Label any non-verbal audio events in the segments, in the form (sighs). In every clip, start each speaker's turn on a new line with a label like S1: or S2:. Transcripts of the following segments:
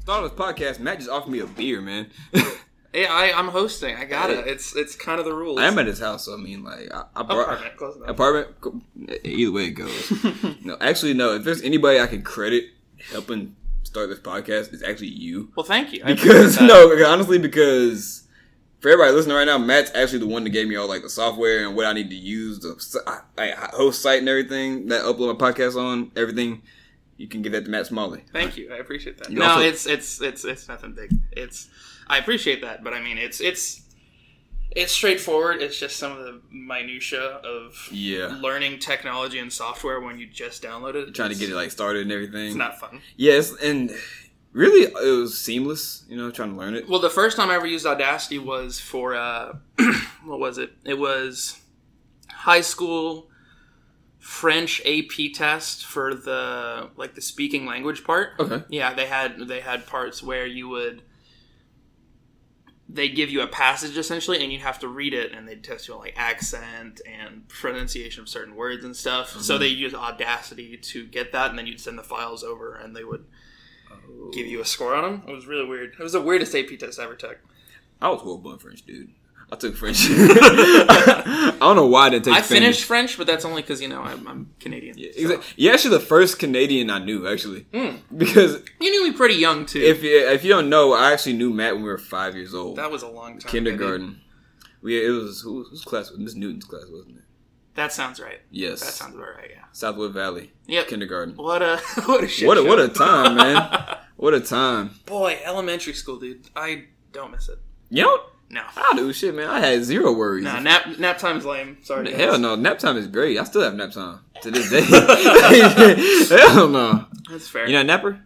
S1: start of this podcast, Matt just offered me a beer, man. (laughs)
S2: Yeah, I, I'm hosting. I got it. It's it's kind of the rules.
S1: I am at his house, so I mean, like, I, I brought
S2: apartment. Close enough.
S1: apartment. co- Either way it goes. (laughs)
S2: (laughs)
S1: no, actually, no. If there's anybody I can credit helping start this podcast, it's actually you.
S2: Well, thank you. I
S1: Because
S2: appreciate
S1: (laughs)
S2: that.
S1: no, because honestly, because for everybody listening right now, Matt's actually the one that gave me all like the software and what I need to use the s- I- I- host site and everything that I upload my podcast on. Everything you can give that to Matt Smalley.
S2: Thank you. I appreciate that.
S1: You
S2: no,
S1: also-
S2: it's it's it's it's nothing big. It's I appreciate that, but I mean, it's it's it's straightforward. It's just some of the minutia of
S1: Yeah.
S2: learning technology and software when you just download it.
S1: Trying to get it like started and everything.
S2: It's not fun.
S1: Yes, and really, it was seamless. You know, trying to learn it.
S2: Well, the first time I ever used Audacity was for uh, (clears throat) what was it? It was high school French AP test for the like the speaking language part.
S1: Okay.
S2: Yeah, they had they had parts where you would they give you a passage essentially and you have to read it and they test you on like accent and pronunciation of certain words and stuff. So
S1: Mm-hmm.
S2: they use Audacity to get that and then you'd send the files over and they would give you a score on them. It was really weird. It was the weirdest AP test I ever took.
S1: I was horrible in French, dude. I took French. (laughs) I don't know why I didn't take.
S2: I
S1: Spanish.
S2: finished French, but that's only because you know I'm, I'm Canadian.
S1: Yeah,
S2: so.
S1: exactly. You're actually the first Canadian I knew, actually,
S2: Hmm.
S1: because
S2: You knew me pretty young too.
S1: if you, if you don't know, I actually knew Matt when we were five years old,
S2: that was a long time. baby.
S1: kindergarten. We it was who, whose class was it? Miss Newton's class, wasn't it?
S2: That sounds right.
S1: Yes,
S2: That sounds about right. Yeah.
S1: Southwood Valley
S2: Yep.
S1: kindergarten.
S2: What a (laughs) what a shit
S1: What a,
S2: show.
S1: what a time, man! what a time.
S2: (laughs) Boy, elementary school, dude. I don't miss it.
S1: You know,
S2: No.
S1: I do shit, man. I had zero worries.
S2: Nah, nap nap time's lame. Sorry. guys.
S1: Hell no, nap time is great. I still have nap time to this
S2: (laughs)
S1: day. (laughs) Hell no.
S2: That's fair.
S1: You know, napper?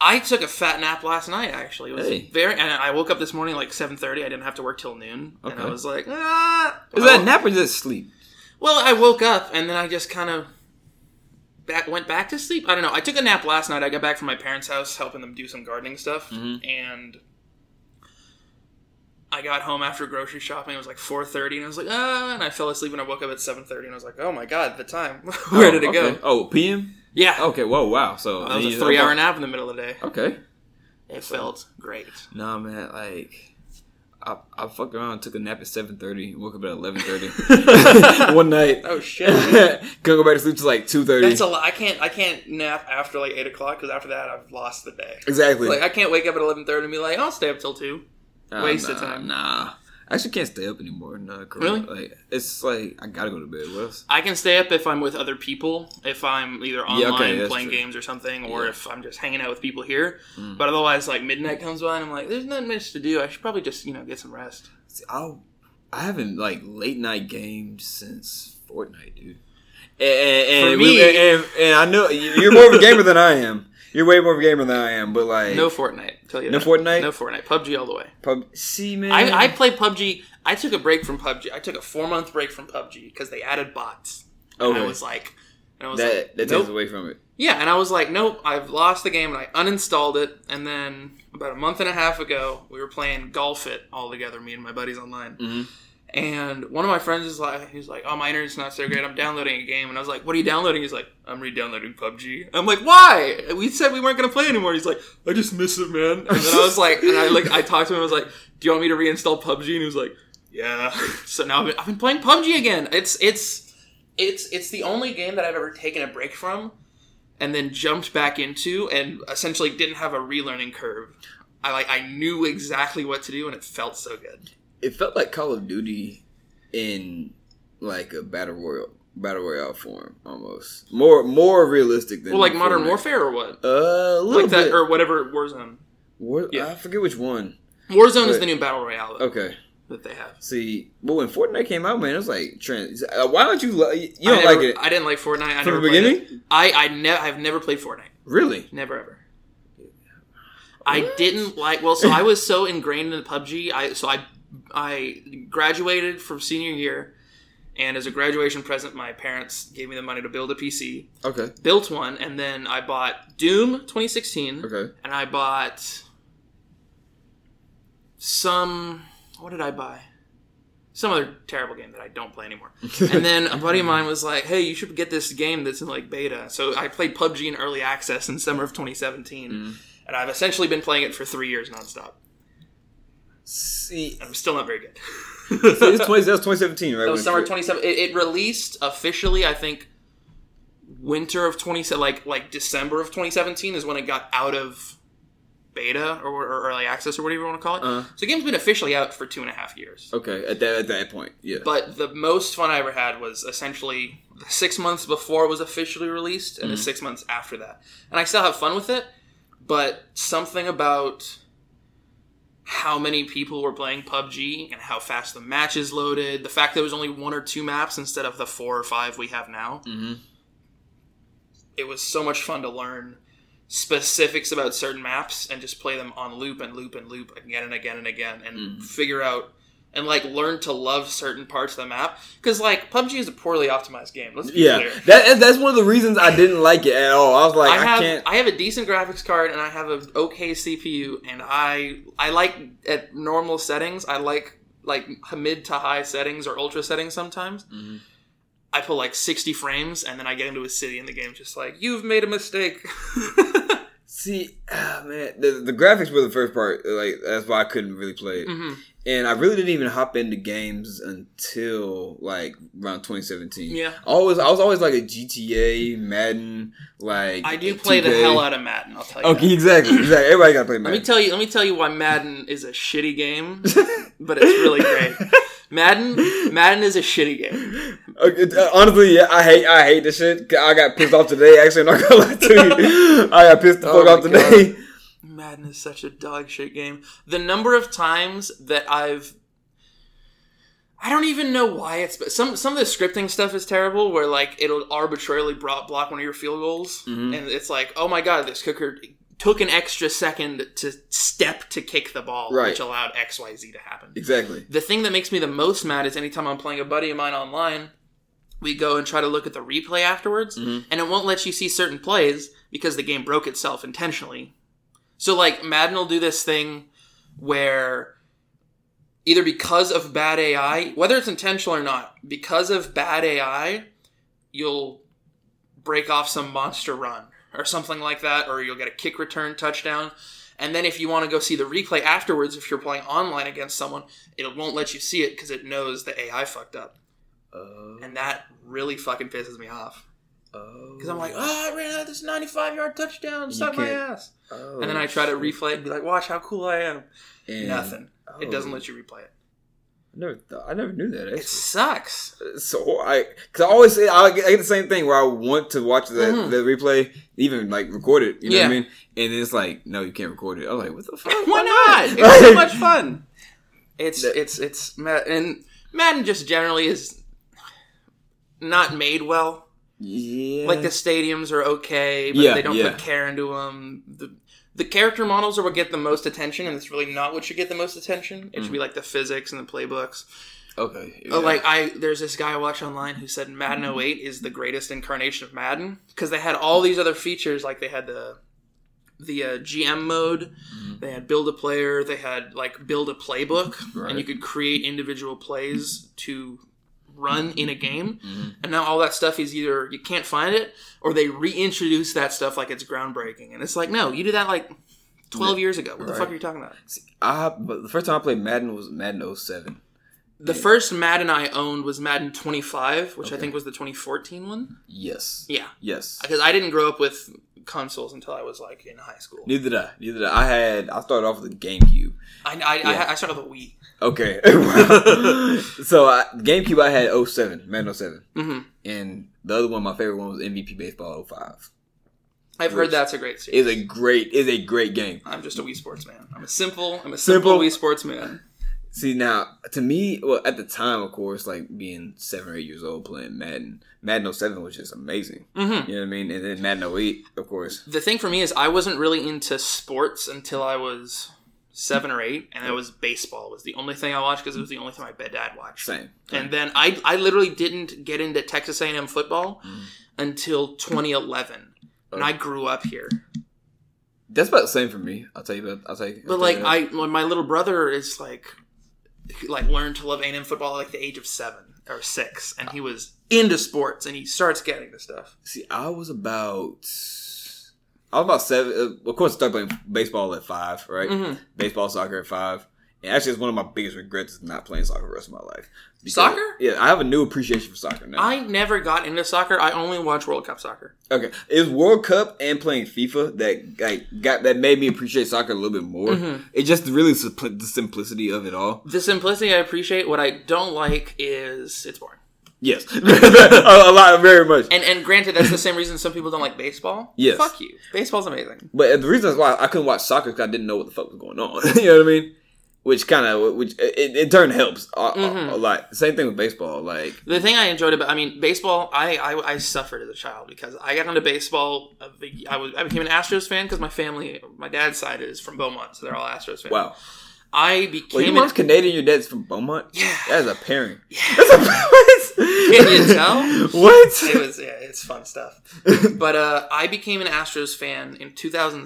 S2: I took a fat nap last night. Actually, it was
S1: Hey.
S2: very. And I woke up this morning like seven thirty. I didn't have to work till noon, and I
S1: Okay.
S2: was like, ah.
S1: Is that nap or just sleep?
S2: Well, I woke up and then I just kind of back, went back to sleep. I don't know. I took a nap last night. I got back from my parents' house helping them do some gardening stuff,
S1: Mm-hmm.
S2: and I got home after grocery shopping. It was like four thirty, and I was like, ah, and I fell asleep. And I woke up at seven thirty, and I was like, oh my god, the time. (laughs) (laughs) Where did it
S1: Oh,
S2: go?
S1: okay. Oh, PM?
S2: Yeah,
S1: Okay, whoa, wow. So
S2: that was a three-hour nap in the middle of the day.
S1: Okay.
S2: It felt great.
S1: Nah, man, like. I, I fucked around and took a nap at 7.30 woke up at
S2: (laughs)
S1: 11.30 (laughs) one night
S2: Oh shit.
S1: (laughs) couldn't go back to sleep till like 2.30
S2: That's a lot. I can't. I can't nap after like eight o'clock because after that I've lost the day.
S1: exactly
S2: Like I can't wake up at eleven thirty and be like, I'll stay up till two.
S1: Nah,
S2: waste
S1: Oh, nah,
S2: of time.
S1: nah I actually can't stay up anymore no,
S2: Really?
S1: like it's like I gotta go to bed what else
S2: I can stay up if I'm with other people, if I'm either online
S1: okay, that's
S2: playing
S1: true.
S2: games or something, or
S1: Yeah. Mm.
S2: if I'm just hanging out with people here. But otherwise, like midnight comes by and I'm like, there's not much to do. I should probably just you know get some rest.
S1: See, I'll, I haven't like late night games since Fortnite, dude. And, and,
S2: For
S1: and-
S2: me-
S1: and, and I know you're more of a gamer than I am. You're way more of a gamer than I am. But like,
S2: No Fortnite, tell you
S1: No
S2: that.
S1: Fortnite?
S2: no Fortnite, PUBG all the way.
S1: pub- see, man,
S2: I, I play PUBG. I took a break from PUBG. I took a four month break from PUBG because they added bots. And
S1: okay,
S2: I was like, and I was
S1: Oh, that
S2: like,
S1: that
S2: nope.
S1: takes away from it.
S2: Yeah, and I was like, nope, I've lost the game, and I uninstalled it. And then about a month and a half ago, we were playing golf it all together, me and my buddies online.
S1: Mhm.
S2: And one of my friends is like, he's like, oh, my internet's not so great. I'm downloading a game, and I was like, what are you downloading? He's like, I'm re-downloading PUBG. I'm like, why? We said we weren't gonna play anymore. He's like, I just miss it, man. And then I was like, and I like, I talked to him. I was like, do you want me to reinstall PUBG? And he was like, yeah. (laughs) So now I've been, I've been playing PUBG again. It's it's it's it's the only game that I've ever taken a break from and then jumped back into and essentially didn't have a relearning curve. I like I knew exactly what to do and it felt so good.
S1: It felt like Call of Duty in like a battle royal battle royale form almost more more realistic than
S2: Well, like Modern
S1: Fortnite.
S2: Warfare or what?
S1: Uh, a little
S2: Like that
S1: bit.
S2: or whatever Warzone.
S1: War-
S2: yeah.
S1: I forget which one.
S2: Warzone is
S1: Right.
S2: the new battle royale
S1: Okay.
S2: that they have.
S1: See, but when Fortnite came out, man, it was like trend. Uh, why don't you? Li- you
S2: I
S1: don't
S2: never,
S1: like it
S2: I didn't like Fortnite. I
S1: from
S2: never
S1: the
S2: played
S1: beginning?
S2: it. I I never I've never played Fortnite.
S1: Really?
S2: Never ever. I didn't like. Well, so I was so ingrained in PUBG. I so I I graduated from senior year, and as a graduation present, my parents gave me the money to build a PC.
S1: Okay.
S2: Built one, and then I bought Doom 2016,
S1: Okay.
S2: and I bought some. What did I buy? Some other terrible game that I don't
S1: (laughs)
S2: play anymore. And then a buddy of mine was like, "Hey, you should
S1: Mm.
S2: get this game that's in like beta." So I played PUBG in early access in summer of 2017, and I've essentially been playing it for three years nonstop.
S1: See,
S2: I'm still not very good.
S1: so (laughs) it's 20, that was 2017, right?
S2: That
S1: when it
S2: was summer
S1: came-
S2: 27. It, it released officially, I think, winter of 27, like like December of 2017 is when it got out of beta or, or early access or whatever you want to call it.
S1: Uh-huh.
S2: So the game's been officially out for two and a half years.
S1: Okay, at that, at that point, yeah.
S2: But the most fun I ever had was essentially the six months before it was officially released and the six months after that. And I still have fun with it, but something about how many people were playing PUBG and how fast the matches loaded, the fact that it was only one or two maps instead of the four or five we have now,
S1: hmm
S2: it was so much fun to learn specifics about certain maps and just play them on loop and loop and loop again and again and again and
S1: Mhm.
S2: figure out and like learn to love certain parts of the map because like PUBG is a poorly optimized game. Let's be
S1: Yeah,
S2: clear.
S1: that that's one of the reasons I didn't like it at all. I was like,
S2: I
S1: I,
S2: have
S1: can't.
S2: I have a decent graphics card and I have an okay CPU and I I like at normal settings I like like mid to high settings or ultra settings sometimes
S1: Mhm.
S2: I put like 60 frames and then I get into a city and the game's just like you've made a mistake (laughs)
S1: See, ah, man, the, the graphics were the first part. Like that's why I couldn't really play it,
S2: Mhm.
S1: and I really didn't even hop into games until like around 2017.
S2: Yeah.
S1: always I was always like a GTA, Madden, like
S2: I do play the hell out of Madden. I'll tell you.
S1: Okay,
S2: that.
S1: exactly, exactly. Everybody gotta play
S2: Let me
S1: Madden.
S2: tell you. Let me tell you why Madden is a shitty (laughs) game, but it's really great. Madden, Madden is a shitty game.
S1: Okay, uh, honestly, yeah, I hate I hate this shit. I got pissed off today. Actually, I'm not gonna (laughs) lie to you. I got pissed the
S2: Oh
S1: fuck off
S2: my God.
S1: today.
S2: Madden is such a dog shit game. The number of times that I've I don't even know why it's but some some of the scripting stuff is terrible where like it'll arbitrarily bro- block one of your field goals
S1: Mhm.
S2: and it's like oh my god this cooker took an extra second to step to kick the ball
S1: Right.
S2: which allowed XYZ to happen.
S1: (laughs) Exactly.
S2: the thing that makes me the most mad is anytime I'm playing a buddy of mine online, we go and try to look at the replay afterwards,
S1: Mhm.
S2: and it won't let you see certain plays because the game broke itself intentionally. So, like, Madden will do this thing where either because of bad AI, whether it's intentional or not, because of bad AI, you'll break off some monster run or something like that, or you'll get a kick return touchdown. And then if you want to go see the replay afterwards, if you're playing online against someone, it won't let you see it because it knows the AI fucked up.
S1: Because
S2: And that really fucking pisses me off. Because I'm like, Oh, oh, I ran out of this 95 yard touchdown, suck my
S1: can't-
S2: ass. and then I try to replay it and be like, watch how cool I am. Nothing. It doesn't let you replay it.
S1: oh, I never, thought, I never knew that.
S2: It (laughs) sucks.
S1: actually. So I, because I always say I get, I get the same thing where I want to watch the,
S2: Mhm.
S1: the replay, even like record it. You know what I
S2: Yeah.
S1: mean? And it's like, no, you can't record it. I'm like, what the fuck?
S2: (laughs) Why not? It's (laughs) so much fun. It's, it's, it's, Ma- and Madden just generally is not made well.
S1: Yeah.
S2: Like the stadiums are okay, but
S1: Yeah,
S2: they don't
S1: yeah.
S2: put care into them. The, the character models are what get the most attention, and it's really not what should get the most attention. It should
S1: Mm.
S2: be like the physics and the playbooks.
S1: Okay.
S2: Uh, Like I, there's this guy I watch online who said Madden
S1: Mm.
S2: 08 is the greatest incarnation of Madden because they had all these other features, like they had the the uh, GM mode,
S1: Mhm.
S2: they had build a player, they had like build a playbook,
S1: Right.
S2: and you could create individual plays to run in a game
S1: Mhm.
S2: and now all that stuff is either you can't find it or they reintroduce that stuff like it's groundbreaking and it's like no you did that like 12 years ago what the fuck
S1: Right.
S2: are you talking about
S1: I but the first time I played Madden was Madden 07.
S2: the
S1: Yeah.
S2: first madden i owned was madden 25 which i
S1: Okay.
S2: think was the 2014 one
S1: Yes.
S2: yeah
S1: Yes.
S2: because i didn't grow up with consoles until i was like in high school
S1: Neither did I. Neither did I. I had. I started off with a GameCube.
S2: i, I,
S1: Yeah.
S2: I, I started with a wii
S1: Okay. (laughs) so I, GameCube, I had 07, Madden 07,
S2: hmm
S1: and the other one, my favorite one was MVP Baseball 05.
S2: i've
S1: Which
S2: heard that's a great series
S1: Is a great is a great game.
S2: i'm just a wii sports man i'm a simple i'm a simple,
S1: Simple.
S2: wii sports man
S1: See now, to me, well, at the time, of course, like being seven or eight years old playing Madden, Madden 07 was just amazing.
S2: mm-hmm.
S1: You know what I mean? And then Madden 08, of course.
S2: the thing for me is I wasn't really into sports until I was seven or eight, and that was baseball was the only thing I watched because it was the only thing my bed dad watched.
S1: Same.
S2: And then I I literally didn't get into Texas A&M football until 2011. And I grew up here,
S1: That's about the same for me. I'll tell you about. I'll tell you.
S2: but
S1: I'll tell
S2: like
S1: you
S2: I, when my little brother is like, like learned to love A&M football at like the age of seven or six, and he was into sports, and he starts getting the stuff.
S1: See, I was about I was about seven. uh, Of course, I started playing baseball at five, right?
S2: Mhm.
S1: Baseball, soccer at five. And actually, it's one of my biggest regrets is not playing soccer the rest of my life. Because-
S2: Soccer?
S1: Yeah, I have a new appreciation for soccer now.
S2: I never got into soccer. I only watch World Cup soccer.
S1: okay, it was World Cup and playing FIFA that like got that made me appreciate soccer a little bit more.
S2: Mm-hmm.
S1: It just really simpl- the simplicity of it all.
S2: The simplicity I appreciate. What I don't like is it's boring. (laughs)
S1: Yes, (laughs) a, a lot, very much.
S2: And and granted,
S1: (laughs)
S2: that's the same reason some people don't like baseball.
S1: Yes.
S2: Fuck you. Baseball's amazing.
S1: But the reason why I couldn't watch soccer because I didn't know what the fuck was going on. (laughs) you know what I mean? Which kind of, which it, in turn helps a, a-
S2: Mm-hmm.
S1: a lot. Same thing with baseball. Like,
S2: The thing I enjoyed about, I mean, baseball. I, I I suffered as a child because I got into baseball. a big- I was I became an Astros fan because my family, my dad's side is from Beaumont, so they're all Astros fans.
S1: wow.
S2: I
S1: Well,
S2: became
S1: your
S2: an- (laughs)
S1: mom's Canadian, your dad's from Beaumont?
S2: Yeah.
S1: That's a
S2: (laughs)
S1: pairing. That's a Can
S2: you tell?
S1: (laughs) What?
S2: it was yeah, it's
S1: (laughs)
S2: fun stuff. But uh, I became an Astros fan in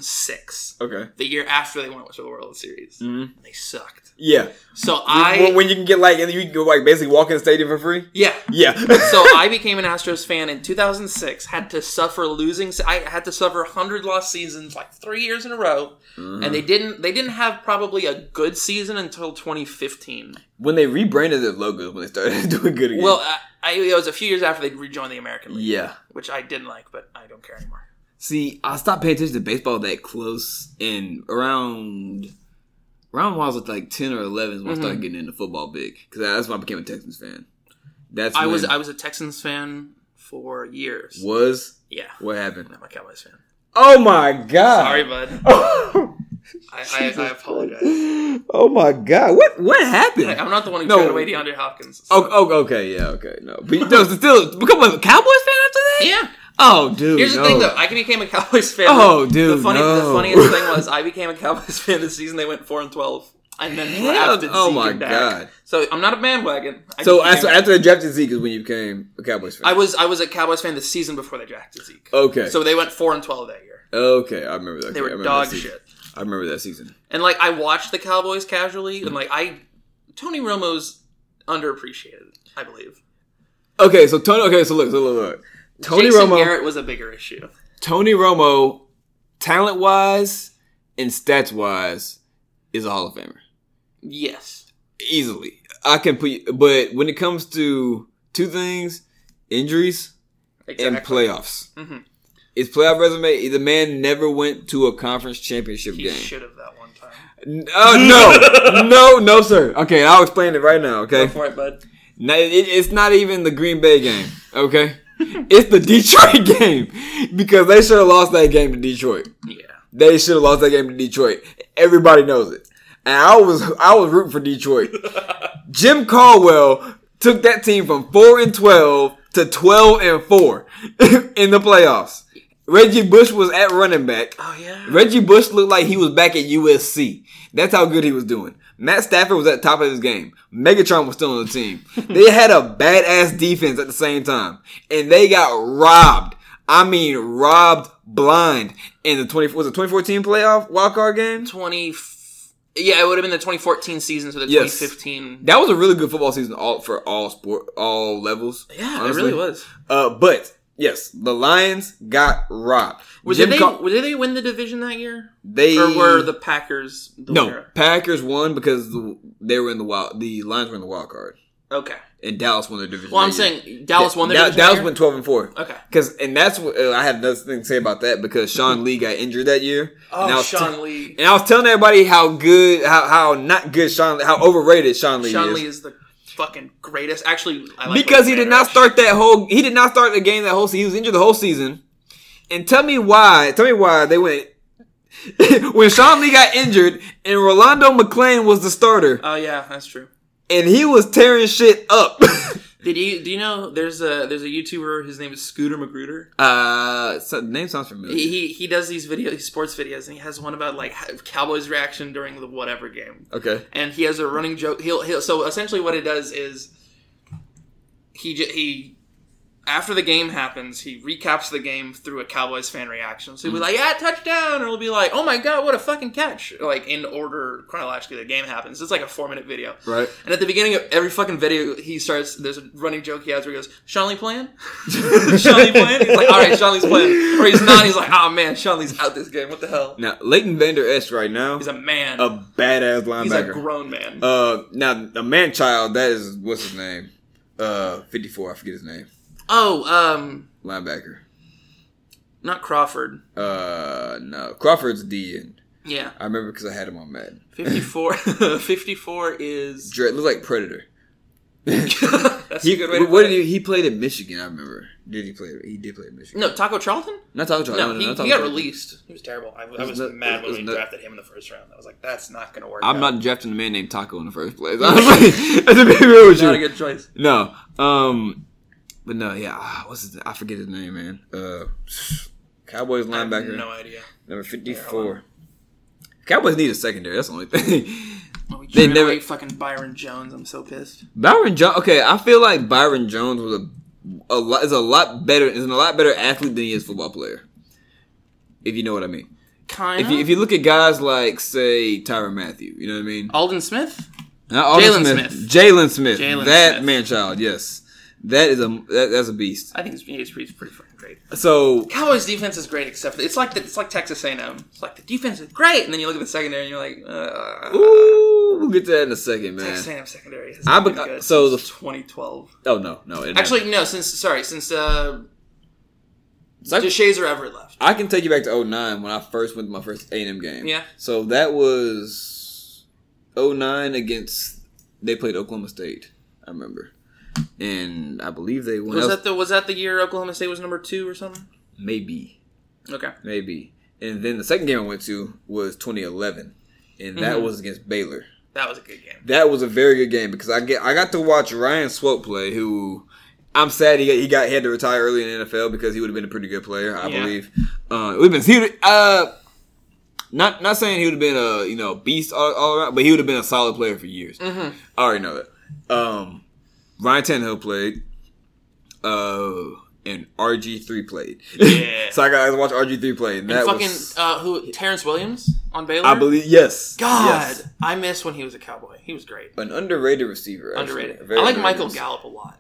S2: 2006,
S1: okay.
S2: the year after they went to the World Series.
S1: Mhm.
S2: They sucked.
S1: Yeah.
S2: So
S1: When-
S2: I
S1: when you can get like, and you can go like basically walk in the stadium for free?
S2: yeah.
S1: Yeah.
S2: So I became an Astros fan in 2006. Had to suffer losing. I had to suffer 100 lost seasons like three years in a row, and they didn't. They didn't have probably a good season until 2015.
S1: (laughs) when they rebranded their logo, when they started (laughs) doing good again.
S2: Well, I, I, it was a few years after they rejoined the American League,
S1: yeah.
S2: which I didn't like, but I don't care anymore.
S1: See, I stopped paying attention to baseball that close in around around when I was with, like ten or eleven is when I started getting into football big because that's when I became a Texans fan. That's
S2: I
S1: when
S2: was I was a Texans fan for years.
S1: was
S2: Yeah.
S1: what happened.
S2: I'm a Cowboys fan.
S1: Oh my god! (laughs)
S2: Sorry, bud.
S1: Oh,
S2: I, I, I
S1: (laughs)
S2: apologize.
S1: oh my god! What what happened?
S2: Like, I'm not the one who
S1: No.
S2: traded away DeAndre Hopkins.
S1: oh, oh, okay, yeah, okay, no, but
S2: (laughs)
S1: no, still become a Cowboys fan after that.
S2: Yeah.
S1: Oh, dude.
S2: Here's the
S1: no.
S2: thing, though. I became a Cowboys fan.
S1: Oh, dude,
S2: The, funny, the
S1: no.
S2: funniest thing was I became a Cowboys fan this season. They went four and twelve, and then
S1: Hell,
S2: drafted
S1: oh
S2: Zeke
S1: my
S2: and Dak.
S1: god!
S2: So I'm not a bandwagon. I
S1: So
S2: just
S1: after,
S2: became-
S1: after they drafted Zeke is when you became a Cowboys fan.
S2: I was I was a Cowboys fan the season before they drafted Zeke.
S1: Okay.
S2: So they went four and twelve that year.
S1: okay, I remember that.
S2: They
S1: I
S2: were
S1: remember
S2: dog
S1: that season.
S2: shit.
S1: I remember that season.
S2: And like I watched the Cowboys casually, and like I Tony Romo's underappreciated. I believe
S1: Okay, so Tony. Okay, so look, so look, look. Tony
S2: Jason
S1: Romo.
S2: Garrett was a bigger issue.
S1: Tony Romo, talent wise and stats wise, is a Hall of Famer
S2: Yes.
S1: easily. I can put, but when it comes to two things, injuries and playoffs.
S2: Mhm.
S1: His playoff resume, the man never went to a conference championship
S2: He
S1: game.
S2: should have that one time.
S1: Oh no, (laughs) no, no, sir. Okay, I'll explain it right now.
S2: Go
S1: Okay,
S2: for it, bud.
S1: No, it, it- it's not even the Green Bay game, okay? it's the Detroit (laughs) game because they should have lost that game to Detroit. (laughs)
S2: Yeah.
S1: They should have lost that game to Detroit. Everybody knows it. And I was I was rooting for Detroit. Jim Caldwell took that team from 4 and 12 to 12 and 4 (laughs) in the playoffs. Reggie Bush was at running back.
S2: Oh yeah.
S1: Reggie Bush looked like he was back at USC. That's how good he was doing. Matt Stafford was at the top of his game. Megatron was still on the
S2: (laughs)
S1: team. they had a badass defense at the same time. And they got robbed. I mean, robbed blind in the 20, was it 2014 playoff wildcard game?
S2: Twenty. f- Yeah, it would have been the 2014 season, so the
S1: Yes.
S2: 2015.
S1: That was a really good football season all for all sport, all levels.
S2: yeah,
S1: honestly.
S2: it really was.
S1: Uh, but yes, the Lions got robbed.
S2: Was
S1: Jim
S2: did they
S1: Col-
S2: did they win the division that year,
S1: they
S2: or were the Packers? The
S1: no
S2: winner?
S1: Packers won because the, they were in the wild. The Lions were in the wild card.
S2: Okay.
S1: and Dallas won their division.
S2: Well, I'm
S1: that year.
S2: saying Dallas won the
S1: Da-
S2: division. that
S1: Dallas
S2: year?
S1: went twelve and four.
S2: Okay.
S1: Because and that's what uh, I have another thing to say about that because Sean Lee got injured that year. and I
S2: Oh,
S1: was
S2: Sean
S1: t-
S2: Lee.
S1: and I was telling everybody how good, how how not good Sean, how overrated Sean Lee
S2: Sean
S1: is.
S2: Lee is the fucking greatest. Actually, I like
S1: because he
S2: Wayne
S1: did not
S2: Radosh.
S1: start that whole. He did not start the game that whole season. He was injured the whole season. And tell me why. Tell me why they went. (laughs) when Sean Lee got injured and Rolando McClain was the starter
S2: Oh yeah, that's true.
S1: and he was tearing shit up. (laughs)
S2: Did you do you know there's a there's a YouTuber his name is Scooter Magruder.
S1: uh, so, name sounds familiar.
S2: He he, he does these video these sports videos and he has one about like ha- Cowboys reaction during the whatever game.
S1: okay.
S2: And he has a running joke. He'll he'll so essentially what it does is he j- he after the game happens, he recaps the game through a Cowboys fan reaction. So he'll be like, "Yeah, touchdown," or he'll be like, "Oh my god, what a fucking catch!" Like in order chronologically, the game happens. It's like a four minute video.
S1: Right.
S2: And at the beginning of every fucking video, he starts. There's a running joke he has where he goes, "Sean Lee (laughs) playing? Sean Lee playing?" He's like, "All right, Sean
S1: (laughs)
S2: Lee's playing," or he's not. He's like, "Oh man, Sean Lee's out this game. What the hell?"
S1: Now, Leighton Vander Esch right now,
S2: He's
S1: a,
S2: a man.
S1: badass linebacker.
S2: he's a grown man.
S1: uh, now the man child that is what's his name? Uh, fifty four. I forget his name.
S2: oh, um,
S1: Linebacker.
S2: not Crawford.
S1: Uh, no, Crawford's D end.
S2: Yeah,
S1: I remember because I had him on Madden. (laughs)
S2: (laughs) 54. 54 is. (laughs)
S1: Dre looks like Predator.
S2: That's
S1: He,
S2: a good way. To
S1: what
S2: put
S1: did
S2: it.
S1: he, he played at Michigan? I remember. Did he play? He did play at Michigan.
S2: No, Taco Charlton.
S1: Not talking to
S2: No,
S1: not
S2: he, he
S1: Taco
S2: got
S1: Charlton.
S2: released.
S3: He was terrible. I, I
S1: It's
S3: was
S1: not-
S3: mad when
S1: it's
S3: we
S1: not-
S3: drafted him in the first round. I was like, that's not going to work.
S1: I'm
S3: out.
S1: not drafting a man named Taco in the first place. (laughs) I was like, to be real with
S2: Not a
S1: you.
S2: good choice.
S1: No, um, but no, yeah. ah, What's his? I forget his name, man. Uh, Cowboys
S2: I have
S1: linebacker
S2: no idea.
S1: number fifty-four. Cowboys need a secondary. That's the only (laughs) thing.
S2: Oh, we
S1: They
S2: traded
S1: never-
S2: away fucking Byron Jones. I'm so pissed.
S1: Byron Jones. Okay, I feel like Byron Jones was a a lot is a lot better is a lot better athlete than he is football player. If you know what I mean.
S2: Kind
S1: If you if you look at guys like say Tyron Matthew, you know what I mean.
S2: Alden Smith.
S1: Not Alden
S2: Jalen Smith.
S1: Jalen Smith.
S2: Jalen
S1: that
S2: Smith.
S1: man child. Yes, that is a that, that's a beast.
S2: I think he's, he's pretty, pretty fucking great.
S1: So
S2: Cowboys defense is great, except for, it's like the, it's like Texas A&M. It's like the defense is great, and then you look at the secondary and you're like, uh,
S1: ooh, we'll get to that in a second,
S2: Texas
S1: man.
S2: A&M secondary. Has
S1: I
S2: been
S1: bec-
S2: good
S1: so the-
S2: since 2012.
S1: Oh no, no. it-
S2: Actually, no. Since sorry, since uh,
S1: It's like-
S2: DeShazer Everett left.
S1: I can take you back to 09 when I first went to my first A and M game.
S2: Yeah.
S1: So that was 09 against they played Oklahoma State. I remember, and I believe they won. That
S2: Was
S1: was-
S2: that the was that the year Oklahoma State was number two or something?
S1: maybe.
S2: Okay.
S1: Maybe. And then the second game I went to was 2011, and that
S2: Mm-hmm.
S1: was against Baylor.
S2: That was a good game.
S1: That was a very good game because I get I got to watch Ryan Swope play, who I'm sad he got, he got he had to retire early in the NFL because he would have been a pretty good player, I
S2: Yeah.
S1: believe. Uh, it would have been he would uh, not not saying he would have been a you know beast all, all around, but he would have been a solid player for years. I already know that. Um, Ryan Tannehill played. Uh, and RG three played. (laughs)
S2: Yeah.
S1: so I got to watch RG three play. And that
S2: And fucking
S1: was,
S2: uh, who? Terrence Williams on Baylor.
S1: I believe yes.
S2: God,
S1: Yes.
S2: I miss when he was a Cowboy. He was great.
S1: An underrated receiver. actually.
S2: Underrated.
S1: A
S2: I
S1: very
S2: like Michael
S1: underrated Ah.
S2: Gallup a lot.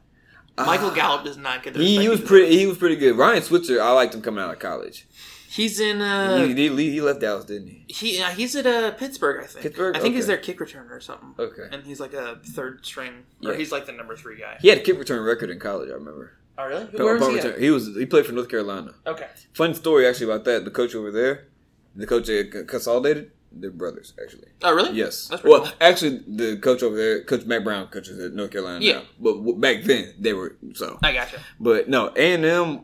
S2: Michael Gallup does not get the
S1: He,
S2: respect
S1: he was
S2: deserves.
S1: pretty. He was pretty good. Ryan Switzer, I liked him coming out of college.
S2: He's in.
S1: He,
S2: Uh,
S1: he, he left Dallas, didn't he?
S2: he uh, he's at uh, Pittsburgh, I think.
S1: Pittsburgh?
S2: I think he's
S1: Okay.
S2: their kick returner or something.
S1: Okay.
S2: And he's like a third string, or
S1: Yeah.
S2: he's like the number three guy.
S1: He had a kick return record in college. I remember.
S2: Oh really? Who-
S1: Punt-
S2: Where is
S1: punt
S2: he? At?
S1: return. He was. He played for North Carolina.
S2: Okay.
S1: Fun story actually about that. The coach over there, the coach that c- consolidated. They're brothers actually.
S2: Oh really?
S1: Yes.
S2: That's pretty
S1: well,
S2: cool.
S1: actually, the coach over there, Coach Mac Brown, coaches at North Carolina.
S2: Yeah.
S1: now. But w- back then they were so.
S2: I gotcha.
S1: But no, A and M.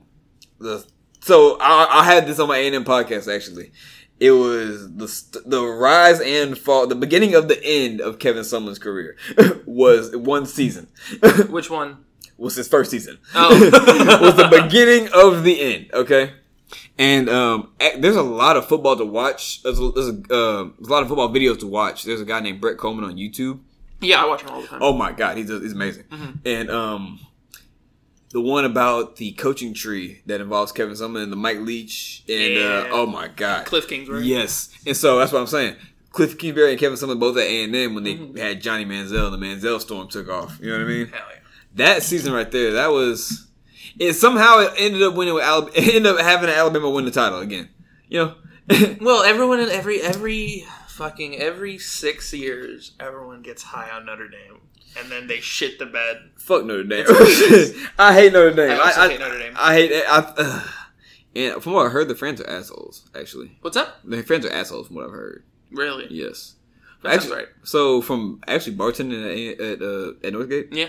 S1: The so I, I had this on my A and M podcast actually. It was the st- the rise and fall, the beginning of the end of Kevin Sumlin's career (laughs) was one season. (laughs)
S2: Which one?
S1: was his first season.
S2: Oh.
S1: (laughs) was the beginning of the end. Okay. And um, a- there's a lot of football to watch. There's a, there's, a, um there's a lot of football videos to watch. There's a guy named Brett Coleman on YouTube.
S2: Yeah, I watch him all the time.
S1: Oh my god, he's he's amazing.
S2: Mm-hmm.
S1: And um, the one about the coaching tree that involves Kevin Sumlin and the Mike Leach and uh,
S2: Yeah.
S1: oh my god,
S2: Cliff Kingsbury.
S1: yes. And so that's what I'm saying. Cliff Kingsbury and Kevin Sumlin both at A and M when they
S2: Mm-hmm.
S1: had Johnny Manziel and the Manziel storm took off. You know what I mean?
S2: Hell yeah.
S1: That season right there, that was. It somehow it ended up winning with (laughs) Alabama, ended up having Alabama win the title again. You know. (laughs)
S2: Well, everyone in every every fucking every six years, everyone gets high on Notre Dame, and then they shit the bed.
S1: Fuck Notre Dame.
S2: It's
S1: (laughs) I hate Notre Dame.
S2: I also hate Notre Dame.
S1: I hate it. I, uh, (sighs) and from what I heard, the fans are assholes. Actually,
S2: What's up?
S1: the fans are assholes. From what I've heard,
S2: Really?
S1: yes.
S2: That sounds
S1: actually,
S2: right.
S1: So from actually bartending at at, uh, at Northgate,
S2: Yeah.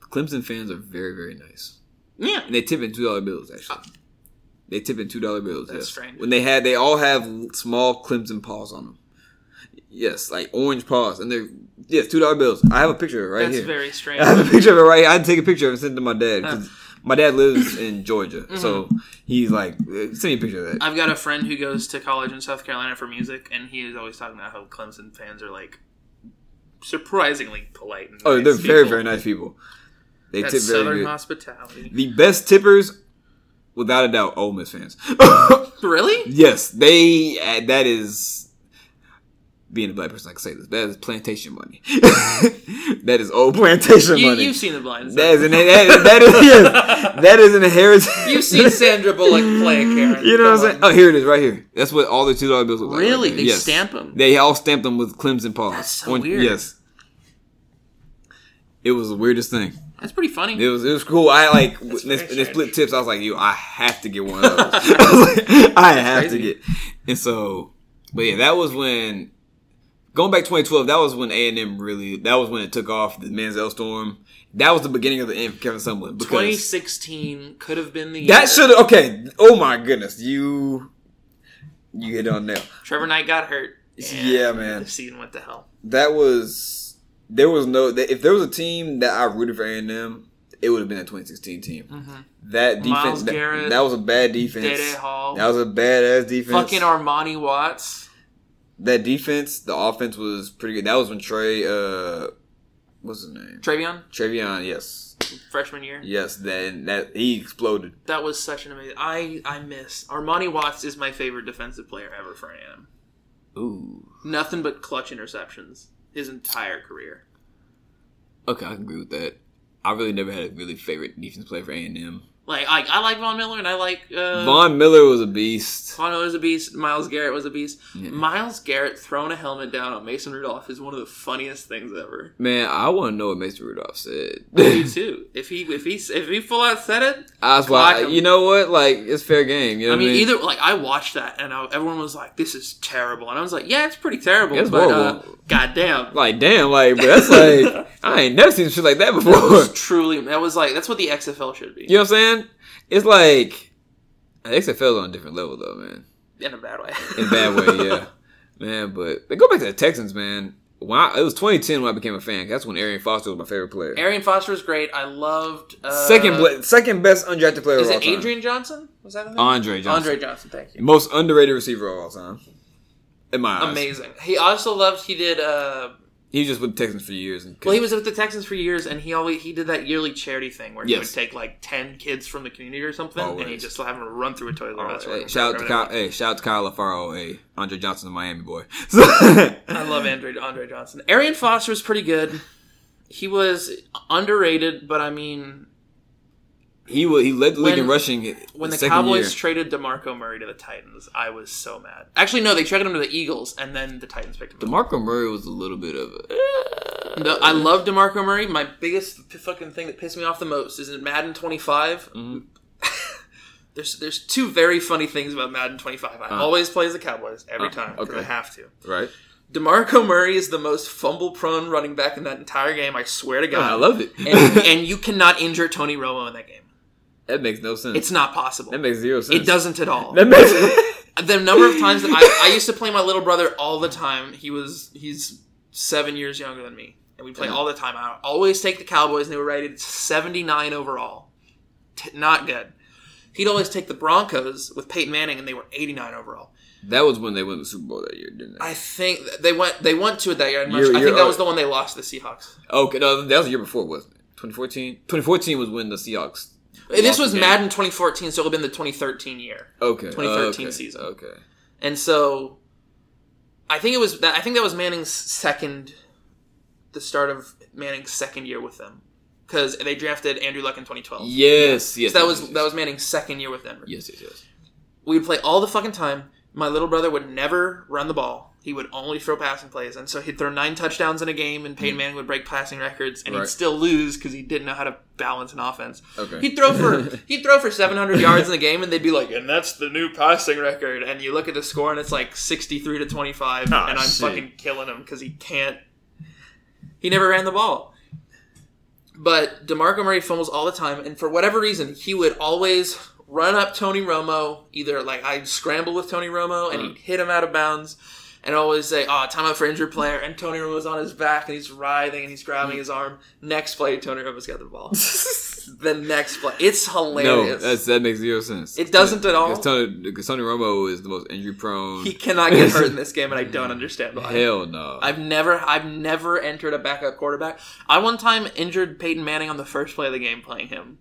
S1: Clemson fans are very very nice,
S2: Yeah.
S1: and they tip in two dollar bills. Actually, they tip in two dollar bills.
S2: Ah. That's
S1: yes.
S2: strange.
S1: When they had, they all have small Clemson paws on them. Yes, like orange paws, and they're yes two dollar bills. I have a picture right
S2: That's
S1: here.
S2: very strange.
S1: I have (laughs) a picture of it right here. I had to take a picture of it and send it to my dad. 'cause My dad lives in Georgia.
S2: Mm-hmm.
S1: So he's like, "Eh, send me a picture of that.
S2: I've got a friend who goes to college in South Carolina for music, and he is always talking about how Clemson fans are like surprisingly polite. And
S1: Oh,
S2: nice
S1: they're very,
S2: people.
S1: very nice people. They
S2: That's
S1: tip very
S2: Southern
S1: good.
S2: hospitality.
S1: the best tippers, without a doubt, Ole Miss fans. (laughs)
S2: Really?
S1: yes, they. Uh, that is. Being a black person, I can say this. That is plantation money. (laughs) that is old plantation
S2: You,
S1: money.
S2: you've seen the
S1: (laughs)
S2: blinds.
S1: that is an that, that is (laughs) yes, that is an inheritance.
S2: You've seen Sandra Bullock play a
S1: (laughs)
S2: Karen.
S1: You know what I'm
S2: Come
S1: saying?
S2: on.
S1: Oh, here it is, right here. That's what all the two dollar bills look like.
S2: Really?
S1: right
S2: They
S1: there. Yes.
S2: stamp 'em?
S1: They all stamped them with Clemson paws.
S2: That's so weird.
S1: Yes. It was the weirdest thing.
S2: That's pretty funny.
S1: It was it was cool. I like when
S3: very
S1: they, when they split
S3: strange.
S1: tips. I was like, "You, I have to get one
S2: (laughs)
S1: of those. (laughs) I, was like, I have to
S2: crazy.
S1: get." And so, but yeah, that was when going back 2012. That was when A and M really. That was when it took off the Manziel storm. That was the beginning of the end for Kevin Sumlin because
S2: 2016 could have been the year.
S1: that should okay. Oh my goodness, you you hit on nail.
S2: Trevor Knight got hurt. and
S1: Yeah, man.
S2: The season went to hell.
S1: That was there was no that- if there was a team that I rooted for A and M, it would have been a 2016 team. That defense,
S2: Mm-hmm. Miles
S1: that,
S2: Garrett,
S1: that was a bad defense.
S2: Dede Hall.
S1: That was a badass defense.
S2: Fucking Armani Watts.
S1: that defense, the offense was pretty good. That was when Trey, uh, what's his name?
S2: Travion,
S1: Travion, yes,
S2: freshman year.
S1: yes. Then that he exploded.
S2: That was such an amazing. I I miss Armani Watts is my favorite defensive player ever for AM.
S1: Ooh.
S2: Nothing but clutch interceptions his entire career.
S1: Okay, I can agree with that. I really never had a really favorite defense player for A and M.
S2: Like I, I like Von Miller and I like uh,
S1: Von Miller was a beast.
S2: Von Miller was a beast. Miles Garrett was a beast.
S1: Yeah.
S2: Miles Garrett throwing a helmet down on Mason Rudolph is one of the funniest things
S1: (laughs)
S2: ever.
S1: Man, I want to know what Mason Rudolph said. (laughs)
S2: Me too. If he if he if he full out said it,
S1: That's why
S2: Clock him.
S1: you know what? Like it's fair game. You know
S2: I
S1: what
S2: mean, either like I watched that and I, everyone was like, "This is terrible," and I was like, "Yeah, it's pretty terrible."
S1: It's
S2: but uh,
S1: horrible. (laughs)
S2: goddamn,
S1: like damn, like but that's
S2: (laughs)
S1: like I ain't never seen shit like that before.
S2: That
S1: (laughs)
S2: was truly that was like that's what the XFL should be
S1: You know what I'm saying? It's like XFL's on a different level though, man.
S2: in a bad way.
S1: In a bad
S2: (laughs)
S1: way, yeah, man. But they go back to the Texans, man. When I, it was 2010 when I became a fan. That's when Arian Foster was my favorite player.
S2: Arian Foster is great. I loved uh,
S1: second, bla- second best undrafted player
S2: Is
S1: of all
S2: it
S1: time.
S2: Adrian Johnson? Was that the name?
S1: Andre Johnson,
S2: Andre Johnson. Thank you.
S1: most underrated receiver of all time. In my eyes,
S2: Amazing. He also loved. He did. Uh,
S1: he was just with the Texans for years. And
S2: well, he was with the Texans for years, and he always he did that yearly charity thing where he
S1: Yes.
S2: would take like ten kids from the community or something, and he
S1: Always.
S2: just have them run through a toilet. That's
S1: Oh, Hey,
S2: right.
S1: shout out to Kyle, hey, shout out to Kyle Lafaro, hey, Andre Johnson, the Miami boy. So-
S2: I love Andre Andre Johnson. Arian Foster was pretty good. He was underrated, but I mean,
S1: (laughs) he wa- he led the league in
S2: When-
S1: rushing
S2: when the
S1: second
S2: Cowboys
S1: year.
S2: traded DeMarco Murray to the Titans, I was so mad. Actually, no, they traded him to the Eagles, and then the Titans picked him. up.
S1: Demarco Murray was a little bit of a
S2: The- I love DeMarco Murray. My biggest p- fucking thing that pissed me off the most is in Madden 25.
S1: Mm-hmm.
S2: (laughs) there's there's two very funny things about Madden 25. I always play as the Cowboys every
S1: Uh,
S2: time because
S1: okay.
S2: I have to.
S1: right.
S2: DeMarco Murray is the most fumble prone running back in that entire game. I swear to God.
S1: I love it.
S2: and,
S1: (laughs)
S2: (laughs) and you cannot injure Tony Romo in that game.
S1: that makes no sense.
S2: It's not possible.
S1: that makes zero sense. (laughs)
S2: It doesn't at all.
S1: That
S2: (laughs)
S1: makes
S2: the number of times that I, I used to play my little brother all the time. He was he's seven years younger than me, and we play all the time. I always take the Cowboys, and they were rated seventy nine overall, T- not good. He'd always take the Broncos with Peyton Manning, and they were eighty nine overall.
S1: that was when they won the Super Bowl that year, didn't they?
S2: I think th- they went they went to it that year. and much-
S1: You're-
S2: I
S1: you're-
S2: think that was the one they lost to the Seahawks.
S1: okay, no, that was the year before, wasn't it? 2014. 2014 was when the Seahawks.
S2: This
S1: the
S2: was
S1: game.
S2: Madden twenty fourteen, so it'll have been the twenty thirteen year.
S1: Okay,
S2: 2013
S1: okay,
S2: season.
S1: Okay,
S2: And so I think it was that I think that was Manning's second the start of Manning's second year with them cuz they drafted Andrew Luck in 2012.
S1: yes, yes.
S2: So that
S1: yes,
S2: was
S1: yes,
S2: that was Manning's second year with Denver.
S1: yes, yes, yes.
S2: We would play all the fucking time. My little brother would never run the ball. He would only throw passing plays, and so he'd throw nine touchdowns in a game, and Peyton Manning would break passing records, and
S1: Mm-hmm. Right.
S2: he'd still lose because he didn't know how to balance an offense.
S1: Okay.
S2: He'd throw for
S1: (laughs)
S2: he'd throw for 700 yards in the game, and they'd be like, "And that's the new passing record." And you look at the score, and it's like 63
S1: (laughs)
S2: to 25,
S3: Ah,
S2: and I'm
S1: shit.
S2: fucking killing him because he can't. He never ran the ball. But DeMarco Murray fumbles all the time, and for whatever reason, he would always run up Tony Romo. Either like I'd scramble with Tony Romo,
S1: Mm.
S2: and he'd hit him out of bounds, and always say, "Oh, timeout for injured player." And
S1: (laughs)
S2: Tony (laughs) Romo's on his back, and he's writhing, and he's grabbing his arm. Next play, Tony Romo's got the ball. the next play. It's
S1: No,
S2: hilarious.
S1: that's, that makes zero sense.
S2: It doesn't at all.
S1: Because Tony, because Tony Romo is the most injury prone.
S2: he
S1: (laughs)
S2: cannot get hurt in this game, and I don't understand why.
S1: Hell no.
S2: I've never, I've never entered a backup quarterback. I one time injured Peyton Manning on the first play of the game playing him,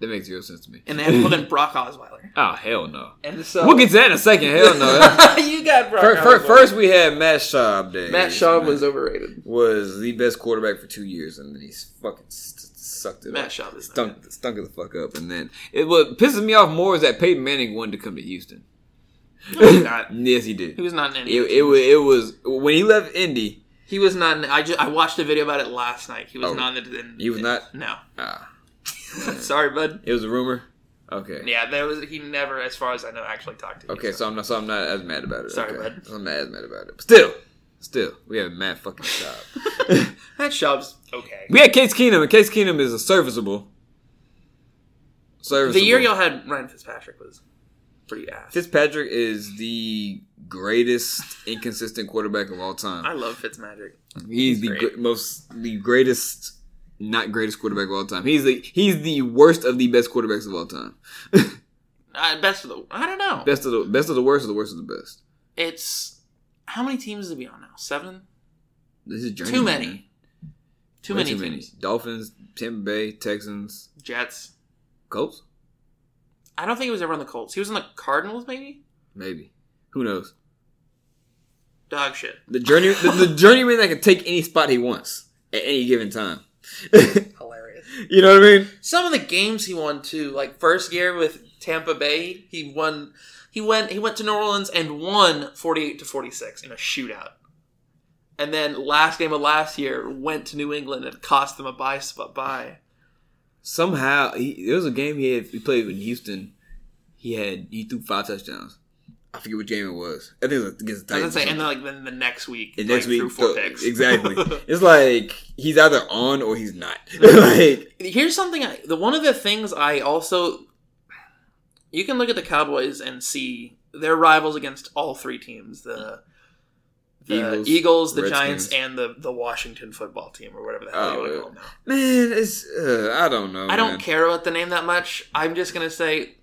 S1: that makes zero sense to me.
S2: and they had
S1: (laughs)
S2: to put in Brock Osweiler.
S1: oh hell no.
S2: And so (laughs)
S1: We'll get to that in a second. Hell no.
S2: you got Brock.
S1: first,
S2: Osweiler.
S1: first, first we had Matt Schaub. Days.
S2: Matt Schaub
S1: Matt (laughs)
S2: was overrated.
S1: was the best quarterback for two years, and then he's fucking st- sucked it
S2: Matt
S1: up.
S2: Schaub is not
S1: stunk stunk it the fuck up. And then it, what pisses me off more is that Peyton Manning wanted to come to
S2: (laughs)
S1: Houston.
S2: No, he's
S1: (laughs)
S2: not.
S1: yes, he did.
S2: He was not in any.
S1: It, it was it was when he left Indy.
S2: he was not. In, I just, I watched a video about it last night. He was
S1: Oh.
S2: not. In, in,
S1: He was not?
S2: No.
S1: Ah,
S2: (laughs) Sorry, bud.
S1: it was a rumor. Okay.
S2: Yeah, that was he never, as far as I know, actually talked to. me,
S1: Okay, so I'm not so I'm not as mad about it.
S2: Sorry,
S1: okay.
S2: bud.
S1: So I'm not as mad about it. But still, still, we have Matt fucking
S2: (laughs)
S1: Schaub.
S2: Matt Schaub's okay.
S1: we had Case Keenum, and Case Keenum is a serviceable. Serviceable.
S2: The year y'all had Ryan Fitzpatrick was pretty ass.
S1: Fitzpatrick is the greatest inconsistent quarterback of all time.
S2: I love Fitzmagic.
S1: He's the
S2: great.
S1: gr- most, the greatest, not greatest quarterback of all time. He's the he's the worst of the best quarterbacks of all time.
S2: Uh, best of the. I don't know.
S1: Best of the best of the worst, or the worst of the best.
S2: It's how many teams did we on now? Seven.
S1: This is journey,
S2: Too
S1: man.
S2: many. Too
S1: Way
S2: many teams.
S1: Dolphins, Tampa Bay, Texans,
S2: Jets.
S1: Colts,
S2: I don't think he was ever on the Colts. He was on the Cardinals, maybe.
S1: maybe. Who knows?
S2: Dog shit.
S1: The journey, the, the journeyman that can take any spot he wants at any given time. (laughs)
S2: Hilarious.
S1: you know what I mean?
S2: Some of the games he won too, like first year with Tampa Bay, he won. He went. He went to New Orleans and won forty-eight to forty-six in a shootout. And then last game of last year, went to New England and cost them a bye spot. Bye.
S1: Somehow, he, there was a game he had. He played in Houston. He had he threw five touchdowns. I forget what game it was. I think it was against the Titans.
S2: I was gonna
S1: or
S2: say,
S1: something.
S2: and then like then the next week,
S1: And
S2: like,
S1: next week,
S2: threw
S1: so-
S2: four picks. (laughs)
S1: exactly. it's like he's either on or he's not. (laughs) like
S2: here's something I the one of the things I also you can look at the Cowboys and see their rivals against all three teams the the
S1: Eagles,
S2: Eagles, the
S1: Redskins.
S2: Giants, and the the Washington football team or whatever the hell
S1: Oh,
S2: you want
S1: yeah.
S2: to call them now.
S1: man, it's uh, I don't know.
S2: I don't
S1: man.
S2: care about the name that much. I'm just gonna say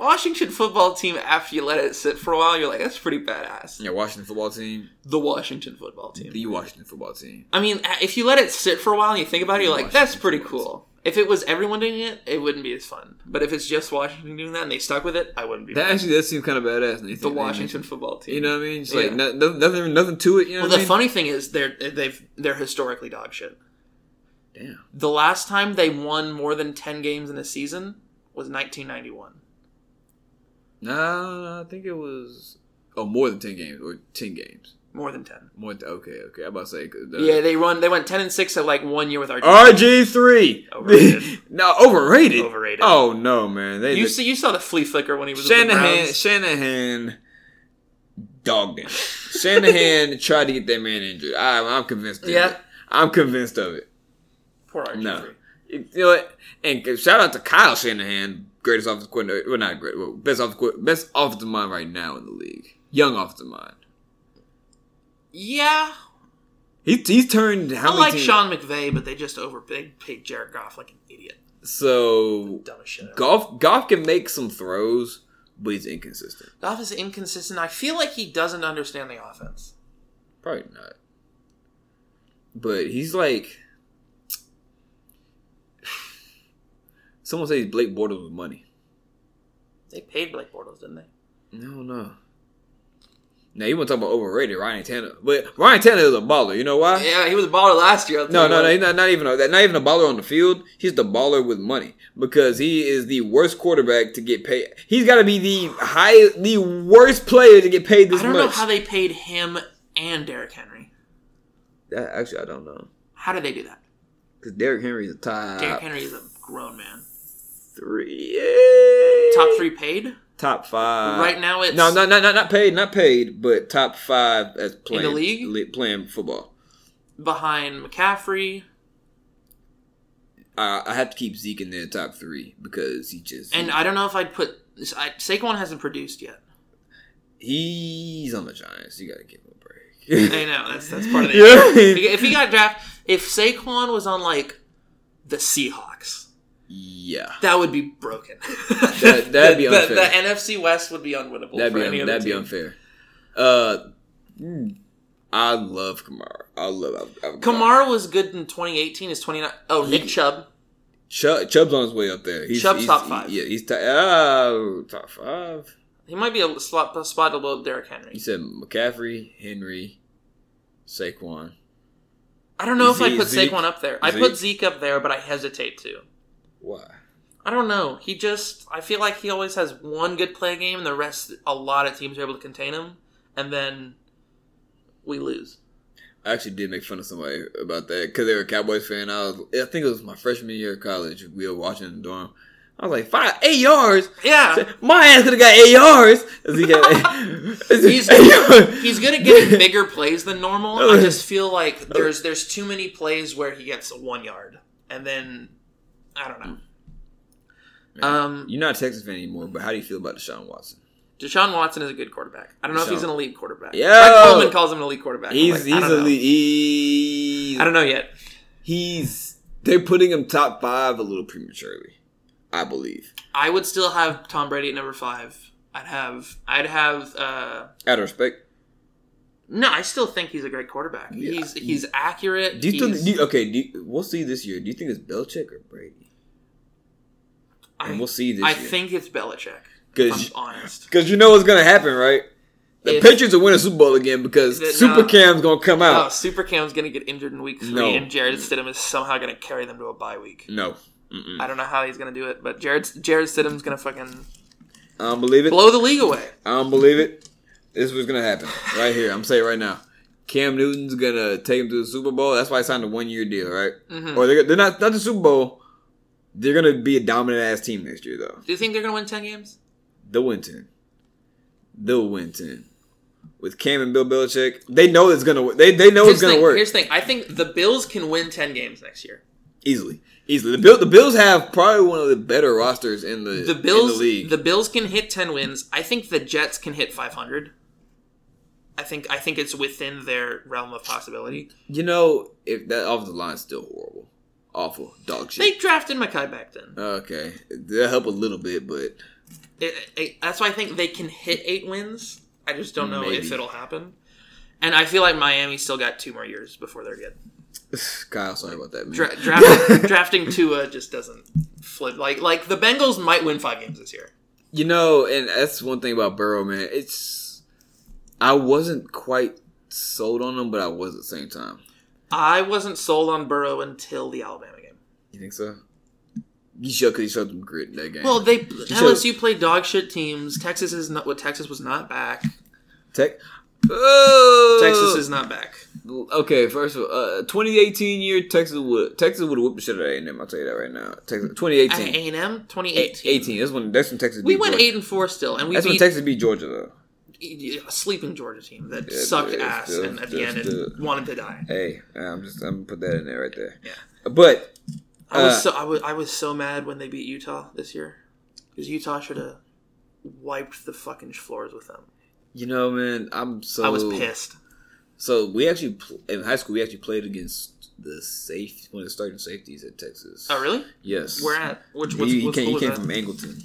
S2: Washington football team. After you let it sit for a while, you're like, that's pretty badass.
S1: Yeah, Washington football team,
S2: The Washington football team.
S1: the Washington football team.
S2: I mean, if you let it sit for a while and you think about it, you're like, that's pretty
S1: Washington
S2: cool. If it was everyone doing it, it wouldn't be as fun. But if it's just Washington doing that and they stuck with it, I wouldn't be.
S1: That
S2: mad.
S1: actually does seem kind of badass. and they
S2: the
S1: think they
S2: Washington
S1: mentioned-
S2: football team.
S1: you know what I mean? Just like
S2: Yeah.
S1: no- no- nothing, nothing to it. You know
S2: well,
S1: what I
S2: the
S1: mean?
S2: funny thing is they're they've they're historically dog shit.
S1: Damn.
S2: The last time they won more than ten games in a season was 1991.
S1: No, I think it was oh more than ten games or ten games.
S2: More than ten.
S1: More than, okay, okay. I'm about to say uh,
S2: yeah, they run. They went ten and six at like one year with our.
S1: RG three.
S2: Overrated.
S1: (laughs) no, overrated.
S2: Overrated.
S1: Oh no, man. They,
S2: you
S1: they-
S2: see, you saw the flea flicker when he was With the
S1: Shanahan.
S2: Browns.
S1: Shanahan dogged him.
S2: (laughs)
S1: Shanahan tried to get that man injured. I, I'm convinced. Of
S2: Yeah.
S1: It. I'm convinced of it.
S2: Poor RG3.
S1: No. You know what? And shout out to Kyle Shanahan, greatest offensive coordinator. Well, not great. Well, best offensive, coor- best offensive mind right now in the league. Young offensive mind.
S2: Yeah,
S1: He, he's turned how
S2: I
S1: many
S2: like
S1: teams?
S2: Sean McVay, but they just over they paid Jared Goff like an idiot.
S1: So
S2: Dumb as shit.
S1: golf golf can make some throws, but he's inconsistent.
S2: Goff is inconsistent. I feel like he doesn't understand the offense.
S1: Probably not. But he's like (sighs) someone says Blake Bortles with money.
S2: They paid Blake Bortles, didn't they?
S1: No, no. Now you want to talk about overrated Ryan Tanner, but Ryan Tanner is a baller. You know why?
S2: Yeah, he was a baller last year. I'll
S1: No,
S2: tell
S1: no,
S2: you
S1: no.
S2: what.
S1: He's not, not even a, not even a baller on the field. He's the baller with money because he is the worst quarterback to get paid. He's got to be the high, the worst player to get paid this
S2: I don't know
S1: much.
S2: how they paid him and Derrick Henry.
S1: Uh, Actually, I don't know
S2: How did they do that?
S1: because Derrick Henry is a top
S2: Derrick Henry is a grown man.
S1: three, Yay!
S2: Top three paid
S1: top five.
S2: right now. It's
S1: No, no, no, not not paid, not paid, but top five as playing
S2: league?
S1: li- playing football.
S2: behind McCaffrey
S1: I, I have to keep Zeke in there top three because he just
S2: and I don't know if I'd put I, Saquon hasn't produced yet.
S1: he's on the Giants. You got to give him a break.
S2: I know that's that's part of the
S1: Yeah.
S2: If he got draft, if Saquon was on like the Seahawks.
S1: (laughs) Yeah.
S2: That would be broken.
S1: (laughs) That- that'd be
S2: The- (laughs) the-
S1: unfair.
S2: The, NFC West would be unwinnable
S1: That'd
S2: for
S1: be
S2: any
S1: un-
S2: other
S1: that'd be
S2: team.
S1: unfair. Uh, mm, I love Kamara. I love I, I,
S2: Kamara was good in 2018. Is 29? Oh, Nick Chubb.
S1: Chubb, Chubb's on his way up there. He's,
S2: Chubb's
S1: he's-
S2: top five.
S1: Yeah, he's top, uh, top five.
S2: He might be a slot a spot above Derrick
S1: You
S2: Henry.
S1: said McCaffrey, Henry, Saquon.
S2: I don't know if I
S1: Zeke-
S2: put
S1: Zeke-
S2: Saquon up there. I put
S1: Zeke?
S2: Zeke up there, but I hesitate to.
S1: Why?
S2: I don't know. He just I feel like he always has one good play game and the rest a lot of teams are able to contain him and then we lose.
S1: I actually did make fun of somebody about that because they were a Cowboys fan. I was, I think it was my freshman year of college. We were watching in the dorm. I was like, five, eight yards.
S2: Yeah.
S1: My ass could have got eight yards. Zeke
S2: (laughs)
S1: (laughs) had-
S2: He's
S1: Eight (laughs) yards.
S2: he's good at getting bigger plays than normal. I just feel like there's there's too many plays where he gets one yard and then I don't know. Um
S1: You're not a Texas fan anymore, but how do you feel about Deshaun Watson?
S2: Deshaun Watson is a good quarterback. I don't know if he's
S1: Deshaun-
S2: an elite quarterback.
S1: Yo!
S2: Matt Coleman calls him an elite quarterback. I'm
S1: He's
S2: like, I
S1: he's
S2: don't know.
S1: elite. He's,
S2: I don't know yet.
S1: he's they're putting him top five a little prematurely, I believe.
S2: I would still have Tom Brady at number five. I'd have I'd have uh
S1: Out of respect,
S2: No, I still think he's a great quarterback.
S1: Yeah.
S2: He's he's accurate.
S1: do you still
S2: he's-
S1: do you, okay? Do you, we'll see this year. Do you think it's Belichick or Brady?
S2: I,
S1: And we'll see this
S2: I
S1: year.
S2: think it's Belichick. If I'm
S1: because
S2: honest.
S1: because you know what's gonna happen, right? The
S2: If-
S1: Patriots will win a Super Bowl again because
S2: That-
S1: Super
S2: nah.
S1: Cam's gonna come (laughs)
S2: Oh,
S1: out.
S2: Super Cam's gonna get injured in week three,
S1: No. Mm.
S2: and Jared Stidham is somehow gonna carry them to a bye week.
S1: No, Mm-mm.
S2: I don't know how he's gonna do it, but Jared Jared Stidham's gonna fucking
S1: I don't believe it.
S2: blow the league away.
S1: I don't believe it. This is what's gonna happen right here. I'm saying it right now. Cam Newton's gonna take him to the Super Bowl. That's why he signed a one year deal, right?
S2: Hmm. Mm-hmm.
S1: Or they're, they're not not the Super Bowl. They're gonna be a dominant ass team next year, though.
S2: Do you think they're gonna win ten games?
S1: They'll win ten. They'll win ten with Cam and Bill Belichick. They know it's gonna. wo- They they know
S2: Here's
S1: it's
S2: the
S1: gonna
S2: thing,
S1: work
S2: here's the thing. I think the Bills can win ten games next year.
S1: easily. Easily, the Bill the Bills have probably one of the better rosters in the
S2: The Bills
S1: in the league.
S2: Bills can hit ten wins. I think the Jets can hit five hundred. I think I think it's within their realm of possibility.
S1: you know, if that offensive line's still horrible, awful, dog shit.
S2: They drafted Makai Becton.
S1: Okay, that help a little bit, but (sighs)
S2: It, it, that's why I think they can hit eight wins. I just don't know if
S1: Maybe.
S2: it'll happen. And I feel like Miami still got two more years before they're good.
S1: Kyle, sorry about that. Man. (laughs)
S2: Dra- draft, drafting Tua just doesn't flip. Like like the Bengals might win five games this year.
S1: you know, and that's one thing about Burrow, man. It's I wasn't quite sold on him, but I was at the same time.
S2: I wasn't sold on Burrow until the Alabama game.
S1: You think so? You should because he showed some grit in that game.
S2: Well, they
S1: so-
S2: LSU played dog shit teams. Texas is not. Well, Texas was not back.
S1: Tech. Oh,
S2: Texas is not back.
S1: okay. First of all, uh, 2018 year Texas would Texas would have whooped the shit out of A&M. I'll tell you that right now. Texas 2018.
S2: A and M twenty
S1: A-
S2: eighteen.
S1: 18. That's when that's when Texas.
S2: We
S1: beat
S2: went
S1: Georgia.
S2: eight and four still, and we
S1: That's when
S2: beat
S1: Texas beat Georgia though.
S2: a sleeping Georgia team that
S1: Yeah,
S2: sucked
S1: dude,
S2: ass
S1: still-
S2: and at the
S1: still-
S2: end
S1: still-
S2: and wanted to die.
S1: Hey, I'm just I'm gonna put that in there right there.
S2: Yeah.
S1: But
S2: I was
S1: Uh,
S2: so I was, I was so mad when they beat Utah this year because Utah should have wiped the fucking floors with them.
S1: you know, man, I'm so
S2: I was pissed.
S1: So we actually pl- in high school we actually played against the safe one of the starting safeties at Texas.
S2: Oh really?
S1: Yes.
S2: Where at? Which
S1: He-
S2: what's,
S1: he,
S2: what
S1: came,
S2: school
S1: he
S2: was
S1: came
S2: that?
S1: from Angleton.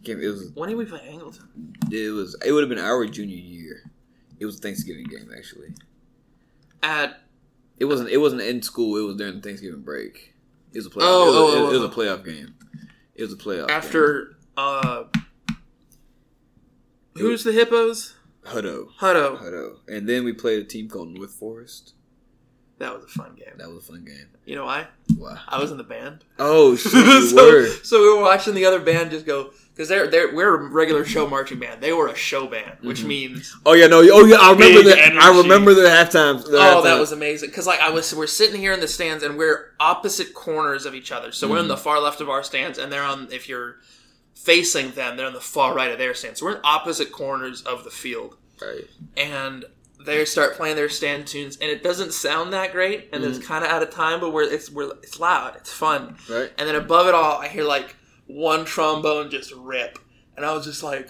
S1: He Came, it was
S2: when did we play Angleton?
S1: it was it would have been our junior year. It was a Thanksgiving game actually.
S2: At
S1: It wasn't it wasn't in school. It was during the Thanksgiving break. It was a playoff.
S2: Oh,
S1: it, was,
S2: oh,
S1: it, it
S2: oh,
S1: was a playoff game. It was a playoff game.
S2: after uh, who's the hippos?
S1: Hutto.
S2: Hutto.
S1: Hutto. And then we played a team called North Forest.
S2: That was a fun game.
S1: That was a fun game.
S2: You know why?
S1: Wow.
S2: I was in the band.
S1: (laughs) Oh shit! You (laughs)
S2: so,
S1: were.
S2: so we were watching the other band just go because they're they're we're a regular show marching band. They were a show band, which means
S1: Oh yeah, no. Oh yeah, I remember
S3: Big
S1: that. I
S3: energy.
S1: remember the halftime. the
S2: oh that
S1: halftime.
S2: was amazing. Because like I was we're sitting here in the stands and we're opposite corners of each other. So
S1: Mhm.
S2: we're on the far left of our stands and they're on if you're facing them they're on the far right of their stands. So we're in opposite corners of the field
S1: Right.
S2: and. They start playing their stand tunes, and it doesn't sound that great, and
S1: Mm.
S2: it's kind of out of time. But we're it's we're it's loud, it's fun,
S1: Right.
S2: And then above it all, I hear like one trombone just rip. And I was just like,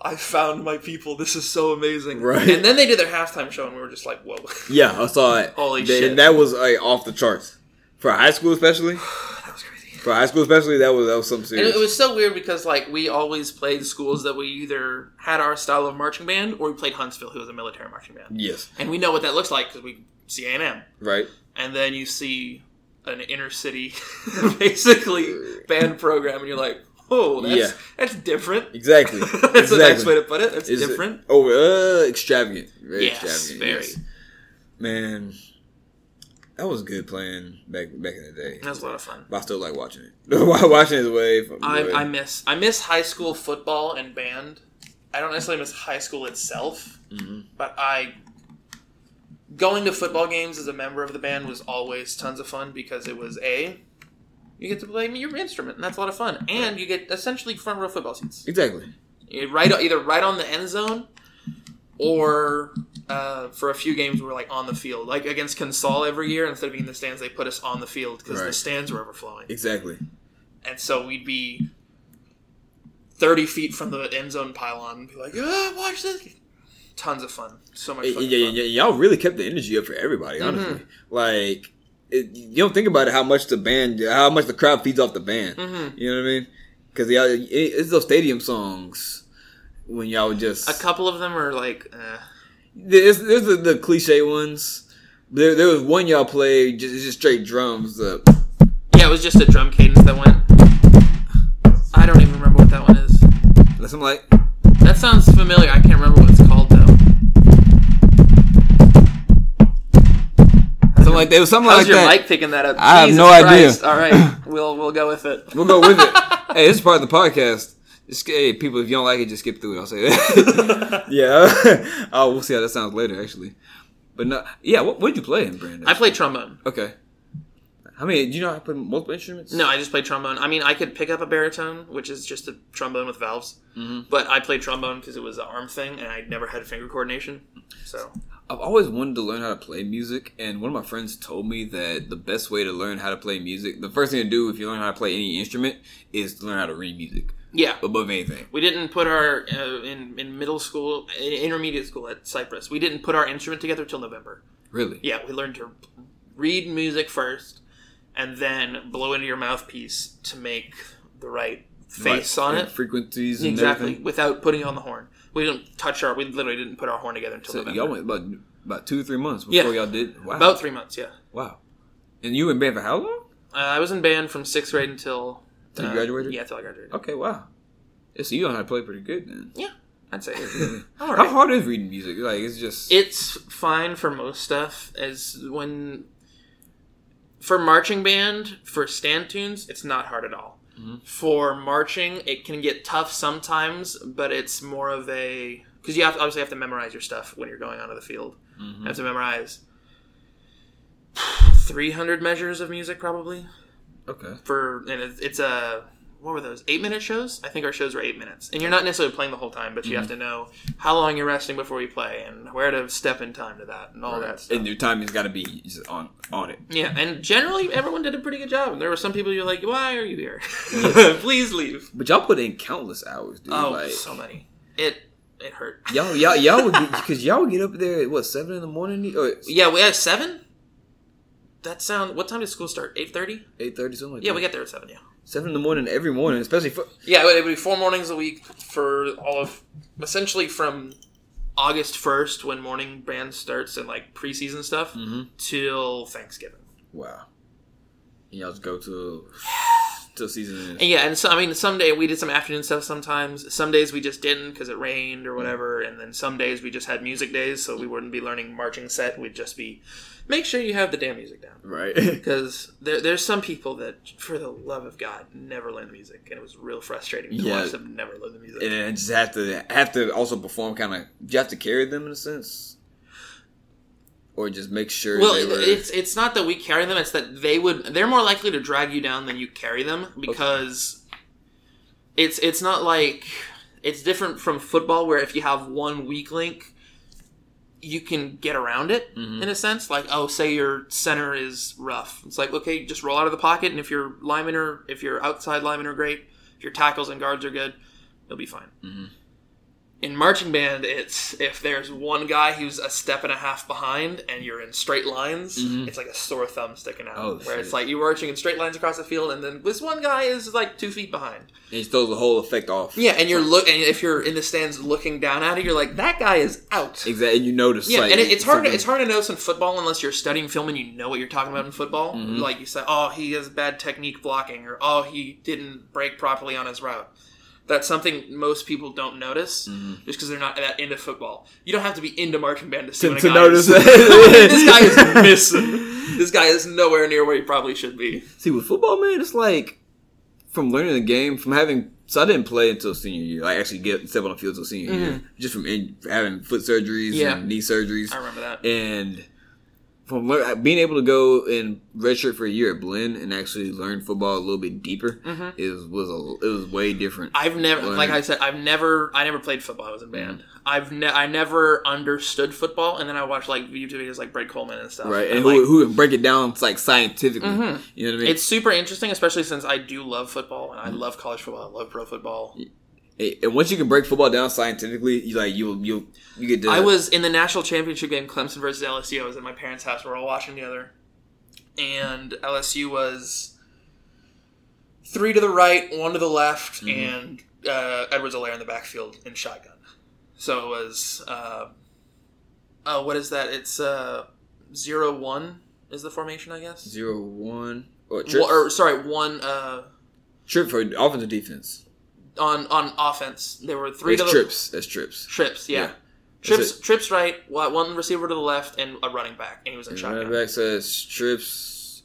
S2: I found my people. This is so amazing.
S1: Right.
S2: And then they did their halftime show, and we were just like, whoa. (laughs)
S1: Yeah, I saw it.
S2: Holy
S1: They-
S2: shit.
S1: And that was like off the charts. for high school especially.
S2: That was crazy.
S1: For high school especially, that was that was something
S2: And
S1: serious.
S2: it, it was so weird because like we always played schools that we either had our style of marching band or we played Huntsville, who was a military marching band,
S1: yes,
S2: and we know what that looks like because we see A and M,
S1: right.
S2: and then you see an inner city (laughs) basically band program, and you're like, oh, that's
S1: Yeah.
S2: that's different.
S1: Exactly.
S2: (laughs) that's
S1: exactly.
S2: the next way to put it. That's
S1: Is it-
S2: different.
S1: oh, uh, extravagant. Very
S2: Yes,
S1: extravagant.
S2: very.
S1: Yes. Man, that was good playing back back in the day.
S2: That was a lot of fun.
S1: But I still like watching it. (laughs) watching is way. From,
S2: I,
S1: way-
S2: I miss I miss high school football and band. I don't necessarily miss high school itself,
S1: Mhm.
S2: but I going to football games as a member of the band was always tons of fun because it was a you get to play your instrument and that's a lot of fun, and you get essentially front row football seats,
S1: exactly.
S2: You right either right on the end zone or uh, for a few games we were like on the field, like against Consol every year. Instead of being in the stands, they put us on the field because the
S1: Right.
S2: stands were overflowing
S1: Exactly.
S2: and so we'd be 30 feet from the end zone pylon and be like, ah, watch this. Tons of fun. So much
S1: Yeah,
S2: fucking Mm-hmm. fun.
S1: yeah, yeah, y'all really kept the energy up for everybody. Honestly, like it, you don't think about it how much the band, how much the crowd feeds off the band.
S2: Mhm.
S1: You know what I mean? Because y'all, it, it's those stadium songs when y'all would just
S2: A couple of them are like, eh.
S1: There's, there's the, the cliche ones. There, there was one y'all played just, just straight drums. Uh,
S2: yeah, it was just a drum cadence that went. I don't even remember what that one is.
S1: that's I'm like,
S2: That sounds familiar. I can't remember what it's called though.
S1: something like that. It was something
S2: How's
S1: like
S2: your
S1: that.
S2: mic picking that up?
S1: I have
S2: Jesus
S1: no idea.
S2: Christ.
S1: (laughs)
S2: All right, we'll we'll go with it.
S1: We'll go with it. (laughs) hey, this is part of the podcast. Just, hey, people, if you don't like it, just skip through it. I'll say that. (laughs) yeah. oh, we'll see how that sounds later, actually. But no, yeah. What, what did you play in, Brandon?
S2: (laughs) I play trombone.
S1: okay. How many? Do you know I play multiple instruments?
S2: No, I just play trombone. I mean, I could pick up a baritone, which is just a trombone with valves.
S1: Mm-hmm.
S2: But I played trombone because it was an arm thing, and I never had finger coordination. So
S1: I've always wanted to learn how to play music, and one of my friends told me that the best way to learn how to play music, the first thing to do if you learn how to play any instrument, is to learn how to read music
S2: yeah,
S1: above anything.
S2: we didn't put our uh, in in middle school, in intermediate school at Cypress. We didn't put our instrument together till November.
S1: Really?
S2: Yeah, we learned to read music first, and then blow into your mouthpiece to make the right face
S1: Like,
S2: on
S1: and
S2: it.
S1: frequencies, and
S2: Exactly,
S1: everything.
S2: without putting on the horn. We didn't touch our. We literally didn't put our horn together until
S1: So
S2: November.
S1: y'all went about about two or three months before
S2: Yeah.
S1: y'all did. Wow.
S2: About three months. Yeah.
S1: wow. And you were in band for how long?
S2: Uh, I was in band from sixth grade until.
S1: Till you
S2: uh,
S1: graduated?
S2: Yeah, until I graduated.
S1: Okay, wow. Yeah, so you know how to play pretty good then.
S2: Yeah,
S1: (laughs)
S2: I'd say. All
S1: How
S2: right.
S1: hard is reading music? Like it's just
S2: It's fine for most stuff. As when for marching band for stand tunes, it's not hard at all. For marching, it can get tough sometimes, but it's more of a because you have obviously have to memorize your stuff when you're going onto the field. You have to memorize three hundred measures of music probably.
S1: okay.
S2: for and it's, it's a what were those eight minute shows? I think our shows were eight minutes, and you're not necessarily playing the whole time, but you have to know how long you're resting before you play and where to step in time to that and all that stuff.
S1: And your timing's got to be just on on it.
S2: yeah, and generally everyone did a pretty good job. There were some people you're like, why are you here? (laughs) Please leave.
S1: But y'all put in countless hours, dude.
S2: Oh,
S1: like,
S2: so many. It it hurt.
S1: Y'all, y'all, y'all would because y'all would get up there at what seven in the morning or
S2: Yeah, we had seven. That sound. What time did school start? Eight thirty.
S1: eight thirty something. Like
S2: Yeah,
S1: that.
S2: we got there at seven. Yeah.
S1: seven in the morning every morning, especially for
S2: Yeah, it would be four mornings a week for all of essentially from August first when morning band starts and like preseason stuff
S1: Mm-hmm.
S2: till Thanksgiving.
S1: wow. And y'all just go to till season ends.
S2: And yeah, and so I mean, someday we did some afternoon stuff. Sometimes some days we just didn't because it rained or whatever,
S1: Mm-hmm.
S2: and then some days we just had music days, so we wouldn't be learning marching set. We'd just be make sure you have the damn music down.
S1: right. (laughs)
S2: Because there, there's some people that, for the love of God, never learn the music, and it was real frustrating to
S1: Yeah.
S2: watch them never learn the music.
S1: and then just have to have to also perform kind of you have to carry them in a sense, or just make sure
S2: Well,
S1: they were
S2: it's it's not that we carry them; it's that they would. They're more likely to drag you down than you carry them because it's it's not like it's different from football, where if you have one weak link, you can get around it in a sense. Like, oh, say your center is rough. It's like okay, just roll out of the pocket, and if your linemen are Mm-hmm. if your outside linemen are great, if your tackles and guards are good, you'll be fine. in marching band, it's if there's one guy who's a step and a half behind and you're in straight lines,
S1: Mhm.
S2: it's like a sore thumb sticking out.
S1: Oh,
S2: where
S1: shit.
S2: it's like you're marching in straight lines across the field, and then this one guy is like two feet behind.
S1: It throws the whole effect off.
S2: Yeah, and you're look, and if you're in the stands looking down at it, you're like, that guy is out.
S1: Exactly. And you notice.
S2: Yeah,
S1: like,
S2: and it, it's hard. To,
S1: something-
S2: it's hard to notice in football unless you're studying film and you know what you're talking about in football.
S1: Mhm.
S2: Like you say, oh, he has bad technique blocking, or oh, he didn't break properly on his route. That's something most people don't notice
S1: Mm-hmm.
S2: just because they're not that into football. You don't have to be into marching band to see
S1: To,
S2: when a
S1: to
S2: guy
S1: notice
S2: Is, (laughs) this guy is
S1: that.
S2: (laughs) missing. This guy is nowhere near where he probably should be.
S1: See, with football, man, it's like from learning the game, from having. So I didn't play until senior year. I actually get step on the field until senior year, just from in, having foot surgeries
S2: Mm-hmm. Yeah.
S1: and knee surgeries.
S2: I remember that.
S1: and from lear- uh, being able to go and redshirt for a year at Blinn and actually learn football a little bit deeper
S2: Mhm.
S1: is was a it was way different.
S2: I've never,
S1: Learn.
S2: like I said, I've never, I never played football. I was in
S1: Mm-hmm.
S2: band. I've, ne- I never understood football, and then I watched like YouTube videos like Brett Coleman and stuff.
S1: right, and
S2: like,
S1: who, who can break it down like scientifically?
S2: Mhm.
S1: You know what I mean?
S2: it's super interesting, especially since I do love football and
S1: Mm-hmm.
S2: I love college football. I love pro football.
S1: And- and once you can break football down scientifically, you like you you you get. To,
S2: I was in the national championship game, Clemson versus LSU. I was at my parents' house. We're all watching together, and LSU was three to the right, one to the left,
S1: Mhm.
S2: and uh, Edwards Alaire in the backfield in shotgun. So it was. Uh, oh, what is that? It's uh, zero one is the formation, I guess.
S1: zero one or trip,
S2: Well, or sorry, one uh,
S1: trip for offensive defense.
S2: on on offense. There were three
S1: It's
S2: to the
S1: trips. That's trips.
S2: Trips, yeah.
S1: Yeah.
S2: Trips,
S1: That's
S2: trips right. wa- One receiver to the left and a running back, and he was in shotgun.
S1: Running back says trips.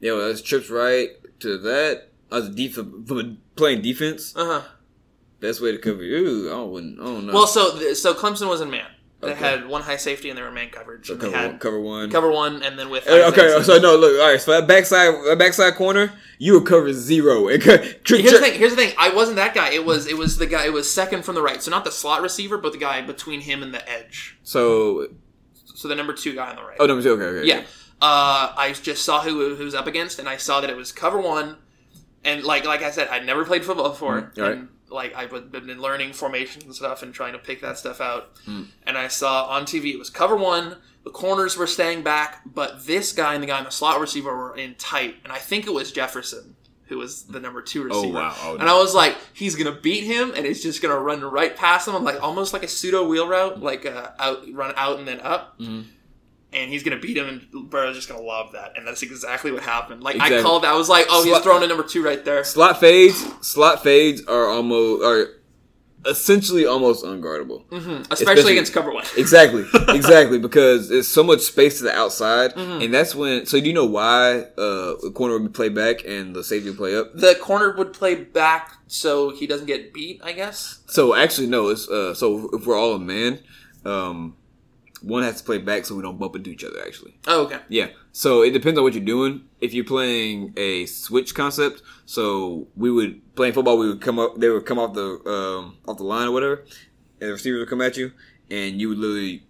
S1: Yeah, well, that's trips right to that. I was def- from playing defense.
S2: Uh huh.
S1: Best way to cover you. I wouldn't. I don't know.
S2: Well, so th- so Clemson was in man. They
S1: Okay.
S2: had one high safety and they were man coverage.
S1: So
S2: and they
S1: cover, one,
S2: had
S1: cover one.
S2: cover one, and then with
S1: Eh,
S2: high
S1: okay,
S2: safety.
S1: so no, look. All right, so that backside, that backside corner, you would cover zero. (laughs) And co- tri-
S2: Here's the
S1: tri-
S2: thing. Here's the thing. I wasn't that guy. It was it was the guy. It was second from the right. So not the slot receiver, but the guy between him and the edge.
S1: So,
S2: So the number two guy on the right.
S1: oh number two. Okay, okay.
S2: Yeah. Uh, I just saw who who was up against, and I saw that it was cover one, and like like I said, I'd never played football before.
S1: Mm, alright.
S2: And, like I've been learning formations and stuff and trying to pick that stuff out.
S1: Mm.
S2: And I saw on TV it was cover one. The corners were staying back, but this guy and the guy in the slot receiver were in tight, and I think it was Jefferson who was the number two receiver.
S1: Oh,
S2: And I was like, he's gonna beat him, and it's just gonna run right past him. I'm like, almost like a pseudo wheel route, like uh, out, run out and then up.
S1: Mhm.
S2: And he's gonna beat him, and Burrow's just gonna love that. And that's exactly what happened. Like I
S1: Exactly.
S2: called, I was like, oh, he's
S1: Slut-
S2: throwing a number two right there.
S1: Slot fades. Slot fades are almost are essentially almost unguardable.
S2: hmm Especially,
S1: Especially-
S2: against cover one.
S1: Exactly, exactly, because there's so much space to the outside, and that's when. So do you know why uh, the corner would play back and the safety would play up?
S2: the corner would play back so he doesn't get beat. I guess.
S1: So actually, no. It's uh, so if we're all a man, um, one has to play back so we don't bump into each other. Actually,
S2: Oh, okay.
S1: yeah. So it depends on what you're doing. If you're playing a switch concept, so we would playing football, we would come up. They would come off the um, off the line or whatever, and the receivers would come at you, and you would literally.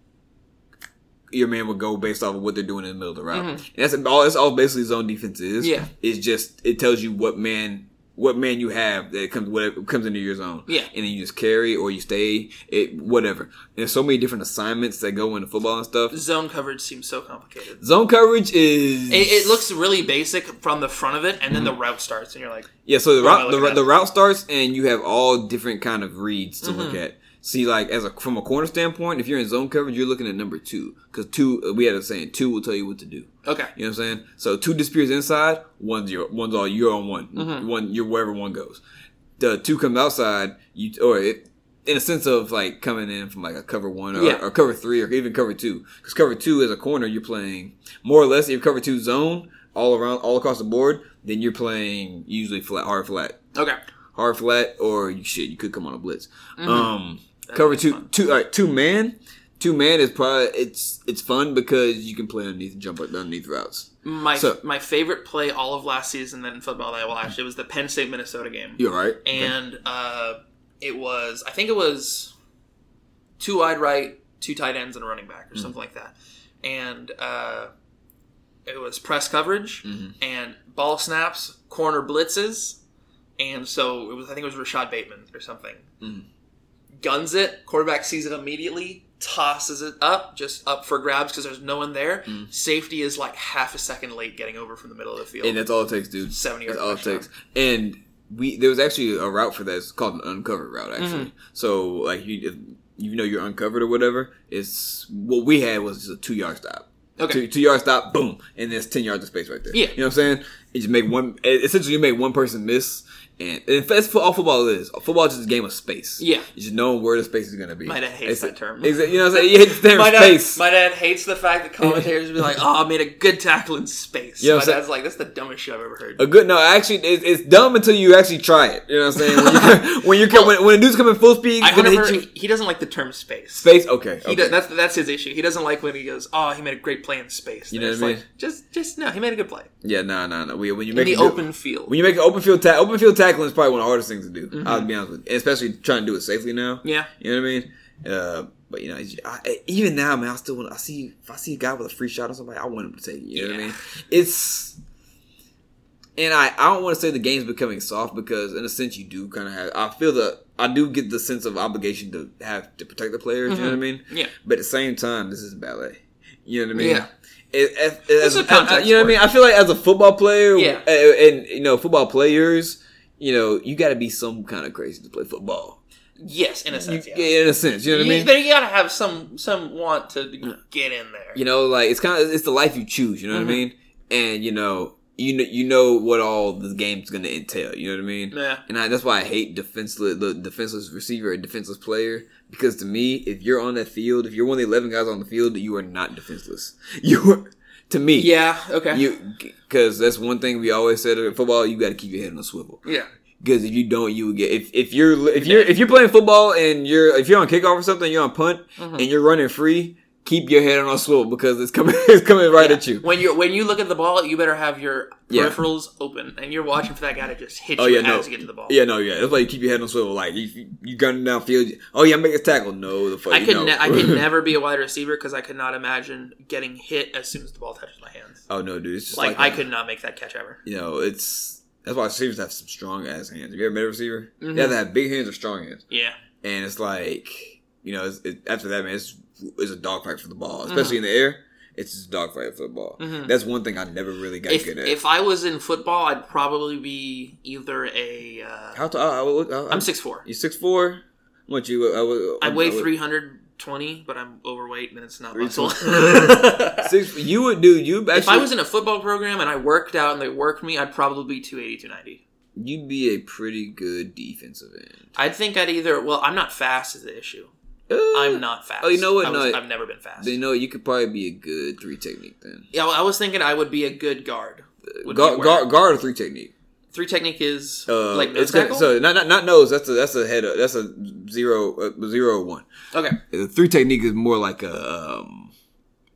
S1: Your man would go based off of what they're doing in the middle of the route. And that's all. That's all. Basically, zone defense is.
S2: Mm-hmm. Yeah.
S1: It's just it tells you what man, what man you have that comes whatever comes into your zone
S2: Yeah.
S1: and then you just carry or you stay it whatever there's so many different assignments that go into football and stuff
S2: Zone coverage seems so complicated.
S1: zone coverage is
S2: It, it looks really basic from the front of it, and then the route starts, and you're like,
S1: yeah so the
S2: What am I
S1: route
S2: looking
S1: the,
S2: at?
S1: the route starts and you have all different kind of reads to
S2: Mm-hmm.
S1: look at see like as a from a corner standpoint if you're in zone coverage you're looking at number two because two we had a saying two will tell you what to do
S2: okay.
S1: You know what I'm saying? So two disappears inside, one's your one's all you're on one.
S2: Mm-hmm.
S1: One you're wherever one goes. The two comes outside, you or it, in a sense of like coming in from like a cover one or,
S2: Yeah.
S1: or cover three or even cover two. Because cover two is a corner you're playing more or less if cover two zone all around all across the board, then you're playing usually flat hard flat.
S2: Okay.
S1: Hard flat or you shit, you could come on a blitz. Um cover
S2: sounds
S1: two
S2: Mm-hmm. fun.
S1: two all right, two man. Two man is probably it's it's fun because you can play underneath and jump underneath routes.
S2: My
S1: So-
S2: my favorite play all of last season that in football that I watched it was the Penn State Minnesota game,
S1: You're right.
S2: and uh, it was I think it was two wide right, two tight ends, and a running
S1: Mm-hmm.
S2: back or something like that, and uh, it was press coverage
S1: Mm-hmm.
S2: and ball snaps,
S1: Mm-hmm.
S2: corner blitzes, and so it was I think it was Rashad Bateman or something. guns it. Quarterback sees it immediately, tosses it up, just up for grabs because there's no one there.
S1: Mm.
S2: Safety is like half a second late getting over from the middle of the field.
S1: And that's all it takes, dude.
S2: 70 yard
S1: That's all it
S2: touchdown.
S1: takes. And we there was actually a route for that. It's called an uncovered route, actually.
S2: Mm-hmm.
S1: So like you if you know you're uncovered or whatever. It's what we had was just a two yard stop.
S2: Okay.
S1: Two, two yard stop, boom, and there's ten yards of space right there.
S2: Yeah.
S1: you know what I'm saying. You just make one. e, Essentially, you make one person miss, and, and that's what all football is. Football is just a game of space.
S2: Yeah.
S1: you just knowing where the space is gonna be.
S2: My dad
S1: It's-
S2: hates that term.
S1: Exa- you know what I'm saying? You hit
S2: (laughs)
S1: the term
S2: My dad,
S1: space.
S2: my dad hates the fact that commentators be like, "Oh, I made a good tackle in space."
S1: Yeah,
S2: my
S1: so-
S2: dad's like, "That's the dumbest shit I've ever heard."
S1: A good no, actually, it, it's dumb until you actually try it. You know what I'm saying? When you when,
S2: (laughs)
S1: you come, when, when a dude's coming full speed,
S2: I
S1: he's gonna
S2: remember
S1: hit you
S2: he, he doesn't like the term space.
S1: space. Okay,
S2: He
S1: okay.
S2: does, that's that's his issue. He doesn't like when he goes, "Oh, he made a great play in space."
S1: You
S2: Then
S1: know
S2: it's
S1: what I mean?
S2: Like, just just no, he made a good play
S1: yeah, no, no, no. We- When you
S2: in
S1: make
S2: the
S1: a good-
S2: open field.
S1: when you make an open field ta- open field tackling is probably one of the hardest things to do. I'll
S2: Mm-hmm.
S1: be honest with you, And especially trying to do it safely now.
S2: yeah,
S1: You know what I mean? Uh, but you know, it's- I, even now, man, I still want. I see if I see a guy with a free shot or somebody, I want him to take it. You know what I
S2: Yeah.
S1: mean? It's and I I don't want to say the game's becoming soft because in a sense you do kind of have. I feel the I do get the sense of obligation to have to protect the players. You know
S2: Mm-hmm.
S1: what I mean?
S2: yeah.
S1: But at the same time, this is ballet. You know what I mean?
S2: Yeah.
S1: It- as- as-
S2: a
S1: as-
S2: contact
S1: you know what I mean? I feel like as a football player,
S2: Yeah.
S1: uh, and you know football players, you know you got to be some kind of crazy to play football.
S2: Yes, in a sense.
S1: You-
S2: yeah.
S1: In a sense, you know what I
S2: You-
S1: mean.
S2: But you gotta have some some want to get in there.
S1: you know like it's kind of it's the life you choose you know
S2: Mhm.
S1: what i mean and you know you know you know what all the game's gonna entail you know what i mean
S2: Yeah.
S1: and I, that's why i hate defenseless the defenseless receiver or defenseless player because to me if you're on that field if you're one of the 11 guys on the field you are not defenseless (laughs) you are to me
S2: Yeah. Okay.
S1: you because that's one thing we always said in football you got to keep your head on a swivel
S2: yeah.
S1: because if you don't, you would get if, if you're if you're if you're playing football and you're if you're on kickoff or something, you're on punt
S2: Mm-hmm.
S1: and you're running free. Keep your head on a swivel because it's coming (laughs) it's coming right at you.
S2: When you when you look at the ball, you better have your
S1: Yeah.
S2: peripherals open, and you're watching for that guy to just hit
S1: Oh
S2: you
S1: yeah, no.
S2: as you get to the ball.
S1: Yeah, no, yeah. That's why you keep your head on a swivel. Like you, you- you gunning downfield. Oh yeah, make a tackle. No, the fuck.
S2: I
S1: you
S2: could
S1: know.
S2: ne- I
S1: (laughs)
S2: could never be a wide receiver because I could not imagine getting hit as soon as the ball touches my hands.
S1: oh no, dude. It's just
S2: Like,
S1: like,
S2: I could not make that catch ever.
S1: You know, it's that's why receivers have some strong ass hands. Have you ever met a receiver?
S2: Mhm.
S1: They have to have big hands or strong hands.
S2: Yeah.
S1: and it's like you know it's, it, after that man it's, it's a dogfight for the ball
S2: Mm-hmm.
S1: especially in the air it's just a dogfight for the ball
S2: Mhm.
S1: that's one thing i never really got
S2: If
S1: good at
S2: if I was in football, I'd probably be either a uh,
S1: how tall I, I, I,
S2: I'm six four.
S1: you six four what you I,
S2: I weigh three hundred twenty, but I'm overweight, and it's not
S1: (laughs)
S2: muscle. (laughs)
S1: 320. six you would do you actually
S2: if I was in a football program and I worked out and they worked me, I'd probably be 280, 290.
S1: you'd be a pretty good defensive end
S2: I think I'd either. Well, I'm not fast is the issue. I'm not fast.
S1: Oh, you know what?
S2: I was,
S1: No,
S2: I've never been fast.
S1: you know you could probably be a good three technique then
S2: yeah, well, I was thinking I would be a good guard. Would be
S1: guard,
S2: where-
S1: guard, guard or three technique
S2: Three technique is
S1: uh,
S2: like nose
S1: it's gonna-
S2: tackle.
S1: so not, not not nose that's a that's a head that's a zero uh, zero one
S2: okay,
S1: The three technique is more like a um,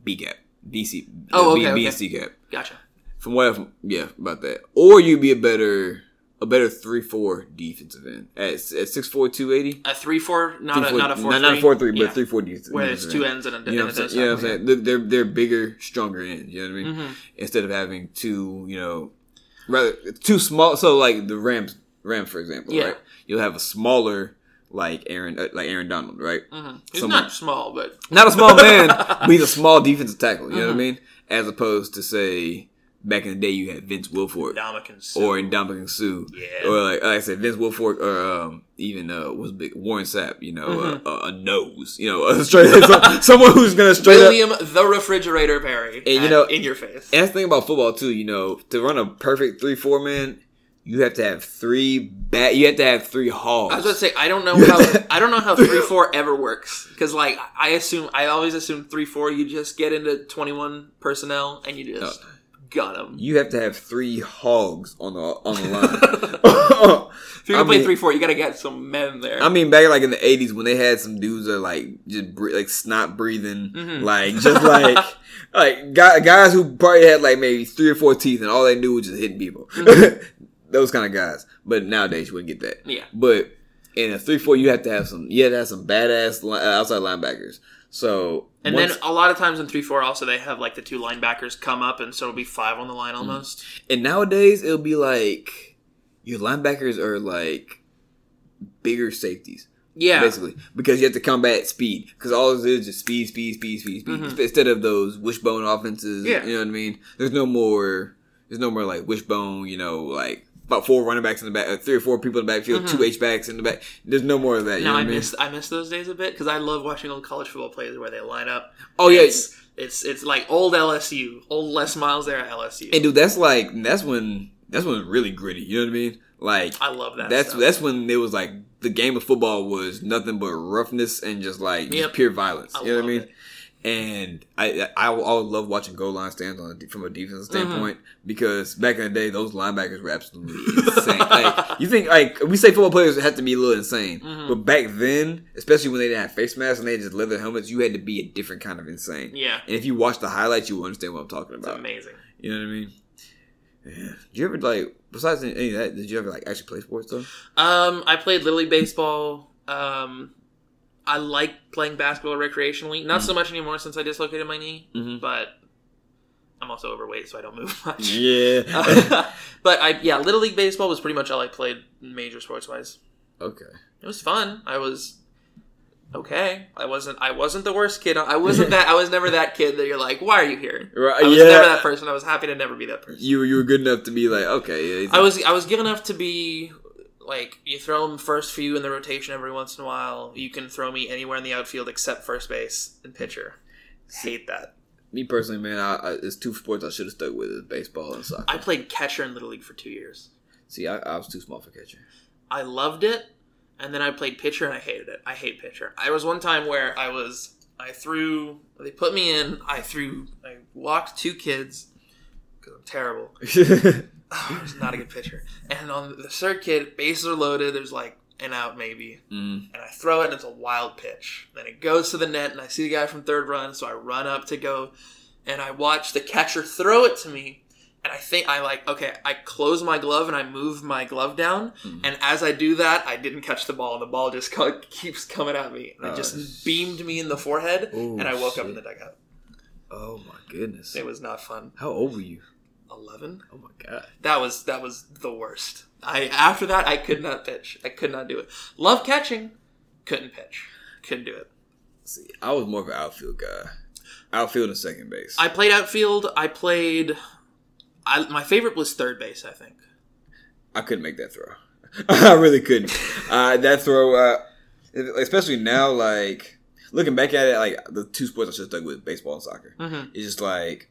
S1: B gap, BC,
S2: Oh,
S1: B-
S2: okay,
S1: B
S2: okay.
S1: and C gap.
S2: gotcha.
S1: From what, I've, yeah, about that. Or you'd be a better, a better three four defensive end at at six four two eighty.
S2: A three four, not a not a four
S1: not,
S2: three,
S1: not a four three, but
S2: yeah.
S1: three four defensive.
S2: where it's two ends and a,
S1: You know what
S2: and a
S1: I'm
S2: nose
S1: saying? You know what I'm
S2: tackle,
S1: saying? They're, they're they're bigger, stronger ends. You know what I mean?
S2: Mhm.
S1: Instead of having two, you know, rather two small. So like the Rams, Rams for example,
S2: Yeah.
S1: right? You'll have a smaller like Aaron, uh, like Aaron Donald, right?
S2: yeah. Mhm. He's
S1: Someone-
S2: not small, but
S1: not a small
S2: (laughs)
S1: man, but he's a small defensive tackle. You know
S2: Mm-hmm.
S1: what I mean? As opposed to say back in the day, you had Vince Wilfork
S2: Dominican
S1: or Indomitian Sue,
S2: Yeah.
S1: or like, like I said, Vince Wilfork or um, even uh, was big Warren Sapp. You know,
S2: Mm-hmm.
S1: a, a, a nose. You know, (laughs) a straight so- someone who's gonna straight up.
S2: William the refrigerator Perry, and,
S1: you know-
S2: in your face.
S1: And that's the thing about football too. You know, to run a perfect three four man, you have to have three bat. You have to have three hauls.
S2: I was gonna say
S1: (laughs)
S2: I don't know how I don't know how three four ever works because like I assume I always assume three four you just get into twenty one personnel and you just gun 'em. gun them.
S1: you have to have three hogs on the on the
S2: (laughs)
S1: line. (laughs)
S2: If you're gonna
S1: I
S2: play
S1: mean-
S2: three four, you gotta get some men there.
S1: I mean, back like in the eighties when they had some dudes that like just bre- like snot breathing,
S2: Mhm.
S1: like
S2: (laughs)
S1: just like like guy- guys who probably had like maybe three or four teeth and all they knew was just hitting people. (laughs)
S2: Mm-hmm.
S1: Those kind of guys. But nowadays you wouldn't get that.
S2: yeah,
S1: But in a three four, you have to have some. You have to have some badass li- uh, outside linebackers. So
S2: and
S1: once-
S2: then a lot of times in three four also they have like the two linebackers come up and so it'll be five on the
S1: Mm.
S2: line almost.
S1: and nowadays it'll be like your linebackers are like bigger safeties.
S2: yeah,
S1: basically, because you have to combat speed. Because all it is is just speed, speed, speed, speed, speed.
S2: Mhm.
S1: Instead of those wishbone offenses,
S2: Yeah.
S1: you know what I mean. There's no more. There's no more like wishbone. You know, like about four running backs in the back, uh, three or four people in the backfield,
S2: Mhm.
S1: two H backs in the back. There's no more of that. You know
S2: Now
S1: what
S2: I
S1: I mean?
S2: miss I miss those days a bit because I love watching old college football plays where they line up.
S1: Oh yeah,
S2: it's, it's it's like old LSU, old Les Miles there at LSU.
S1: and dude, that's like that's when that's when it's really gritty. You know what I mean? Like
S2: I love that.
S1: that's
S2: stuff.
S1: that's when it was like the game of football was nothing but roughness and just like just
S2: Yep.
S1: pure violence.
S2: I
S1: you know what I
S2: love
S1: mean?
S2: it.
S1: And I I, I always love watching goal line stands on a, de- from a defensive
S2: Mm-hmm.
S1: standpoint because back in the day those linebackers were absolutely insane. (laughs) like you think like we say football players have to be a little insane,
S2: Mhm.
S1: but back then, especially when they didn't have face masks and they had just leather helmets, you had to be a different kind of insane.
S2: yeah,
S1: And if you watch the highlights, you will understand what I'm talking
S2: it's
S1: about.
S2: amazing.
S1: You know what I mean? Yeah. Did you ever like besides any of that? Did you ever like actually play sports though?
S2: Um, I played little league baseball. Um, I like playing basketball recreationally. Not
S1: Mm.
S2: so much anymore since I dislocated my knee,
S1: Mm-hmm.
S2: but I'm also overweight, so I don't (laughs) move much.
S1: Yeah.
S2: (laughs) but I yeah, little league baseball was pretty much all I played major sports wise.
S1: okay.
S2: It was fun. I was okay. I wasn't. I wasn't the worst kid.
S1: (laughs)
S2: I wasn't that. I was never that kid that you're like, why are you here?
S1: Right.
S2: I was
S1: Uh, yeah.
S2: never that person. I was happy to never be that person.
S1: you you were good enough to be like okay. Yeah,
S2: I was. I was good enough to be like you throw them first few in the rotation every once in a while. You can throw me anywhere in the outfield except first base and pitcher. Hate that.
S1: me personally, man. I, I, it's two sports I should have stuck with: is baseball and soccer.
S2: I played catcher in little league for two years.
S1: See, I, I was too small for (laughs) catcher.
S2: I loved it, and then I played pitcher and I hated it. I hate pitcher. I was one time where I was I threw they put me in. I threw I walked two kids because I'm terrible. (sighs) I was not a good pitcher. And on the third kid, bases are loaded. There's like an out maybe.
S1: mm.
S2: and I throw it, and it's a wild pitch. Then it goes to the net, and I see the guy from third run, so I run up to go, and I watch the catcher throw it to me. And I think I like okay. I close my glove and I move my glove down,
S1: Mhm.
S2: and as I do that, I didn't catch the ball, and the ball just (laughs) co- keeps coming at me, and
S1: Oh,
S2: it
S1: sh-
S2: just beamed me in the forehead,
S1: Oh,
S2: and I woke up in the
S1: shit.
S2: dugout.
S1: Oh my goodness!
S2: It was not fun.
S1: How old were you?
S2: Eleven.
S1: Oh my god!
S2: That was that was the worst. I after that I could not pitch. I could not do it. Love catching, couldn't pitch. Couldn't do it.
S1: See, I was more of an outfield guy. Outfield and second base.
S2: I played outfield. I played. I, my favorite was third base. I think.
S1: I couldn't make that throw. (laughs) I really couldn't. uh, that throw, uh, especially now, like looking back at it, like the two sports I should have stuck with: baseball and soccer.
S2: Mm-hmm.
S1: It's just like,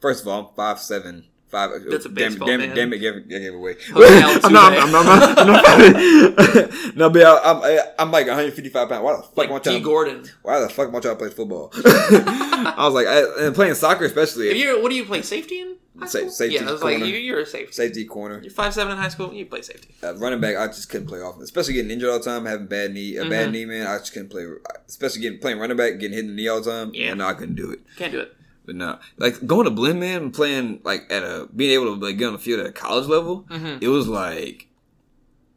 S1: first of all, I'm five seven, five. uh,
S2: That's a
S1: damn,
S2: baseball
S1: damn,
S2: man.
S1: damn it, gave, I gave it away. (laughs)
S2: Jose
S1: I'm not,
S2: Altuve.
S1: I'm not, I'm
S2: (laughs)
S1: not, I'm not- (laughs) no, but I- I'm, I- I'm like 155 pounds. Why the fuck am I
S2: Like D.
S1: trying?
S2: Gordon.
S1: Why the fuck am I trying to play football? (laughs) I was like, I, and playing soccer
S2: If
S1: especially,
S2: you what do you play? Safety in high
S1: Sa-
S2: school?
S1: safety,
S2: Yeah, I was like
S1: corner.
S2: you, you're a safety.
S1: safety corner.
S2: You're five seven in high school. You play safety.
S1: uh, running back, I just couldn't play offense, especially getting injured all the time, having bad knee, a
S2: Mm-hmm.
S1: bad knee, man. I just couldn't play, especially getting playing running back, getting hit in the knee all the time.
S2: Yeah.
S1: Yeah, no, I couldn't do it.
S2: Can't do it.
S1: But no, like going to blend man and playing like at a being able to like get on the field at a college level,
S2: Mhm.
S1: it was like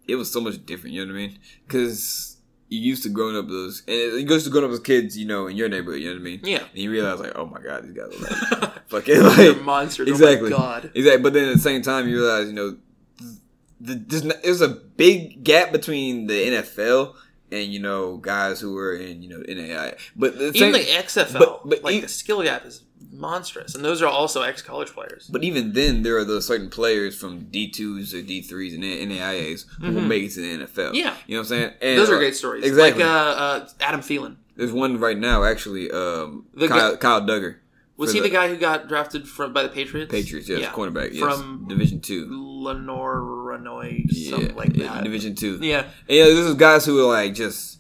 S1: it was so much different. You know what I mean? Because you used to growing up those, and it goes to growing up as kids, you know, in your neighborhood. You know what I mean? (laughs)
S2: Yeah.
S1: And you realize like, oh my god, these guys are like (laughs) fucking like
S2: You're monsters.
S1: Exactly.
S2: Oh my god.
S1: Exactly. But then at the same time, you realize, you know, the, there's, not, there's a big gap between the NFL and, you know, guys who are in, you know, NAI. But the same,
S2: Even the XFL,
S1: but- but
S2: like
S1: e-
S2: the skill gap is monstrous, and those are also ex college players.
S1: but even then, there are those certain players from D2s or D3s and NAIAs who will
S2: Mhm.
S1: make it to the NFL.
S2: Yeah.
S1: You know what I'm saying? And,
S2: Those are
S1: uh,
S2: great stories.
S1: Exactly.
S2: Like uh, uh, Adam Thielen.
S1: There's one right now, actually, um,
S2: The
S1: Kyle, Kyle Duggar,
S2: Was
S1: For
S2: he
S1: the-
S2: the guy who got drafted from by the Patriots?
S1: Patriots, yes,
S2: Yeah.
S1: cornerback, yes.
S2: From-
S1: Division 2.
S2: Lenore Renoy,
S1: Yeah,
S2: something like
S1: yeah,
S2: that.
S1: Division 2.
S2: Yeah.
S1: And, you know, this is guys who are like just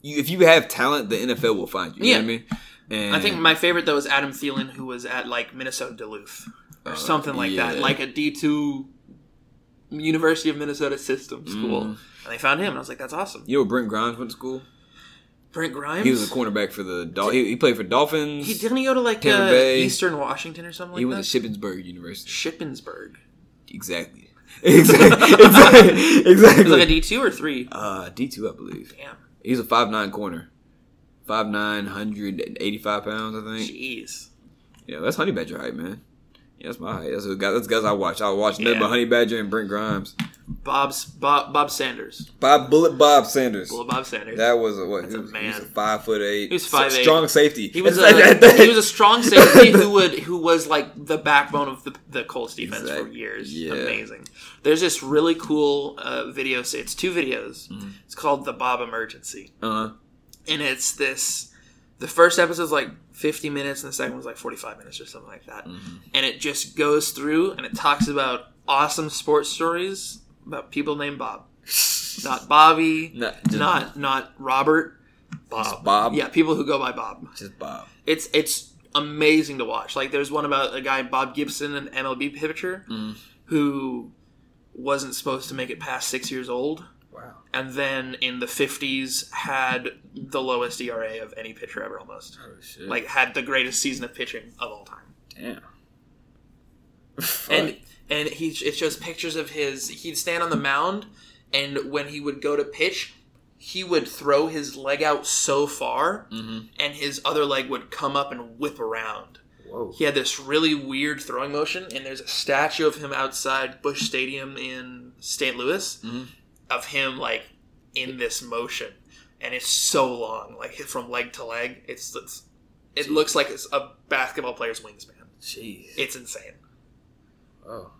S1: you, if you have talent, the NFL will find you. You
S2: Yeah.
S1: know what I mean? And
S2: I think my favorite though is Adam Thielen, who was at like Minnesota Duluth or
S1: Uh,
S2: something like that,
S1: yeah.
S2: like a D two University of Minnesota system school.
S1: Mm.
S2: And they found him, and I was like, "That's awesome."
S1: you know Brent Grimes went to school.
S2: Brent Grimes.
S1: He was a cornerback for the Dol- he, he played for Dolphins.
S2: He
S1: He,
S2: didn't he go to like
S1: Tampa
S2: uh,
S1: Bay.
S2: Eastern Washington or something like
S1: went
S2: that.
S1: to Shippensburg University.
S2: Shippensburg.
S1: Exactly. (laughs)
S2: (laughs)
S1: exactly. Exactly.
S2: He was like a
S1: exactly.
S2: D two or three.
S1: Uh, D two, I believe.
S2: Damn.
S1: He's a five nine corner. Five nine hundred and eighty five pounds, I think.
S2: Jeez.
S1: Yeah, that's Honey Badger height, man. Yeah, that's my that's the guys, that's the guys I watch. I watch nothing
S2: Yeah.
S1: but Honey Badger and Brent Grimes.
S2: Bob's Bob Bob Sanders.
S1: Bob Bullet Bob Sanders.
S2: Well, Bob Sanders.
S1: That was a what?
S2: That's
S1: he
S2: a
S1: was,
S2: man.
S1: He was a five foot eight.
S2: He was 5'8".
S1: Strong safety. (laughs)
S2: He was a he was a strong safety who would who was like the backbone of the, the Colts defense for
S1: Exact-
S2: years.
S1: yeah.
S2: Amazing. There's this really cool uh, video. se- It's two videos.
S1: Mm-hmm.
S2: It's called the Bob Emergency,
S1: uh-huh.
S2: and it's this. The first episode's like 50 minutes, and the second one's like 45 minutes or something like that.
S1: Mm-hmm.
S2: And it just goes through and it talks about awesome sports stories about people named Bob,
S1: (laughs)
S2: not Bobby,
S1: No, just-
S2: not not Robert, Bob.
S1: Bob.
S2: Yeah, people who go by Bob
S1: Just Bob.
S2: it's it's amazing to watch. Like there's one about a guy Bob Gibson, an MLB pitcher, who wasn't supposed to make it past six years old,
S1: Wow.
S2: and then in the 50s had the lowest ERA of any pitcher ever, almost.
S1: Oh shit.
S2: Like had the greatest season of pitching of all time,
S1: damn. (laughs)
S2: and and he it shows pictures of his. He'd stand on the mound, and when he would go to pitch. He would throw his leg out so far,
S1: Mhm.
S2: and his other leg would come up and whip around.
S1: whoa.
S2: he had this really weird throwing motion, and there's a statue of him outside Bush Stadium in St. Louis
S1: Mhm.
S2: of him like in this motion, and it's so long, like from leg to leg. It's, it's it looks like it's a basketball player's wingspan.
S1: Jeez.
S2: It's insane.
S1: oh.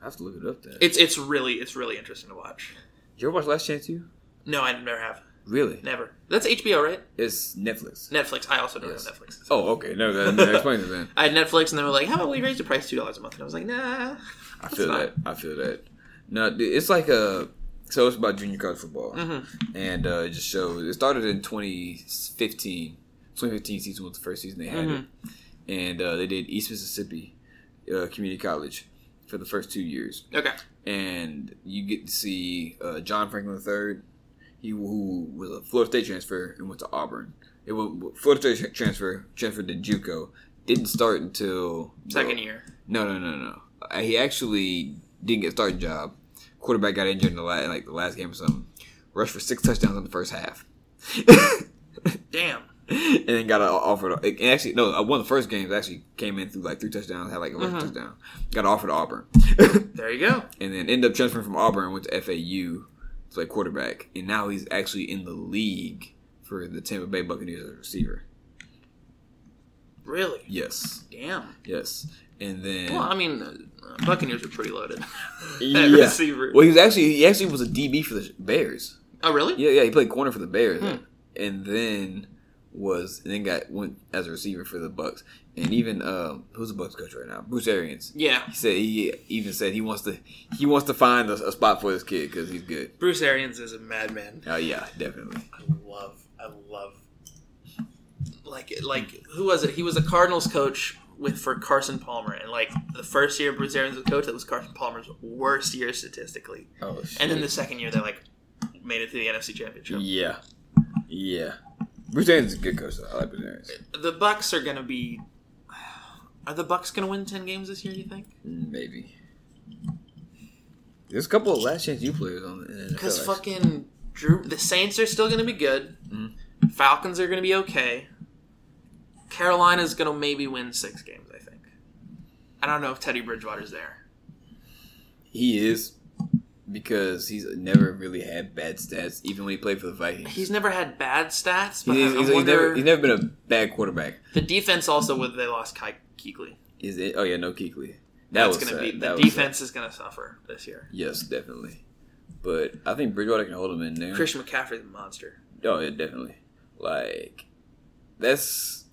S1: I have to look it up then.
S2: It's it's really it's really interesting to watch.
S1: you ever watch Last Chance You?
S2: No, I never have,
S1: Really?
S2: never. That's HBO, right?
S1: It's Netflix.
S2: Netflix. I also don't
S1: Yes.
S2: have Netflix.
S1: Oh, okay. No, that, that explains it then.
S2: I had Netflix, and they were like, "How about we raise the price two dollars a month?" And I was like, "Nah."
S1: I feel
S2: fine.
S1: that. I feel that. No, dude, it's like a. So it's about junior college football,
S2: Mm.
S1: and uh, it just shows. It started in 2015. 2015 season was the first season they had
S2: Mm-hmm.
S1: it, and uh, they did East Mississippi uh, Community College for the first two years,
S2: Okay.
S1: and you get to see uh, John Franklin III, he who was a Florida State transfer and went to Auburn. It was Florida State transfer transferred to JUCO. Didn't start until
S2: Second year.
S1: no, no, no, no. Uh, He actually didn't get a starting job. Quarterback got injured in the last, like the last game or something. Rushed for six touchdowns in the first half, (laughs)
S2: Damn.
S1: and then got a- offered. and Actually, no, uh, one of the first games actually came in through like three touchdowns, had like a rushing touchdown. Got offered to Auburn, (laughs)
S2: There you go.
S1: and then ended up transferring from Auburn and went to FAU to play quarterback, and now he's actually in the league for the Tampa Bay Buccaneers as a receiver.
S2: Really?
S1: Yes,
S2: Damn.
S1: yes, and then
S2: Well, I mean, uh, Buccaneers are pretty loaded. (laughs)
S1: yeah.
S2: at receiver.
S1: Well, he was actually he actually was a DB for the Bears.
S2: Oh, really?
S1: Yeah, yeah, he played corner for the Bears, and then was and then got went as a receiver for the Bucks. And even um, who's the Bucks coach right now? Bruce Arians.
S2: Yeah.
S1: He said he even said he wants to he wants to find a, a spot for this kid because he's good.
S2: Bruce Arians is a madman.
S1: Oh yeah, definitely.
S3: I love, I love.
S2: Like, like who was it? He was a Cardinals coach with for Carson Palmer, and like the first year Bruce Arians was coach, that was Carson Palmer's worst year statistically.
S1: Oh shit.
S2: And then the second year, they like made it to the NFC Championship.
S1: yeah, yeah. Bruce Arians is a good coach. Though. I like Bruce Arians.
S2: The Bucks are gonna be. Are the Bucks gonna win ten games this year? Do you think?
S1: Maybe. There's a couple of last chance you players on the NFL.
S2: Because
S1: actually.
S2: fucking Drew, the Saints are still going to be good.
S1: Mm-hmm.
S2: Falcons are going to be okay. Carolina's going to maybe win six games. I think. I don't know if Teddy Bridgewater's there.
S1: He is because he's never really had bad stats, even when he played for the Vikings.
S2: He's never had bad stats, but
S1: He's,
S2: I
S1: he's- he's
S2: wonder
S1: never, he's never been a bad quarterback.
S2: the defense also whether they lost Kai Keekly.
S1: Is it? Oh yeah, no Keekly. That
S2: That's
S1: was
S2: going to
S1: sad.
S2: be
S1: That
S2: the
S1: was sad.
S2: defense is going to suffer this year.
S1: Yes, definitely. But I think Bridgewater can hold him in there.
S2: Christian McCaffrey's a monster.
S1: Oh yeah, definitely. Like that's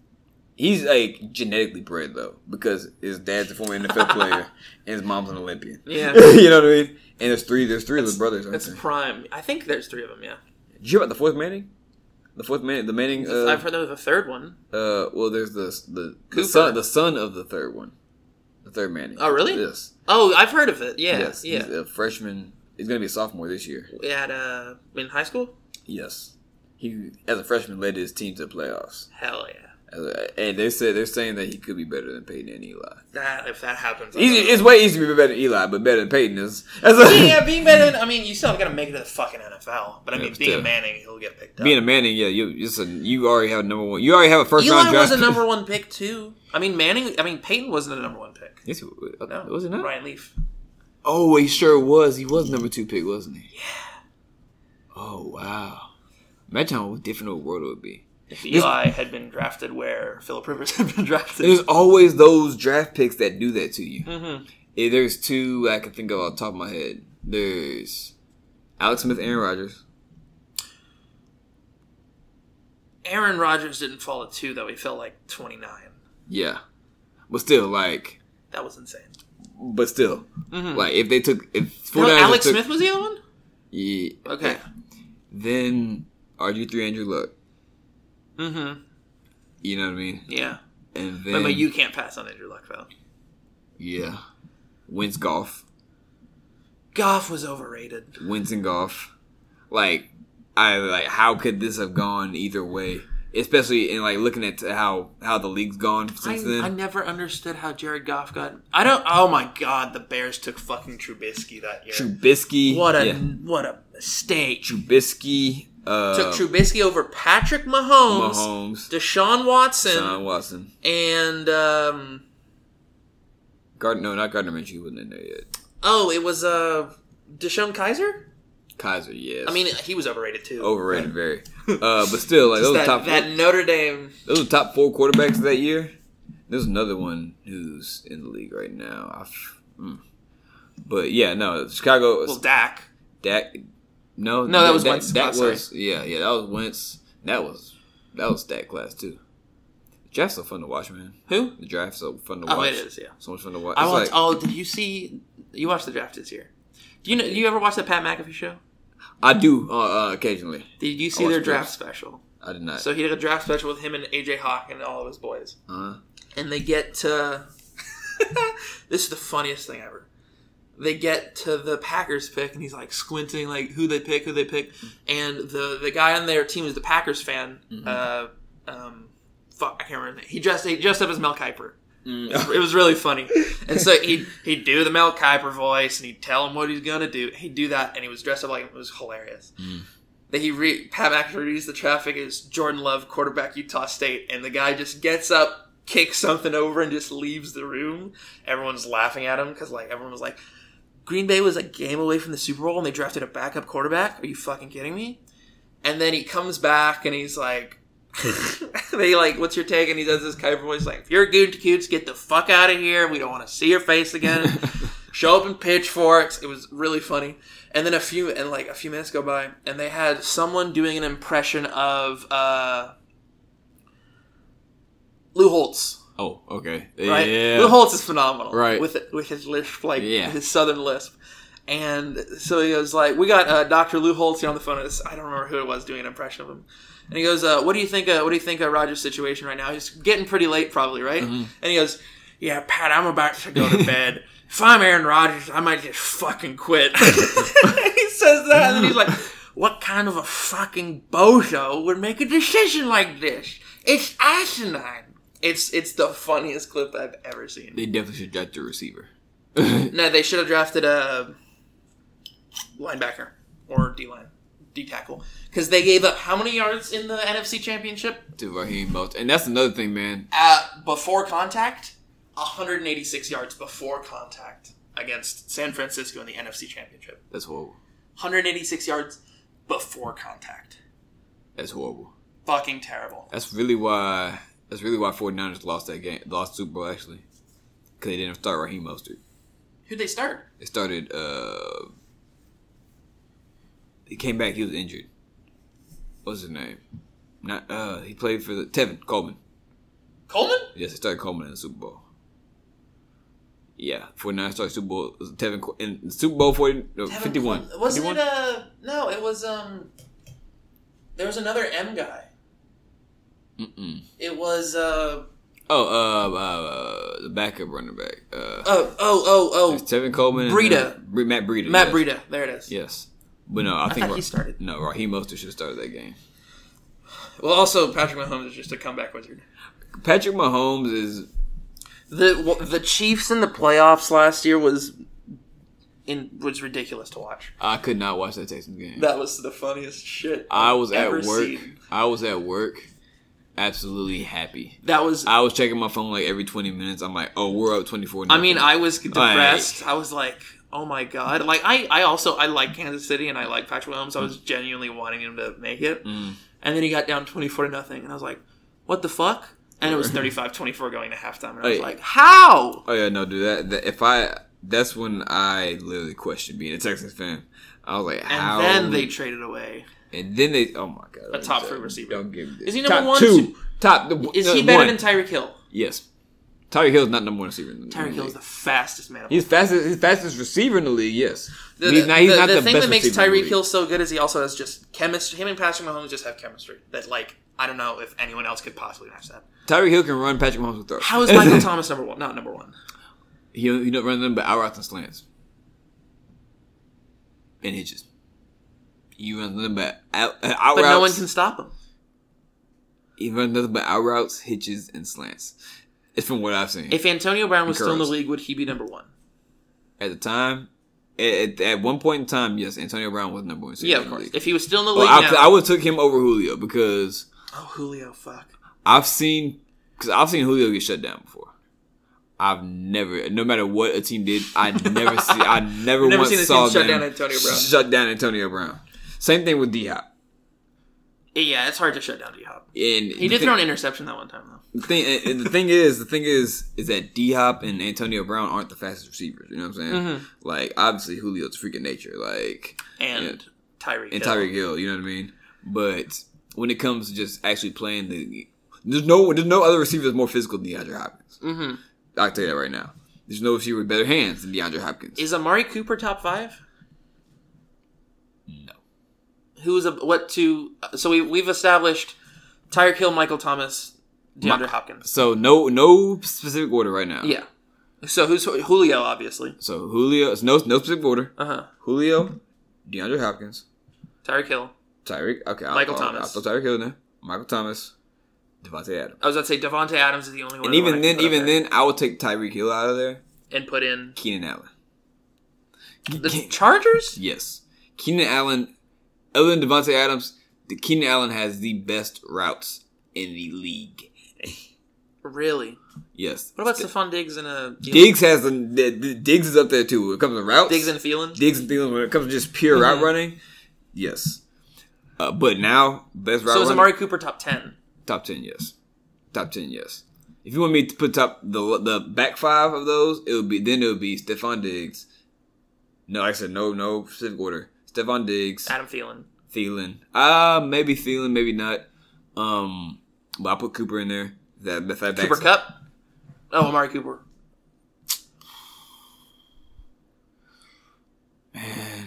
S1: he's like genetically bred though because his dad's a former
S2: (laughs)
S1: NFL player and his mom's an Olympian.
S2: Yeah.
S1: (laughs) you know what I mean. And there's three. There's three of his brothers. Aren't
S2: That's
S1: there?
S2: prime. I think there's three of them. Yeah,
S1: Did you hear about the fourth Manning? The fourth Manning. The Manning. Uh,
S2: I've heard there was a third one.
S1: Uh, well, there's the the,
S2: Cooper.
S1: the son the son of the third one, the third Manning.
S2: Oh, really?
S1: Yes.
S2: Oh, I've heard of it. Yeah,
S1: yes.
S2: yeah.
S1: He's a freshman. He's gonna be a sophomore this year.
S2: At uh, in high school.
S1: Yes. He as a freshman led his team to the playoffs,
S2: Hell yeah.
S1: As a- and they said they're saying that he could be better than Peyton and Eli.
S2: That if that happens, I
S1: Easy,
S2: don't know.
S1: it's way easier to be better than Eli, but better than Peyton is. That's a,
S2: Uh, yeah, being better. Than, I mean, you still got to make it to the fucking NFL. But I
S1: Yeah,
S2: mean, being
S1: still.
S2: a Manning, he'll get picked
S1: (laughs)
S2: up.
S1: Being a Manning, yeah, you it's a, you already have a number one. You already have a first round
S2: Eli
S1: draft.
S2: was a number one pick too. I mean, Manning. I mean, Peyton wasn't a number one pick.
S1: Yes, it was.
S2: No,
S1: was it not?
S2: Ryan Leaf.
S1: Oh, he sure was. He was number two pick, wasn't he? Yeah. Oh wow. Imagine how different the world would be.
S2: If Eli had been drafted where Philip Rivers (laughs) had been drafted,
S1: There's always those draft picks that do that to you.
S2: Mhm.
S1: Eh, There's two I can think of off the top of my head. There's Alex Smith, Aaron Rodgers.
S2: Aaron Rodgers didn't fall to two, though. He fell like 29.
S1: Yeah, but still, like,
S2: That was insane.
S1: but still, like, if they took if
S2: No,
S1: 49ers
S2: Mm-hmm. Alex
S1: took-
S2: Smith was the other one?
S1: yeah,
S2: Okay.
S1: then RG three Andrew Luck.
S2: Mm-hmm.
S1: You know what I mean?
S2: Yeah.
S1: And then
S2: But, but you can't pass on Andrew Luck, though.
S1: yeah, wins golf.
S2: Goff was overrated.
S1: wins in golf. Like, I like how could this have gone either way? Especially in like looking at how how the league's gone
S2: I,
S1: since
S2: I
S1: then.
S2: never understood how Jared Goff got. I don't. Oh my God! The Bears took fucking
S3: Trubisky that year.
S1: Trubisky,
S2: what a
S1: yeah,
S2: what a mistake.
S1: Trubisky, uh,
S2: took Trubisky over Patrick Mahomes,
S1: Mahomes,
S2: Deshaun Watson,
S1: Sean Watson,
S2: and um,
S1: Gardner. No, not Gardner Minshew wasn't in there yet.
S2: oh, it was uh, Deshaun Kaiser.
S1: Kaiser, yes.
S2: I mean, he was overrated too.
S1: overrated, very. Uh, but still, like
S2: (laughs) Just
S1: those were
S2: that,
S1: top
S2: that Notre Dame.
S1: those were top four quarterbacks that year. There's another one who's in the league right now. I f- mm. But yeah, no, Chicago.
S2: Well, Dak.
S1: Dak. No,
S2: No, that was
S1: that,
S2: Wentz
S1: That
S2: class,
S1: was yeah, yeah. That was Wentz. That was that was that class too. The draft's so fun to watch, man.
S2: Who?
S1: The draft's so fun to watch.
S2: Oh, it is. Yeah.
S1: So much fun to watch.
S2: I
S1: It's
S2: watched.
S1: like-
S2: oh, did you see? You watched the draft this year. Do you know? Do you ever watch the Pat McAfee show?
S1: I do uh, uh, occasionally.
S2: Did you see
S1: watched
S2: their
S1: the
S2: draft
S1: draft.
S2: special?
S1: I did not.
S2: So he did a draft special with him and AJ Hawk and all of his boys.
S1: uh,
S2: and they get to (laughs) this is the funniest thing ever. They get to the Packers pick, and he's like squinting, like who they pick, who they pick, and the the guy on their team is the Packers fan. Uh, um, fuck, I can't remember. His name. He dressed he dressed up as Mel Kiper. It was really funny, and so he'd he'd do the Mel Kiper voice, and he'd tell him what he's gonna do. He'd do that, and he was dressed up like him. it was hilarious. That he re- Pat McAfee reads the traffic is Jordan Love, quarterback Utah State, and the guy just gets up, kicks something over, and just leaves the room. Everyone's laughing at him because like everyone was like, Green Bay was a game away from the Super Bowl, and they drafted a backup quarterback. Are you fucking kidding me? And then he comes back, and he's like. (laughs) they like, what's your take? And he does this Kuiper voice, like, if you're good to cutes, get the fuck out of here. We don't want to see your face again. Show up in pitchforks. It was really funny. And then a few and like a few minutes go by, and they had someone doing an impression of uh, Lou Holtz.
S1: oh, okay.
S2: Right,
S1: Yeah.
S2: Lou Holtz is phenomenal.
S1: Right.
S2: with with his lisp, like
S1: Yeah.
S2: his southern lisp. And so he was like, "We got uh, Dr. Lou Holtz here on the phone. It's- I don't remember who it was doing an impression of him." And he goes, uh, "What do you think? Uh, what do you think of Roger's situation right now? He's getting pretty late, probably, right?" And he goes, "Yeah, Pat, I'm about to go to bed. if I'm Aaron Rodgers, I might just fucking quit." (laughs) he says that, and then he's like, "What kind of a fucking bozo would make a decision like this? It's asinine." It's it's the funniest clip I've ever seen.
S1: They definitely should draft the receiver.
S2: No, they should have drafted a linebacker or D line, D tackle, because they gave up how many yards in the NFC Championship
S1: to Raheem Melt. And that's another thing, man.
S2: uh, before contact? 186 yards before contact against San Francisco in the NFC Championship.
S1: That's horrible.
S2: 186 yards before contact.
S1: That's horrible.
S2: Fucking terrible.
S1: That's really why. That's really why 49ers lost that game. Lost Super Bowl actually, because they didn't start Raheem Mostert.
S2: Who'd they start?
S1: It started. uh He came back. He was injured. What's his name? Not. uh He played for the Tevin Coleman.
S2: Coleman?
S1: Yes, it started Coleman in the Super Bowl. Yeah, 49 started Super Bowl. Tevin Col- in Super Bowl 40, no,
S2: Tevin
S1: 51.
S2: Coleman. Wasn't
S1: 51?
S2: it uh no, it was um there was another M guy.
S1: Mm-mm.
S2: It was uh
S1: Oh, uh, uh, uh, the backup running back. Uh,
S2: Oh, oh,
S1: It's
S2: oh,
S1: Tevin Coleman. and
S2: Breida.
S1: then Bre- Matt Breida.
S2: oh. Matt
S1: yes.
S2: Breida. There it is.
S1: Yes. But no, I, think
S2: thought he
S1: Ra-
S2: started.
S1: No, Raheem Mostert should have started that game.
S2: Well, also, Patrick Mahomes is just a comeback wizard.
S1: Patrick Mahomes is
S2: The well, the Chiefs in the playoffs last year was in was ridiculous to watch.
S1: I could not watch that Texans game.
S2: That was the funniest shit
S1: I was
S2: I've
S1: at
S2: ever
S1: work.
S2: seen.
S1: I was at work absolutely happy.
S2: That was.
S1: I was checking my phone like every 20 minutes. I'm like, oh, we're up 24.
S2: I mean, I was depressed. I was like, oh my god. Like I, I also I like Kansas City and I like Patrick Williams. I was genuinely wanting him to make it,
S1: Mm.
S2: and then he got down twenty four to nothing, and I was like, what the fuck? And it was 35-24 going to halftime, and I was
S1: Hey.
S2: like, how?
S1: Oh yeah, no, dude. That, that if I that's when I literally questioned being a Texans fan. I was like,
S2: And
S1: how?
S2: then they traded away.
S1: and then they. Oh my god,
S2: A top three receiver.
S1: Don't give me this.
S2: Is he number
S1: top
S2: one?
S1: Two. Top. The,
S2: Is
S1: no,
S2: he better
S1: one.
S2: than Tyreek Hill?
S1: Yes. Tyreek Hill's not number one receiver. in the
S2: Tyreek Hill
S1: league.
S2: is the fastest man. of
S1: He's fastest. He's fastest receiver in the league. Yes.
S2: The,
S1: he's not, he's
S2: the-
S1: not
S2: the
S1: the
S2: thing
S1: best
S2: that makes
S1: receiver in the
S2: Tyreek
S1: league.
S2: Hill so good is he also has just chemistry. Him and Patrick Mahomes just have chemistry that, like, I don't know if anyone else could possibly match that.
S1: Tyreek Hill can run. Patrick Mahomes with throw.
S2: How
S1: (laughs)
S2: is Michael Thomas number one? Not number one.
S1: He he don't run them, but I rock and slants and hitches. You run nothing but out, out routes.
S2: But no one can stop him.
S1: He runs nothing but out routes, hitches, and slants. It's from what I've seen.
S2: If Antonio Brown was still in the
S1: Girls.
S2: league, would he be number one?
S1: at the time, at, at, at one point in time, yes, Antonio Brown was number one. receiver
S2: Yeah, of
S1: in the
S2: course.
S1: league.
S2: If he was still in the
S1: Well,
S2: league
S1: I,
S2: now.
S1: I would have took him over Julio because
S2: oh, Julio, fuck.
S1: I've seen because I've seen Julio get shut down before. I've never, no matter what a team did, I never see,
S2: (laughs)
S1: I never,
S2: You've never
S1: once
S2: seen a team
S1: saw
S2: shut
S1: them
S2: down Antonio Brown.
S1: Shut down Antonio Brown. Same thing with D Hop.
S2: Yeah, it's hard to shut down D-Hop.
S1: And
S2: He did throw an interception that one time, though.
S1: the thing, and the thing is, the thing is, is that D Hop and Antonio Brown aren't the fastest receivers. You know what I'm saying?
S2: Mm-hmm.
S1: Like, obviously, Julio's freaking nature. Like,
S2: And Tyreek
S1: and
S2: Hill.
S1: Tyreek Hill. You know what I mean? But when it comes to just actually playing the, there's no there's no other receiver that's more physical than DeAndre Hopkins.
S2: Mhm.
S1: I'll tell you that right now. There's no receiver with better hands than DeAndre Hopkins.
S2: Is Amari Cooper top five?
S1: no.
S2: Who was a what two? So we we've established Tyreek Hill, Michael Thomas, DeAndre
S1: My-
S2: Hopkins.
S1: So no no specific order right now.
S2: Yeah. So who's Julio? Obviously.
S1: So Julio, it's no no specific order.
S2: Uh huh.
S1: Julio, DeAndre Hopkins,
S2: Tyreek Hill.
S1: Tyreek. Okay, I'll,
S2: Michael
S1: I'll,
S2: Thomas.
S1: I'll throw Tyreek Hill in there. Michael Thomas, Devontae Adams.
S2: I was about to say Devonte Adams is the only one.
S1: And
S2: I wanna
S1: even then,
S2: put up
S1: even
S2: there.
S1: then, I would take Tyreek Hill out of there.
S2: and put in
S1: Keenan Allen.
S2: the
S1: Ke-
S2: Chargers.
S1: Yes. Keenan Allen, other than Devontae Adams, the Keenan Allen has the best routes in the league.
S2: Really?
S1: Yes.
S2: What about Stephon Diggs and uh, a
S1: Diggs has the, the, the Diggs is up there too. When it comes to routes,
S2: Diggs Mm-hmm. and Thielen?
S1: Diggs and Thielen. When it comes to just pure route running, yes. Uh, but now best route
S2: So is
S1: running,
S2: Amari Cooper top ten?
S1: top ten, yes, top ten, yes. If you want me to put top the the back five of those, it would be then it would be Stephon Diggs. No, like I said no no specific order. Stephon Diggs,
S2: Adam Thielen.
S1: Thielen. Uh maybe Thielen, maybe not. Um, but I put Cooper in there. That if that backs
S2: Cooper Cup. Oh, Amari Cooper.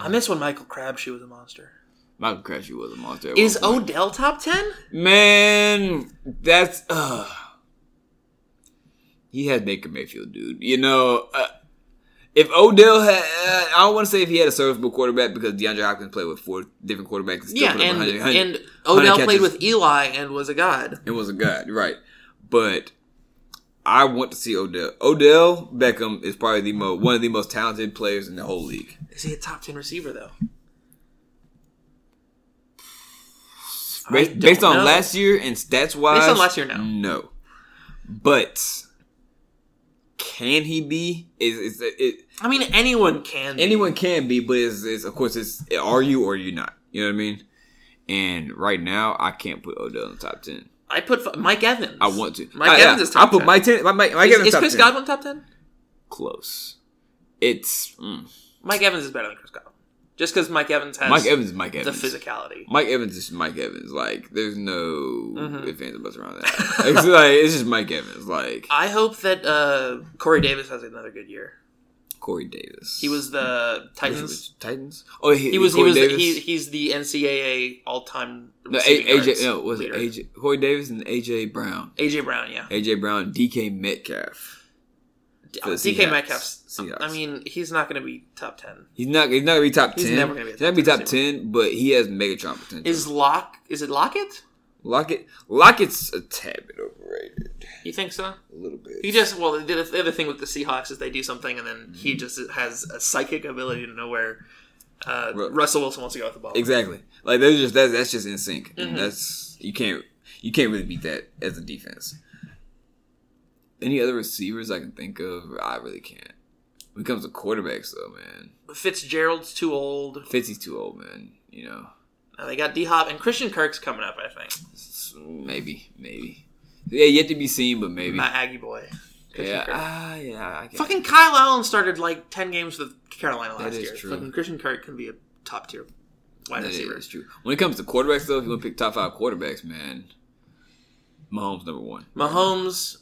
S2: I miss when Michael Crabtree was a monster.
S1: Michael Crabtree was a monster. at
S2: Is
S1: one point.
S2: Odell top ten?
S1: man? That's uh. He had Baker Mayfield, dude. You know, uh, if Odell had, uh, I don't want to say if he had a serviceable quarterback because DeAndre Hopkins played with four different quarterbacks. And still
S2: Yeah,
S1: put up
S2: and
S1: 100
S2: and Odell
S1: catches.
S2: played with Eli and was a god.
S1: It was a god, right? But I want to see Odell. Odell Beckham is probably the mo- one of the most talented players in the whole league.
S2: Is he a top ten receiver though?
S1: Based,
S2: don't
S1: based on
S2: know.
S1: last year and stats wise,
S2: Based on last year, no.
S1: no. But can he be? Is is it?
S2: I mean, anyone can. be.
S1: Anyone can be, but it's, it's of course it's are you or are you not? You know what I mean? And right now, I can't put Odell in the top ten.
S2: I put fu- Mike Evans.
S1: I want to.
S2: Mike
S1: I,
S2: Evans
S1: I,
S2: is top
S1: I put
S2: 10.
S1: Mike ten. My, Mike, Mike
S2: Is,
S1: Evans
S2: is
S1: top
S2: Chris
S1: 10.
S2: Godwin top ten?
S1: close? It's mm.
S2: Mike Evans is better than Chris Godwin. Just because Mike Evans has
S1: Mike Evans is Mike
S2: the
S1: Evans.
S2: physicality.
S1: Mike Evans is Mike Evans. Like, there's no
S2: Mm-hmm.
S1: ifs, ands, or buts around
S2: (laughs)
S1: that. it's, like, it's just Mike Evans. Like,
S2: I hope that uh, Corey Davis has another good year.
S1: Corey Davis.
S2: He was the Titans.
S1: Titans? Oh, he,
S2: He was.
S1: Corey
S2: he was.
S1: Davis?
S2: He, he's the NCAA all-time.
S1: no,
S2: receiving
S1: A-
S2: yards
S1: AJ. No, was
S2: leader.
S1: it AJ? Corey Davis and AJ Brown.
S2: AJ Brown? Yeah.
S1: AJ Brown, DK Metcalf. For the
S2: DK
S1: Seahawks.
S2: Metcalf's.
S1: Seahawks.
S2: I mean, he's not going to be top ten.
S1: He's not. He's not gonna be top
S2: He's
S1: ten.
S2: never gonna be a
S1: He's not gonna be
S2: top
S1: top ten, but he has Megatron potential.
S2: Is Lock? Is it Lockett?
S1: Lockett? Lockett's a tad bit overrated.
S2: You think so?
S1: A little bit.
S2: He just well the, the other thing with the Seahawks is they do something and then he
S1: Mm-hmm.
S2: just has a psychic ability to know where uh,
S1: Ru-
S2: Russell Wilson wants to go with the ball. Mm-hmm.
S1: Exactly. Like they're just that's that's just in sync. And that's you can't you can't really beat that as a defense. Any other receivers I can think of, I really can't. When it comes to quarterbacks, though, man,
S2: Fitzgerald's too old.
S1: Fitzy's too old, man. You know,
S2: Now they got D Hop and Christian Kirk's coming up. I think
S1: s- maybe, maybe. Yeah, yet to be seen, but maybe.
S2: my Aggie boy. Christian
S1: yeah,
S2: Kirk.
S1: ah, yeah. I can,
S2: Fucking Kyle Allen started like ten games with Carolina
S1: That
S2: last
S1: is
S2: year.
S1: true.
S2: Fucking Christian Kirk can be a top tier wide
S1: That
S2: receiver.
S1: is true. When it comes to quarterbacks, though, if you want to pick top five quarterbacks, man, Mahomes number one.
S2: Mahomes,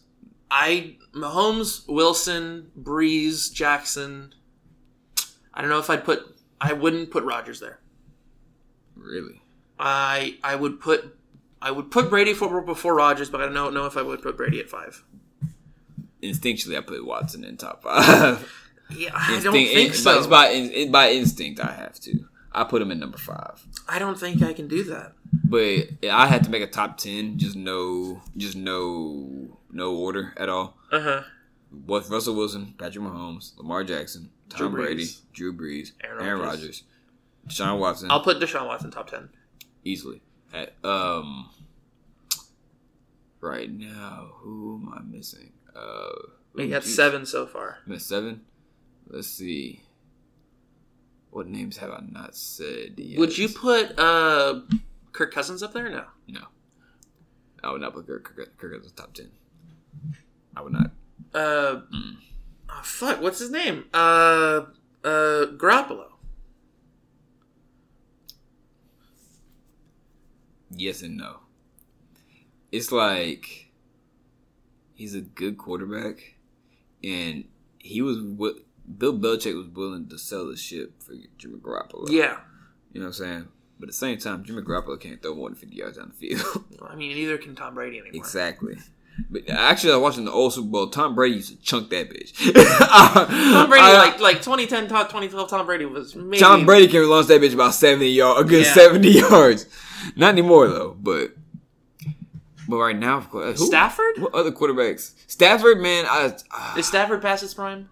S2: I Mahomes, Wilson, Breeze, Jackson. I don't know if I'd put. I wouldn't put Rogers there.
S1: Really?
S2: I I would put. I would put Brady for, before Rogers, but I don't know if I would put Brady at five.
S1: Instinctually, I put Watson in top five. (laughs)
S2: Yeah, I don't
S1: Instinct-
S2: think
S1: it's by-
S2: so.
S1: It's by, in- it- by instinct, I have to. I put him in number five.
S2: I don't think I can do that.
S1: But I had to make a top ten. Just no, just no, no order at all.
S2: Uh huh.
S1: What Russell Wilson, Patrick Mahomes, Lamar Jackson, Tom
S2: Drew Brees.
S1: Brady, Drew Brees,
S2: Aaron
S1: Aaron
S2: Rodgers.
S1: Rodgers, Deshaun Watson,
S2: I'll put Deshaun Watson top ten.
S1: easily. At, um, right now, who am I missing? Uh,
S2: We
S1: ooh,
S2: got
S1: geez.
S2: seven so far.
S1: I'm at seven. Let's see. What names have I not said yet?
S2: Would you put uh Kirk Cousins up there? No.
S1: I would not put Kirk, Kirk, Kirk as a top ten. I would not.
S2: Uh,
S1: Mm.
S2: oh, fuck. What's his name? Uh, uh, Garoppolo.
S1: Yes and no. It's like he's a good quarterback, and he was what Bill Belichick was willing to sell the ship for Jimmy Garoppolo.
S2: Yeah.
S1: You know what I'm saying? But at the same time, Jimmy Garoppolo can't throw more than 50 yards down the field. (laughs)
S2: I mean, neither can Tom Brady anymore.
S1: exactly. But actually, I was watching the old Super Bowl. Tom Brady used to chunk that bitch. (laughs) Tom
S2: Tom Brady, like like 2010, top 2012, Tom Brady was maybe.
S1: Uh, Tom Brady can launch that bitch about 70 yards, a good
S2: Yeah.
S1: 70 yards. Not anymore, though. But but right now, of course. who-
S2: Stafford?
S1: What other quarterbacks? Stafford, man. I, ah,
S2: Is Stafford past his prime?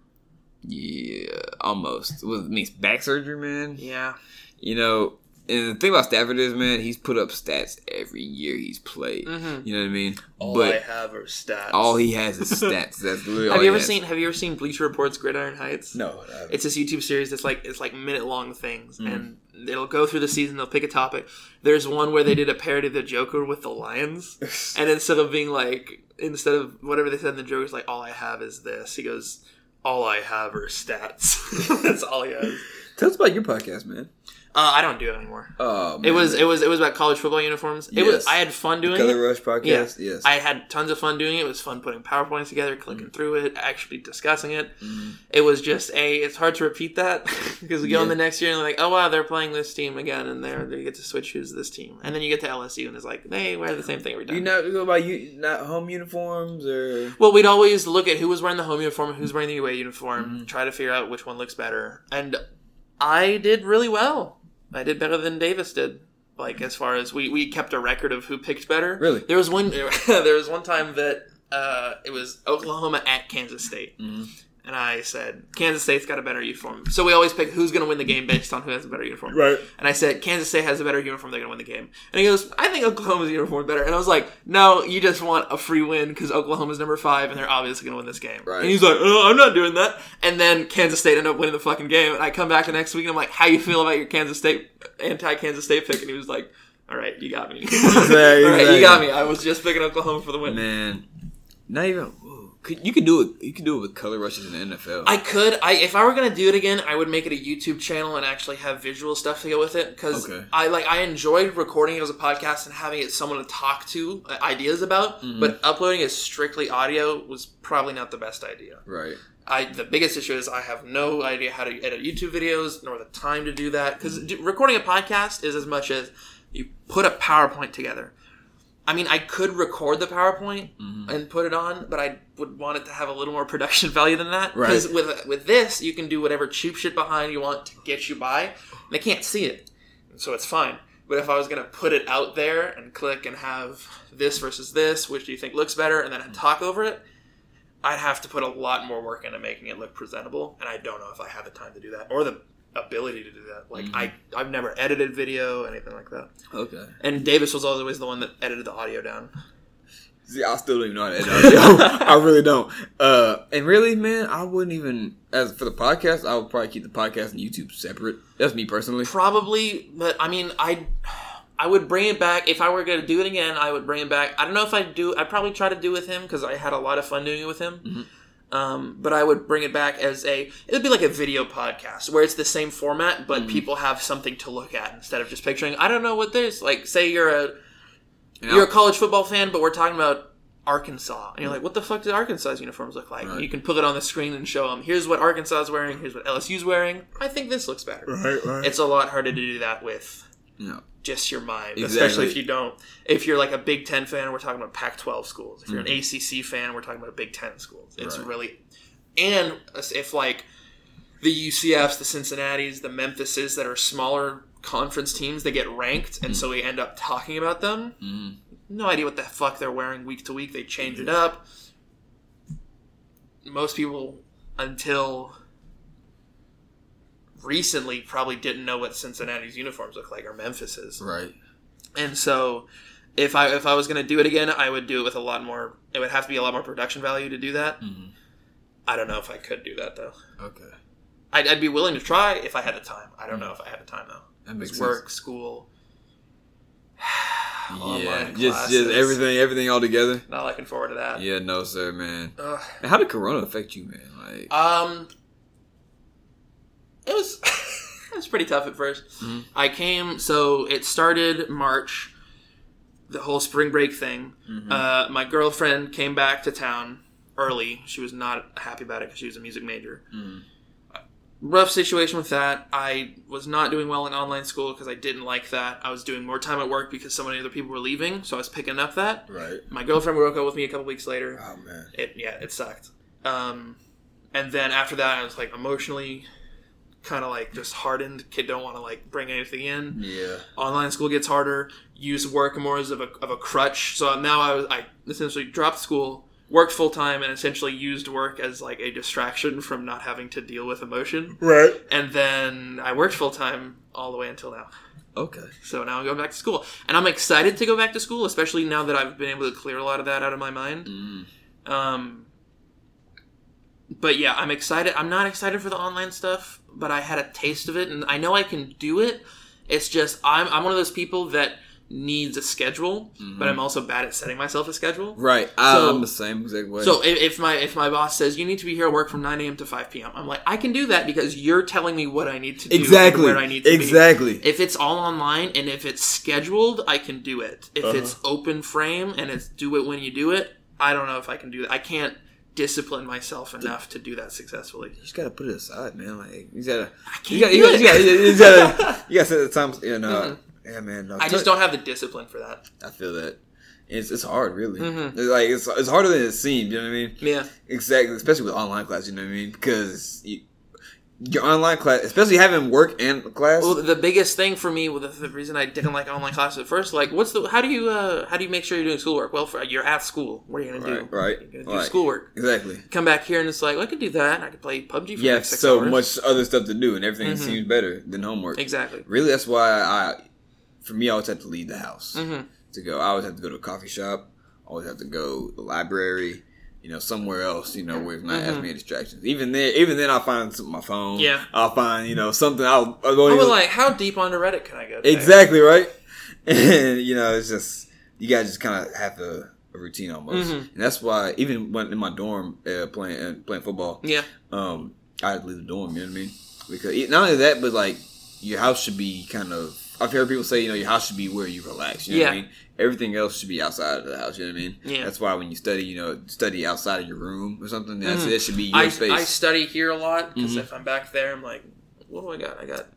S1: yeah, almost. It was- means back surgery, man.
S2: Yeah.
S1: You know, and the thing about Stafford is, man, he's put up stats every year he's played.
S2: Mhm.
S1: You know what I mean?
S3: All
S1: but
S3: I have are stats.
S1: all he Oh, has is stats. That's literally all
S2: Have
S1: he
S2: you ever
S1: has.
S2: seen Have you ever seen Bleacher Report's Gridiron Heights?
S1: No.
S2: It's this YouTube series that's like it's like minute long things, and it'll go through the season. They'll pick a topic. There's one where they did a parody of the Joker with
S1: (laughs)
S2: the lions, and instead of being like instead of whatever they said in the Joker's like all I have is this. He goes, all I have are stats. (laughs) that's all he has.
S1: Tell us about your podcast, man.
S2: Uh, I don't do it anymore.
S1: Oh, man.
S2: It was it was it was about college football uniforms. It was
S1: Yes.
S2: I had fun doing it.
S1: Color Rush podcast. Yes.
S2: I had tons of fun doing it. It was fun putting PowerPoints together,
S1: Mm.
S2: clicking through it, actually discussing it.
S1: Mm-hmm.
S2: It was just a. It's hard to repeat that (laughs) because we go in
S1: Yeah.
S2: the next year and like, oh wow, they're playing this team again, and they're they get to switch who's this team, and then you get to LSU and it's like they wear the same thing every
S1: Do you
S2: time.
S1: not go about you not home uniforms or?
S2: Well, we'd always look at who was wearing the home uniform, who's wearing the away uniform, try to figure out which one looks better, and I did really well. I did better than Davis did. Like as far as we, we kept a record of who picked better.
S1: Really?
S2: There was one (laughs) there was one time that uh, it was Oklahoma at Kansas State.
S1: Mm-hmm.
S2: And I said, Kansas State's got a better uniform. So we always pick who's going to win the game based on who has a better uniform.
S1: Right.
S2: And I said, Kansas State has a better uniform. They're going to win the game. And he goes, I think Oklahoma's uniform better. And I was like, no, you just want a free win because Oklahoma's number five and they're obviously going to win this game.
S1: Right.
S2: And he's like, oh, I'm not doing that. And then Kansas State ended up winning the fucking game. And I come back the next week and I'm like, how you feel about your Kansas State, anti-Kansas State pick? And he was like, all right, you got me. (laughs) all right,
S1: exactly.
S2: you got me. I was just picking Oklahoma for the win.
S1: Man, not even. whoa. Could, you could do it. You could do it with color rushes in the NFL.
S2: I could. I if I were gonna do it again, I would make it a YouTube channel and actually have visual stuff to go with it because
S1: Okay.
S2: I like I enjoyed recording it as a podcast and having it someone to talk to uh, ideas about. But uploading as strictly audio was probably not the best idea.
S1: right.
S2: I the biggest issue is I have no idea how to edit YouTube videos nor the time to do that because recording a podcast is as much as you put a PowerPoint together. I mean, I could record the PowerPoint and put it on, but I would want it to have a little more (laughs) production value than that. Because
S1: Right.
S2: with with this, you can do whatever cheap shit behind you want to get you by. They can't see it, so it's fine. But if I was gonna put it out there and click and have this versus this, which do you think looks better, and then talk over it, I'd have to put a lot more work into making it look presentable, and I don't know if I have the time to do that or the ability to do that. Like
S1: Mhm.
S2: I, I've never edited video, anything like that.
S1: Okay.
S2: And Davis was always the one that edited the audio down.
S1: See, I still don't even know how to (laughs) edit audio. I really don't. Uh, and really, man, I wouldn't even as for the podcast. I would probably keep the podcast and YouTube separate. That's me personally.
S2: Probably, but I mean, I, I would bring it back if I were going to do it again. I would bring it back. I don't know if I do. I'd probably try to do with him because I had a lot of fun doing it with him. Um, but I would bring it back as a. It would be like a video podcast where it's the same format, but people have something to look at instead of just picturing. I don't know what this like. Say you're a
S1: And
S2: you're
S1: I'll-
S2: a college football fan, but we're talking about Arkansas, and you're like, what the fuck does Arkansas's uniforms look like?
S1: Right.
S2: You can put it on the screen and show them. Here's what Arkansas is wearing. Here's what LSU's wearing. I think this looks better.
S1: right, right.
S2: It's a lot harder to do that with
S1: No.
S2: just your mind,
S1: Exactly.
S2: especially if you don't. If you're like a Big Ten fan, we're talking about Pac-12 schools. If you're an ACC fan, we're talking about Big Ten schools. It's
S1: Mm-hmm. Right.
S2: really, and if like the UCFs, the Cincinnati's, the Memphises that are smaller conference teams, they get ranked,
S1: Mm-hmm.
S2: and so we end up talking about them
S1: Mm.
S2: no idea what the fuck they're wearing week to week. They change it up. Most people, until recently, probably didn't know what Cincinnati's uniforms look like or Memphis's.
S1: Right.
S2: And so, if I if I was gonna do it again, I would do it with a lot more. It would have to be a lot more production value to do that.
S1: Mhm.
S2: I don't know if I could do that though.
S1: Okay.
S2: I'd, I'd be willing to try if I had the time. I don't know if I had the time though.
S1: That Mm. makes
S2: It's
S1: sense.
S2: work, school,
S1: Yeah.
S2: online
S1: Just, just
S2: classes.
S1: everything, everything all together.
S2: not looking forward to that.
S1: Yeah. No, sir, man.
S2: Ugh.
S1: And how did Corona affect you, man? Like,
S2: Um, it was (laughs) it was pretty tough at 1st
S1: Mhm.
S2: I came, so it started March, the whole spring break thing.
S1: Mm-hmm.
S2: Uh, my girlfriend came back to town early. She was not happy about it because she was a music major.
S1: Mhm.
S2: Rough situation with that. I was not doing well in online school because I didn't like that. I was doing more time at work because so many other people were leaving, so I was picking up that.
S1: right.
S2: My girlfriend broke up with me a couple weeks later
S1: Oh man.
S2: it yeah it sucked um and then after that i was like emotionally kind of like just hardened kid don't want to like bring anything in
S1: Yeah.
S2: online school gets harder use work more as of a, of a crutch so now i was i essentially dropped school worked full-time and essentially used work as like a distraction from not having to deal with emotion
S1: Right.
S2: and then i worked full-time all the way until now
S1: Okay.
S2: so now i'm going back to school and i'm excited to go back to school especially now that i've been able to clear a lot of that out of my mind
S1: Mm.
S2: um, but yeah, I'm excited. I'm not excited for the online stuff, but I had a taste of it, and I know I can do it. It's just I'm I'm one of those people that needs a schedule, but
S1: Mm.
S2: I'm also bad at setting myself a schedule.
S1: Right. I,
S2: So-
S1: I'm the same exact way.
S2: So if, if my if my boss says you need to be here at work from 9 a.m. to 5 p.m., I'm like I can do that because you're telling me what I need to do and
S1: exactly.
S2: where I need to be.
S1: exactly.
S2: If it's all online and if it's scheduled, I can do it. If
S1: Uh-huh.
S2: it's open frame and it's do it when you do it, I don't know if I can do that. I can't discipline myself enough to do that successfully.
S1: You just gotta put it aside, man. Like you gotta,
S2: I can't
S1: you gotta,
S2: do
S1: you gotta,
S2: it. Mm-hmm.
S1: you gotta, you
S2: (laughs)
S1: gotta, you gotta set the times. You know, yeah, man. No,
S2: I just don't have the discipline for that.
S1: I feel that. It's, it's hard, really.
S2: Mhm.
S1: It's like it's, it's harder than it seems. You know what I mean?
S2: Yeah.
S1: Exactly, especially with online class. You know what I mean? Because you, your online class, especially having work and class.
S2: Well, the biggest thing for me, well, the, the reason I didn't like online classes at first, like, what's the how do you uh, how do you make sure you're doing schoolwork? Well, for, you're at school. What are you gonna
S1: right,
S2: do?
S1: right,
S2: You're gonna do
S1: right.
S2: schoolwork.
S1: Exactly.
S2: Come back here and it's like, well, I could do that. I could play PUBG. For
S1: Yeah,
S2: like six
S1: so
S2: hours. Mm-hmm.
S1: much other stuff to do, and everything seems better than homework.
S2: Exactly.
S1: Really, that's why I, for me, I always have to leave the house
S2: Mhm.
S1: to go. I always have to go to a coffee shop. Always have to go to the library. You know, somewhere else. You know, where it's not as many distractions. Even there, even then, I find some, my phone.
S2: Mm-hmm. Yeah.
S1: I'll find you know something. I'll. I'll go
S2: I was
S1: even-
S2: like, how deep onto Reddit can I go? today?
S1: Oh, exactly right. (laughs) And you know, it's just you guys just kind of have a, a routine almost,
S2: Mhm.
S1: and that's why even when in my dorm uh, playing uh, playing football,
S2: Yeah.
S1: um, I had to leave the dorm. You know what I mean? Because it- not only that, but like your house should be kind of. I've heard people say, you know, your house should be where you relax. You know what I
S2: Yeah.
S1: mean? Everything else should be outside of the house. You know what I mean?
S2: Yeah.
S1: That's why when you study, you know, study outside of your room or something. That's,
S2: Mhm.
S1: That should be your
S2: I,
S1: space.
S2: I study here a lot because
S1: Mhm.
S2: if I'm back there, I'm like, what do I got? I got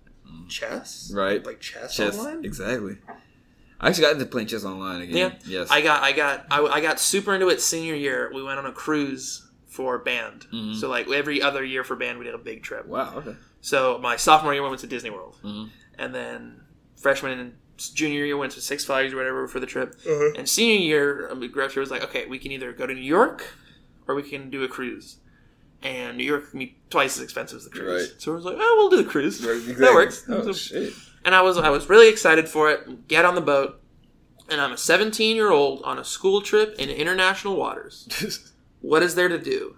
S2: chess,
S1: Right.
S2: Like chess,
S1: chess,
S2: online.
S1: exactly. I actually got into playing chess online again.
S2: Yeah.
S1: Yes.
S2: I got, I got, I, I got super into it senior year. We went on a cruise for band,
S1: Mhm.
S2: so like every other year for band, we did a big trip.
S1: wow. Okay.
S2: So my sophomore year, we went to Disney World,
S1: Mhm.
S2: and then freshman and junior year went to Six Flags or whatever for the trip. And senior year, um, the director was like, "Okay, we can either go to New York, or we can do a cruise." and New York can be twice as expensive as the cruise.
S1: Right.
S2: So I was like, oh, we'll do the cruise.
S1: Exactly.
S2: That works.
S1: Oh,
S2: So-
S1: shit.
S2: and I was I was really excited for it. Get on the boat, and I'm a 17 year old on a school trip in international waters. What is there to do?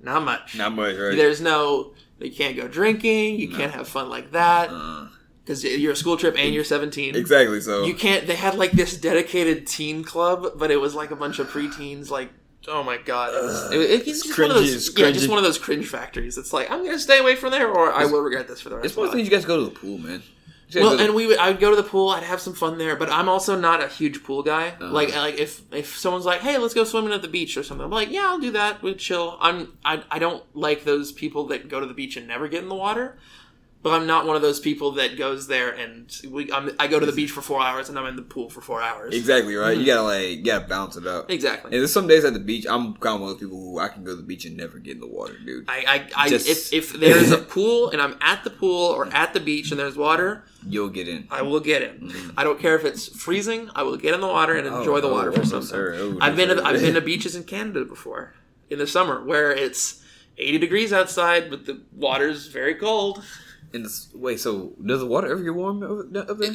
S2: Not
S1: (laughs)
S2: much.
S1: Not much, right?
S2: There's no. You can't go drinking. You
S1: No.
S2: can't have fun like that
S1: Uh,
S2: because you're a school trip and you're 17.
S1: exactly. So
S2: You can't. They had like this dedicated teen club, but it was like a bunch of preteens. Like, oh my god, it was, it, it's
S4: It's
S2: just one of
S4: cringy,
S2: those.
S4: it's
S2: Yeah, just
S4: cringy.
S2: one of those cringe factories. It's like I'm gonna stay away from there, or I
S1: It's-
S2: will regret this for the rest.
S4: It's
S2: of my
S4: one of
S2: life.
S4: those things you guys go to the pool, man. You guys go
S2: Well,
S4: to
S2: and we would, I would go to the pool. I'd have some fun there, but I'm also not a huge pool guy.
S4: Uh-huh.
S2: Like like if if someone's like, "Hey, let's go swimming at the beach" or something, I'm like, "Yeah, I'll do that. We chill." I'm I I don't like those people that go to the beach and never get in the water. But I'm not one of those people that goes there and we I'm, I go to the beach for four hours and I'm in the pool for four hours.
S1: exactly right.
S4: Hmm.
S1: You gotta like, you gotta bounce it up.
S2: Exactly.
S1: And there's some days at the beach, I'm kind of one of those people who I can go to the beach and never get in the water, dude.
S2: I, I, I
S1: Just-
S2: if, if there's
S4: (laughs)
S2: a pool and I'm at the pool or at the beach and there's water,
S1: You'll get in.
S2: I will get in. I don't care if it's freezing. I will get in the water and enjoy the
S1: Mm-hmm. oh,
S2: water
S1: oh,
S2: for some
S1: sir.
S2: time.
S1: Oh,
S2: I've been
S1: sir.
S2: to, I've been
S1: (laughs)
S2: to beaches in Canada before in the summer where it's 80 degrees outside, but the water's very cold.
S1: And this, wait, so does the water ever get warm over, up there?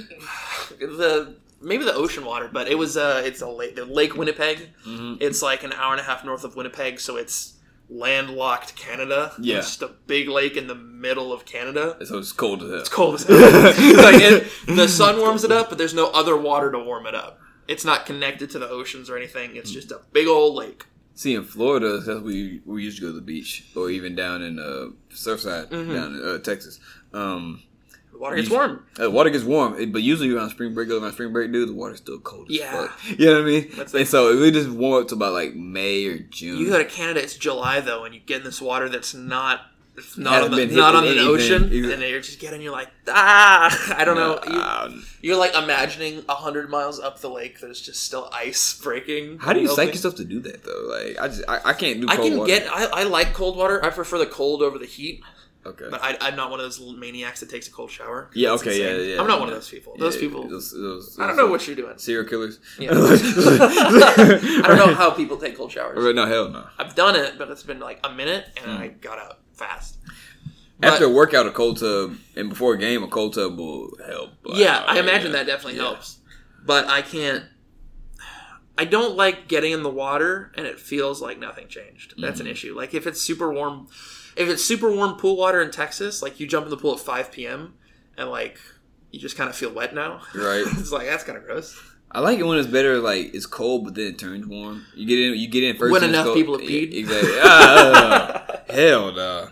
S2: The maybe the ocean water, but it was uh it's a lake, the Lake Winnipeg.
S1: Mhm.
S2: It's like an hour and a half north of Winnipeg, so it's landlocked Canada.
S1: Yeah.
S2: it's just a big lake in the middle of Canada.
S1: So it's cold as hell. (laughs)
S2: It's cold as hell. like it, the sun warms it up, but there's no other water to warm it up. It's not connected to the oceans or anything. It's just a big old lake.
S1: See, in Florida, that's we we used to go to the beach, or even down in uh, Surfside,
S4: Mm-hmm.
S2: Mhm.
S1: down in uh, Texas. Um,
S2: The water gets
S1: You-
S2: warm.
S1: uh, water gets warm, it- but usually around spring break, around spring break, dude, the water's still cold. as
S2: Yeah.
S1: fuck. you know what I mean.
S2: That's
S1: and
S2: it.
S1: so it really just warm up to about like May or June.
S2: You go to Canada, it's July though, and you get in this water that's not. it's Not
S1: Hasn't
S2: on, the,
S1: been hit
S2: not
S1: with
S2: on an
S1: anything.
S2: ocean,
S1: Exa-
S2: and you're just getting. You're like, ah, (laughs) I don't know.
S1: Uh,
S2: You, you're like imagining a hundred miles up the lake. There's just still ice breaking.
S1: how do you
S2: melting.
S1: psych yourself to do that though? Like, I just I, I can't do.
S2: I
S1: Cold
S2: can
S1: water.
S2: get. I, I like cold water. I prefer the cold over the heat.
S1: okay.
S2: But I, I'm not one of those little maniacs that takes a cold shower.
S1: Yeah,
S2: That's
S1: okay,
S2: insane.
S1: yeah, yeah.
S2: I'm not one of those people. Those
S1: Yeah,
S2: people.
S1: those- those-
S2: I don't
S1: those uh,
S2: know what you're
S1: (laughs)
S2: doing.
S1: serial killers.
S2: Yeah. (laughs) I don't know how people take cold
S1: (laughs)
S2: showers.
S1: Right, no, hell no.
S2: I've done it, but it's been like a minute, and I got out fast. But-
S1: After a workout, a cold tub, and before a game, a cold tub will help. Like,
S2: yeah,
S1: uh,
S2: I imagine
S1: yeah.
S2: that definitely
S1: Yeah.
S2: helps. But I can't. I don't like getting in the water and it feels like nothing changed. That's
S1: Mm-hmm.
S2: an issue. Like if it's super warm, if it's super warm pool water in Texas, like you jump in the pool at 5 p.m. and like you just kind of feel wet now. (laughs)
S1: Right.
S2: it's like that's kind of gross.
S1: I like it when it's better. Like it's cold, but then it turns warm. You get in. You get in first.
S2: When
S1: and it's
S2: enough
S1: cold.
S2: people have
S1: Yeah,
S2: peed.
S1: e-
S2: (laughs)
S1: exactly. (laughs) Ah, hell no.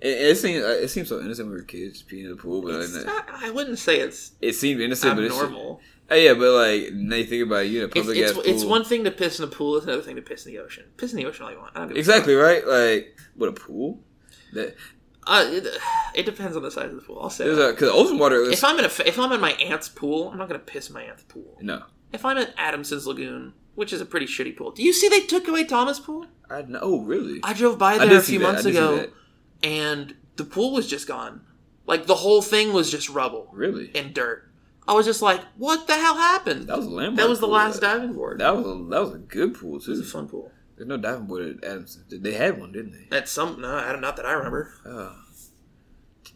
S1: It, it seems it seems so innocent when we were kids peeing in the pool, but
S2: It's
S1: it,
S2: not- I wouldn't say it's
S1: it seemed innocent. But it's
S2: abnormal.
S1: Oh, yeah, but like now you think about it, you in a
S2: It's,
S1: public
S2: it's,
S1: ass pool.
S2: it's one thing to piss in a pool. It's another thing to piss in the ocean. Piss in the ocean all you want. I don't give a
S1: exactly right. Like what a pool. That
S2: fuck. Uh, it, it depends on the size of the pool. I'll say.
S1: there's
S2: that.
S1: a because ocean water. Is,
S2: if I'm in a fa- if I'm in my aunt's pool, I'm not gonna piss in my aunt's pool.
S1: no,
S2: If I'm at Adamson's Lagoon, which is a pretty shitty pool, do you see they took away Thomas Pool?
S1: I know really.
S2: I drove by
S1: I
S2: there
S1: did
S2: a
S1: see
S2: few
S1: that, I
S2: months
S1: did see
S2: ago,
S1: that.
S2: and the pool was just gone. Like the whole thing was just rubble
S1: Really,
S2: and dirt. I was just like, "What the hell happened?"
S1: that was a landmark.
S2: That was the
S1: pool,
S2: last
S1: that.
S2: diving board.
S1: That was a, that was a good pool
S2: it was
S1: too.
S2: a fun pool.
S1: There's no diving board at Adamson. They had one, didn't they?
S2: That's some no, I don't- not that I remember.
S1: Oh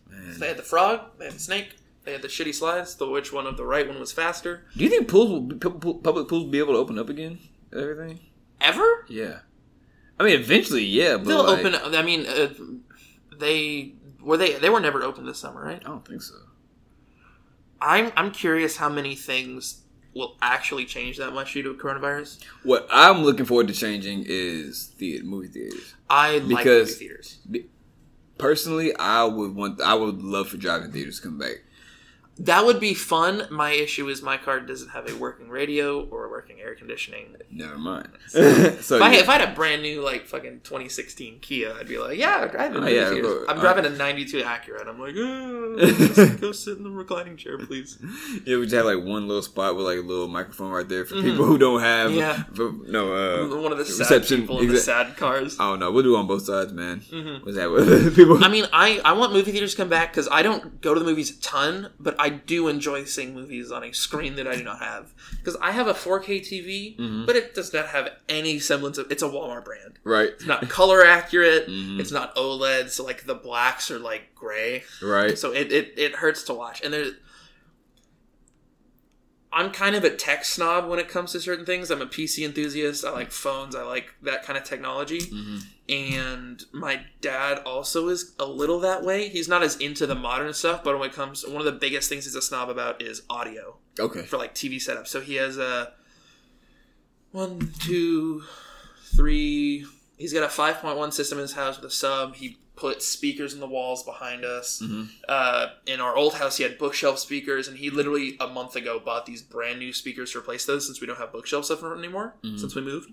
S1: man.
S2: They had the frog, they had the snake, they had the shitty slides. The which one of the right one was faster?
S1: Do you think pools will be, pu- pu- public pools will be able to open up again? and Everything?
S2: Ever?
S1: Yeah. I mean, eventually, yeah, but
S2: They'll
S1: like,
S2: open. I mean, uh, they were they they were never open this summer, right?
S1: I don't think so.
S2: I'm I'm curious how many things will actually change that much due to coronavirus.
S1: What I'm looking forward to changing is the movie theaters.
S2: I like movie
S1: Because-
S2: theaters.
S1: Personally, I would want. I would love for driving theaters to come back.
S2: That would be fun. My issue is my car doesn't have a working radio or working air conditioning.
S1: Never mind. (laughs) So,
S2: if, I,
S1: yeah.
S2: if I had a brand new like fucking 2016 Kia, I'd be like, yeah, I'm driving.
S1: Oh,
S2: movie
S1: yeah,
S2: theaters.
S1: but-
S2: I'm
S1: I-
S2: driving a 92 Acura, and I'm
S1: (laughs)
S2: like, "Uh, just go sit in the reclining chair, please.
S1: yeah, we just have like one little spot with like a little microphone right there for people who don't have.
S2: Mm-hmm. Yeah.
S1: (laughs) for- no. Uh,
S2: One of the sad
S1: reception,
S2: people in the
S1: exa- Uh,
S2: sad cars.
S1: I don't know. We'll do it on both sides, man.
S2: Mhm.
S1: What's that with (laughs) people?
S2: I mean, I, I want movie theaters to come back because I don't go to the movies a ton, but I I do enjoy seeing movies on a screen that I do not have because I have a 4K TV,
S1: Mhm.
S2: but it does not have any semblance of. It's a Walmart brand.
S1: Right.
S2: It's not color accurate.
S1: Mhm.
S2: It's not OLED, so like the blacks are like gray,
S1: Right.
S2: so it it, it hurts to watch. And there, I'm kind of a tech snob when it comes to certain things. I'm a PC enthusiast. I like phones. I like that kind of technology
S1: Mhm.
S2: and my dad also is a little that way. He's not as into the modern stuff, but when it comes, one of the biggest things he's a snob about is audio
S1: Okay.
S2: for like TV setup. So he has a one, two, three. He's got a five point one system in his house with a sub. He put speakers in the walls behind us.
S1: Mhm.
S2: Uh, in our old house, he had bookshelf speakers, and he literally a month ago bought these brand new speakers to replace those since we don't have bookshelf stuff anymore
S1: Mhm.
S2: since we moved.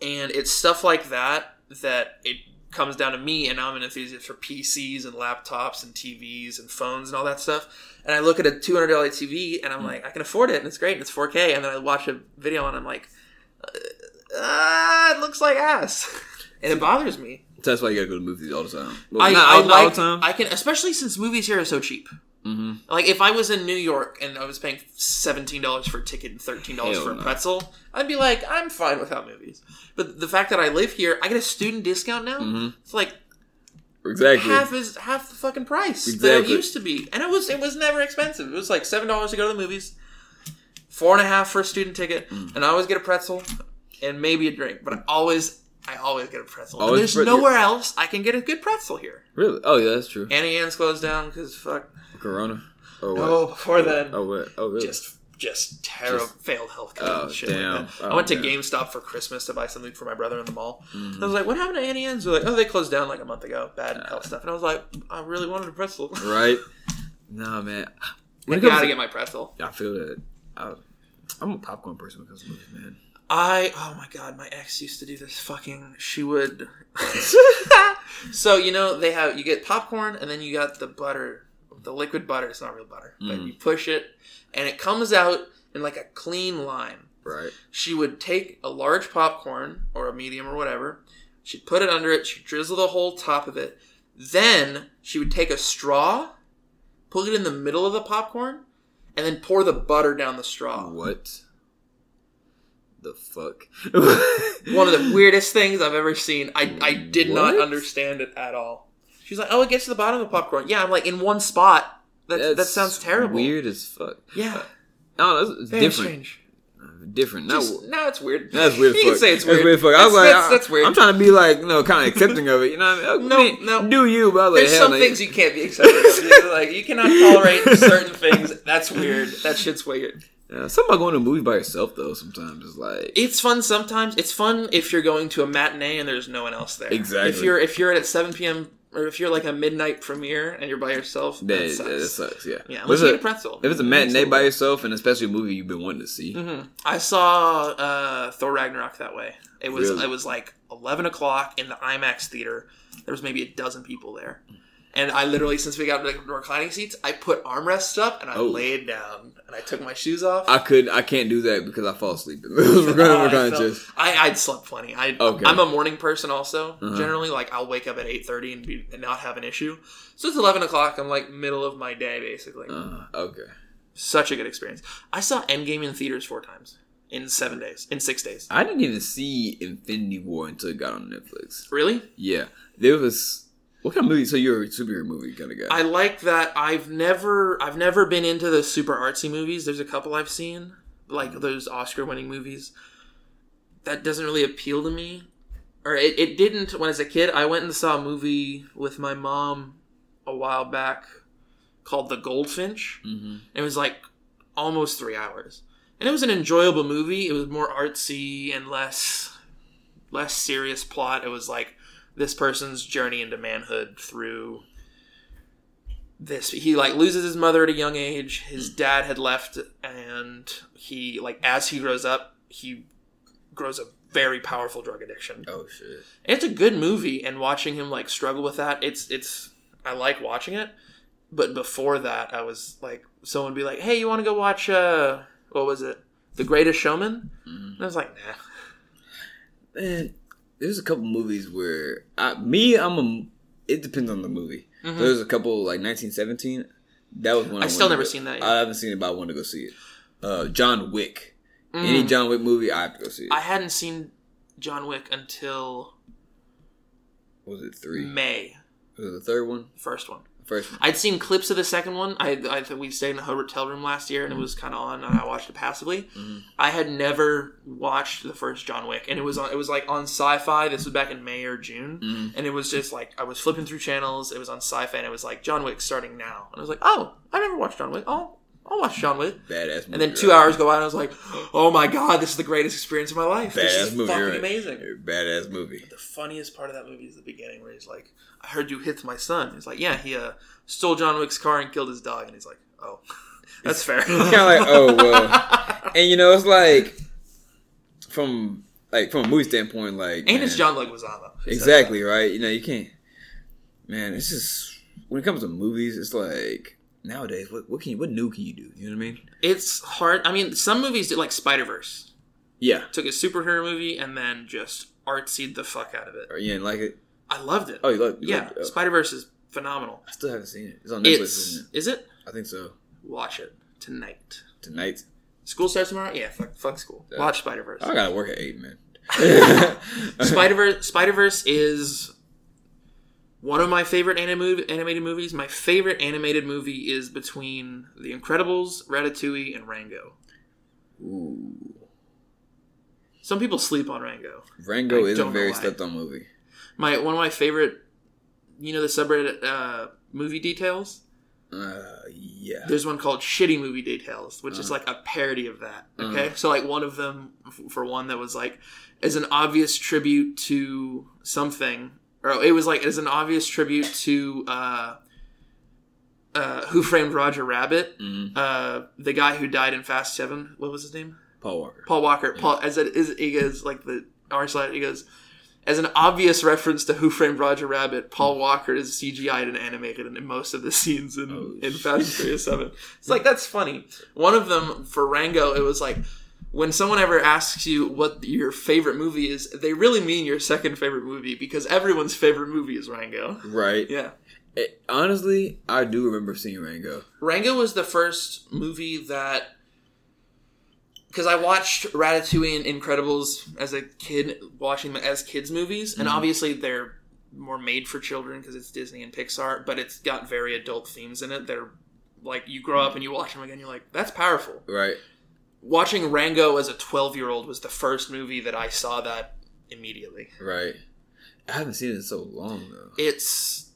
S2: And it's stuff like that that it comes down to me, and I'm an enthusiast for PCs and laptops and TVs and phones and all that stuff. And I look at a two hundred dollar TV, and I'm like, I can afford it, and it's great, and it's four K. And then I watch a video, and I'm like, ah, it looks like ass, (laughs) and it bothers me.
S1: So that's why you gotta go to movies all the time. Well,
S2: I,
S1: not
S2: I
S1: all, not all
S2: like,
S1: the time.
S2: I can, especially since movies here are so cheap.
S1: mm-hmm.
S2: Like if I was in New York and I was paying seventeen dollars for a ticket and thirteen dollars
S1: Hell
S2: for a
S1: no.
S2: pretzel, I'd be like, I'm fine without movies. But the fact that I live here, I get a student discount now.
S1: Mhm.
S2: It's like
S1: Exactly.
S2: half is half the fucking price that it
S1: Exactly.
S2: used to be, and it was it was never expensive. It was like seven dollars to go to the movies, four and a half for a student ticket,
S1: Mm.
S2: and I always get a pretzel and maybe a drink. But I always I always get a pretzel. And
S1: Always pret-
S2: there's nowhere else I can get a good pretzel here.
S1: really? Oh yeah, that's true.
S2: Annie Ann's closed down because fuck.
S1: Corona. Or what?
S2: Oh, before then.
S1: Oh what? Oh really?
S3: Just, just terrible.
S2: terrible failed health care
S1: Oh,
S2: and shit
S1: damn.
S2: like that. I
S1: Oh,
S2: went to
S1: damn.
S2: GameStop for Christmas to buy something for my brother in the mall.
S1: Mm-hmm.
S2: I was like, "What happened to Annie Ann's?" They're like, "Oh, they closed down like a month ago. Bad health stuff." And I was like, "I really wanted a pretzel.
S1: right. No man.
S2: I (laughs)
S1: When it comes
S2: gotta
S1: to,
S2: get my pretzel."
S1: I feel that. I, I'm a popcorn person when it comes to movies, man.
S2: I oh my god, my ex used to do this. Fucking, she would. (laughs) so you know they have you get popcorn and then you got the butter, the liquid butter. It's not real butter, but
S1: Mhm.
S2: you push it and it comes out in like a clean line.
S1: Right.
S2: she would take a large popcorn or a medium or whatever. She'd put it under it. She'd drizzle the whole top of it. Then she would take a straw, put it in the middle of the popcorn, and then pour the butter down the straw.
S1: What? The fuck.
S2: One of the
S1: (laughs)
S2: weirdest things I've ever seen. I, I did not
S1: What?
S2: understand it at all. She's like, oh, it gets to the bottom of the popcorn. Yeah, I'm like, in one spot. That, that
S1: That's
S2: sounds terrible.
S1: Weird as fuck.
S2: Yeah,
S1: No, that's it's
S2: very
S1: different.
S2: strange.
S1: Different. No.
S2: Just- no, it's weird.
S1: That's weird.
S2: (laughs) you
S1: fuck.
S2: can say it's weird.
S1: That's weird. Fuck. I was like,
S2: That's-
S1: I-
S2: that's, that's weird.
S1: I'm trying to be like, no, kind of accepting of it. You know what I mean?
S2: No,
S1: I mean,
S2: no.
S1: Do you? But I was like,
S2: There's
S1: hell
S2: some
S1: no.
S2: things you can't be accepting of. dude. Like you cannot tolerate certain things. That's weird. That shit's weird.
S1: Yeah, something about going to a movie by yourself though. Sometimes is like,
S2: It's fun sometimes. It's fun if you're going to a matinee and there's no one else there.
S1: Exactly.
S2: If you're if you're at 7 p.m. or if you're like a midnight premiere and you're by yourself, that,
S1: that, yeah,
S2: sucks.
S1: that sucks. Yeah. But
S2: Yeah, unless
S1: it's
S2: you
S1: a-
S2: get a pretzel.
S1: if it's a matinee by yourself and especially a movie you've been wanting to see,
S2: Mhm. I saw uh, Thor Ragnarok that way. It was
S1: Really?
S2: it was like eleven o'clock in the IMAX theater. There was maybe a dozen people there, and I literally since we got like reclining seats, I put armrests up and I
S1: Oh.
S2: laid down and I took my shoes off.
S1: I could, I can't do that because I fall asleep. (laughs) we're going,
S2: Oh, (laughs) I
S1: we're going to
S2: felt-
S1: just
S2: I I'd slept plenty. I
S1: Okay.
S2: I'm a morning person also.
S1: Uh-huh.
S2: Generally, like I'll wake up at eight thirty and be and not have an issue. So it's eleven o'clock. I'm like middle of my day basically.
S1: uh, okay.
S2: Such a good experience. I saw Endgame in theaters four times in seven days in six days.
S1: I didn't even see Infinity War until it got on Netflix.
S2: Really?
S1: Yeah, there was what kind of movie? So you're a superhero movie kind of guy.
S2: I like that I've never I've never been into the super artsy movies. There's a couple I've seen, like those Oscar winning movies. That doesn't really appeal to me. Or it, it didn't when I was a kid. I went and saw a movie with my mom a while back called The Goldfinch.
S1: mm-hmm.
S2: It was like almost three hours. And it was an enjoyable movie. It was more artsy and less less serious plot. It was like this person's journey into manhood through this he like loses his mother at a young age. His dad had left and he like as he grows up, he grows a very powerful drug addiction.
S1: Oh shit.
S2: It's a good movie, and watching him like struggle with that, it's it's I like watching it. But before that, I was like, someone would be like, "Hey, you want to go watch uh, what was it, The Greatest Showman?" And I was like, "Nah."
S1: Man, there's a couple movies where I, me, I'm a. It depends on the movie.
S2: Mhm.
S1: There's a couple like 1917 That was one.
S2: I still
S1: wanted
S2: never
S1: to go-
S2: seen that yet.
S1: I haven't seen it, but I wanted to go see it. Uh, John Wick. Any John Wick movie, I have to go see it.
S2: Mm. I hadn't seen John Wick until
S1: was it three?
S2: May,
S1: Was it the third one?
S2: the first one.
S1: First one.
S2: I'd seen clips of the second one. I I think we stayed in a hotel room last year, and
S1: Mm-hmm.
S2: it was kind of on, and I watched it passively. I had never watched the first John Wick, and it was on, it was like on Sci-Fi. This was back in May or June,
S1: Mhm.
S2: and it was just like I was flipping through channels. It was on Sci-Fi, and it was like John Wick starting now, and I was like, oh, I never watched John Wick. Oh, I'll watch John Wick.
S1: Badass movie.
S2: And then two hours go by, and I was like, "Oh my god, this is the greatest experience of my life. this
S1: Badass
S2: is
S1: movie.
S2: fucking
S1: right?
S2: amazing."
S1: Badass movie.
S2: The funniest part of that movie is the beginning, where he's like, "I heard you hit my son." He's like, "Yeah, he uh, stole John Wick's car and killed his dog," and he's like, "Oh, (laughs) that's fair."
S1: kind of like
S2: (laughs)
S1: oh well, and you know it's like from like from a movie standpoint, like
S2: and it's
S1: man,
S2: John Leguizamo. He says that.
S1: exactly right. You know you can't. Man, it's just when it comes to movies, it's like nowadays what what can you what new can you do? You know what I mean?
S2: It's hard. I mean, some movies did like Spider Verse
S1: Yeah,
S2: took a superhero movie and then just artsied the fuck out of it.
S1: or you didn't like it?
S2: I loved it.
S1: Oh, you like
S2: yeah, Spider Verse is phenomenal.
S1: I still haven't seen it. It's on Netflix.
S2: It's
S1: isn't
S2: is it?
S1: it? I think so.
S2: Watch it tonight.
S1: Tonight.
S2: School starts tomorrow. Yeah, fuck, fuck school.
S1: Yeah.
S2: Watch Spider Verse.
S1: I (laughs) gotta work at eight,
S2: (laughs)
S1: man.
S2: Spider Verse. Spider Verse is one of my favorite anime, animated movies. My favorite animated movie is between The Incredibles, Ratatouille, and Rango.
S1: (laughs) Ooh.
S2: Some people sleep on Rango.
S1: Rango
S2: I
S1: is
S2: don't
S1: a
S2: know
S1: very
S2: why.
S1: stepped on movie.
S2: My one of my favorite, you know, the subreddit uh, movie details.
S1: Uh, yeah.
S2: There's one called "Shitty Movie Details," which is
S1: Uh.
S2: like a parody of that. Okay, so like one of them, f- for one that was like, as an obvious tribute to something, or it was like as an obvious tribute to uh, uh, Who Framed Roger Rabbit.
S1: Mhm.
S2: Uh, the guy who died in Fast Seven, what was his name?
S1: Paul Walker.
S2: Paul Walker. Paul as it is he goes like the R slide he goes as an obvious reference to Who Framed Roger Rabbit,
S1: Hmm.
S2: Paul Walker is CGI'd and animated in most of the scenes in,
S1: Oh,
S2: in
S1: shit.
S2: Fast and Furious 7. It's like, that's funny. One of them, for Rango, it was like, when someone ever asks you what your favorite movie is, they really mean your second favorite movie because everyone's favorite movie is Rango. (laughs)
S1: Right.
S2: Yeah.
S1: It- honestly, I do remember seeing Rango.
S2: Rango was the first movie that because I watched Ratatouille and Incredibles as a kid, watching them as kids movies,
S1: Mm-hmm.
S2: and obviously they're more made for children because it's Disney and Pixar, but it's got very adult themes in it. They're like you grow up and you watch them again, you're like, that's powerful.
S1: Right.
S2: Watching Rango as a 12 year old was the first movie that I saw that immediately.
S1: Right. I haven't seen it in so long though.
S2: It's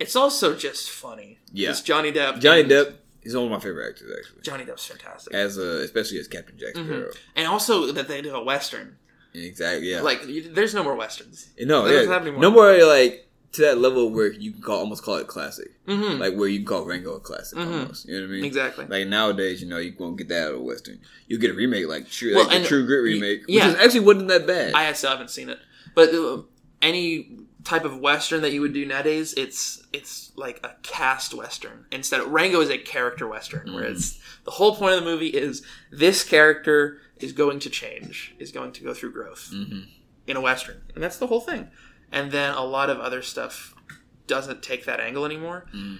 S2: it's also just funny.
S1: Yeah.
S2: it's Johnny Depp.
S1: Johnny
S2: and-
S1: Depp is one of my favorite actors actually.
S2: Johnny Depp's fantastic.
S1: As uh, especially as Captain Jack
S2: Mhm.
S1: Sparrow.
S2: And also that they do a western.
S1: Exactly. Yeah.
S2: Like, you- there's no more westerns.
S1: no.
S2: that doesn't
S1: Yeah.
S2: happen anymore.
S1: No more like to that level where you can call almost call it classic.
S2: Mm-hmm.
S1: Like where you can call Rango a classic
S2: Mhm.
S1: almost. You know what I mean?
S2: exactly.
S1: Like nowadays, you know, you won't get that out of a western. You get a remake like true,
S2: Well,
S1: like the
S2: and-
S1: True Grit
S2: y-
S1: remake,
S2: yeah.
S1: which is actually wasn't that bad.
S2: I still haven't seen it, but uh, any type of western that you would do nowadays, it's it's like a cast western instead. of Rango is a character western, where it's the whole point of the movie is this character is going to change, is going to go through growth
S1: Mhm.
S2: in a western, and that's the whole thing. And then a lot of other stuff doesn't take that angle anymore.
S1: Mhm.